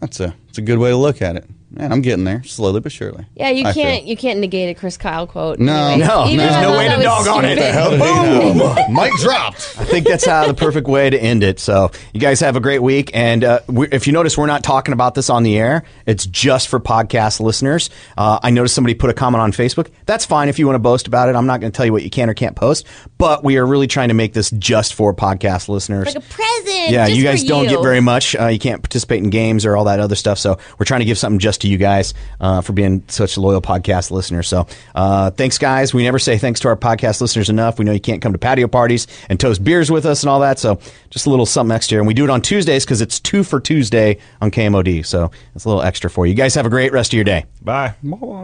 Speaker 9: That's a it's a good way to look at it. Man, I'm getting there slowly but surely.
Speaker 8: Yeah, you
Speaker 9: I feel.
Speaker 8: can't you can't negate a Chris Kyle quote.
Speaker 9: No,
Speaker 8: anyway.
Speaker 9: no,
Speaker 8: Even
Speaker 9: there's
Speaker 8: though I
Speaker 9: no
Speaker 8: thought
Speaker 9: way
Speaker 8: that
Speaker 9: to
Speaker 8: was
Speaker 9: dog on it.
Speaker 8: stupid.
Speaker 9: The hell
Speaker 7: Mic dropped. I think that's uh, the perfect way to end it. So you guys have a great week. And uh, we, if you notice, we're not talking about this on the air. It's just for podcast listeners. Uh, I noticed somebody put a comment on Facebook. That's fine if you want to boast about it. I'm not going to tell you what you can or can't post. But we are really trying to make this just for podcast listeners.
Speaker 8: Like a present.
Speaker 7: Yeah,
Speaker 8: just
Speaker 7: you
Speaker 8: for
Speaker 7: guys don't
Speaker 8: you.
Speaker 7: get very much. Uh, you can't participate in games or all that other stuff. So we're trying to give something just to you guys uh, for being such loyal podcast listeners. So uh, thanks, guys. We never say thanks to our podcast listeners enough. We know you can't come to patio parties and toast beers with us and all that. So just a little something extra. And we do it on Tuesdays because it's two for Tuesday on KMOD. So it's a little extra for you. You guys have a great rest of your day.
Speaker 10: Bye.
Speaker 9: Bye.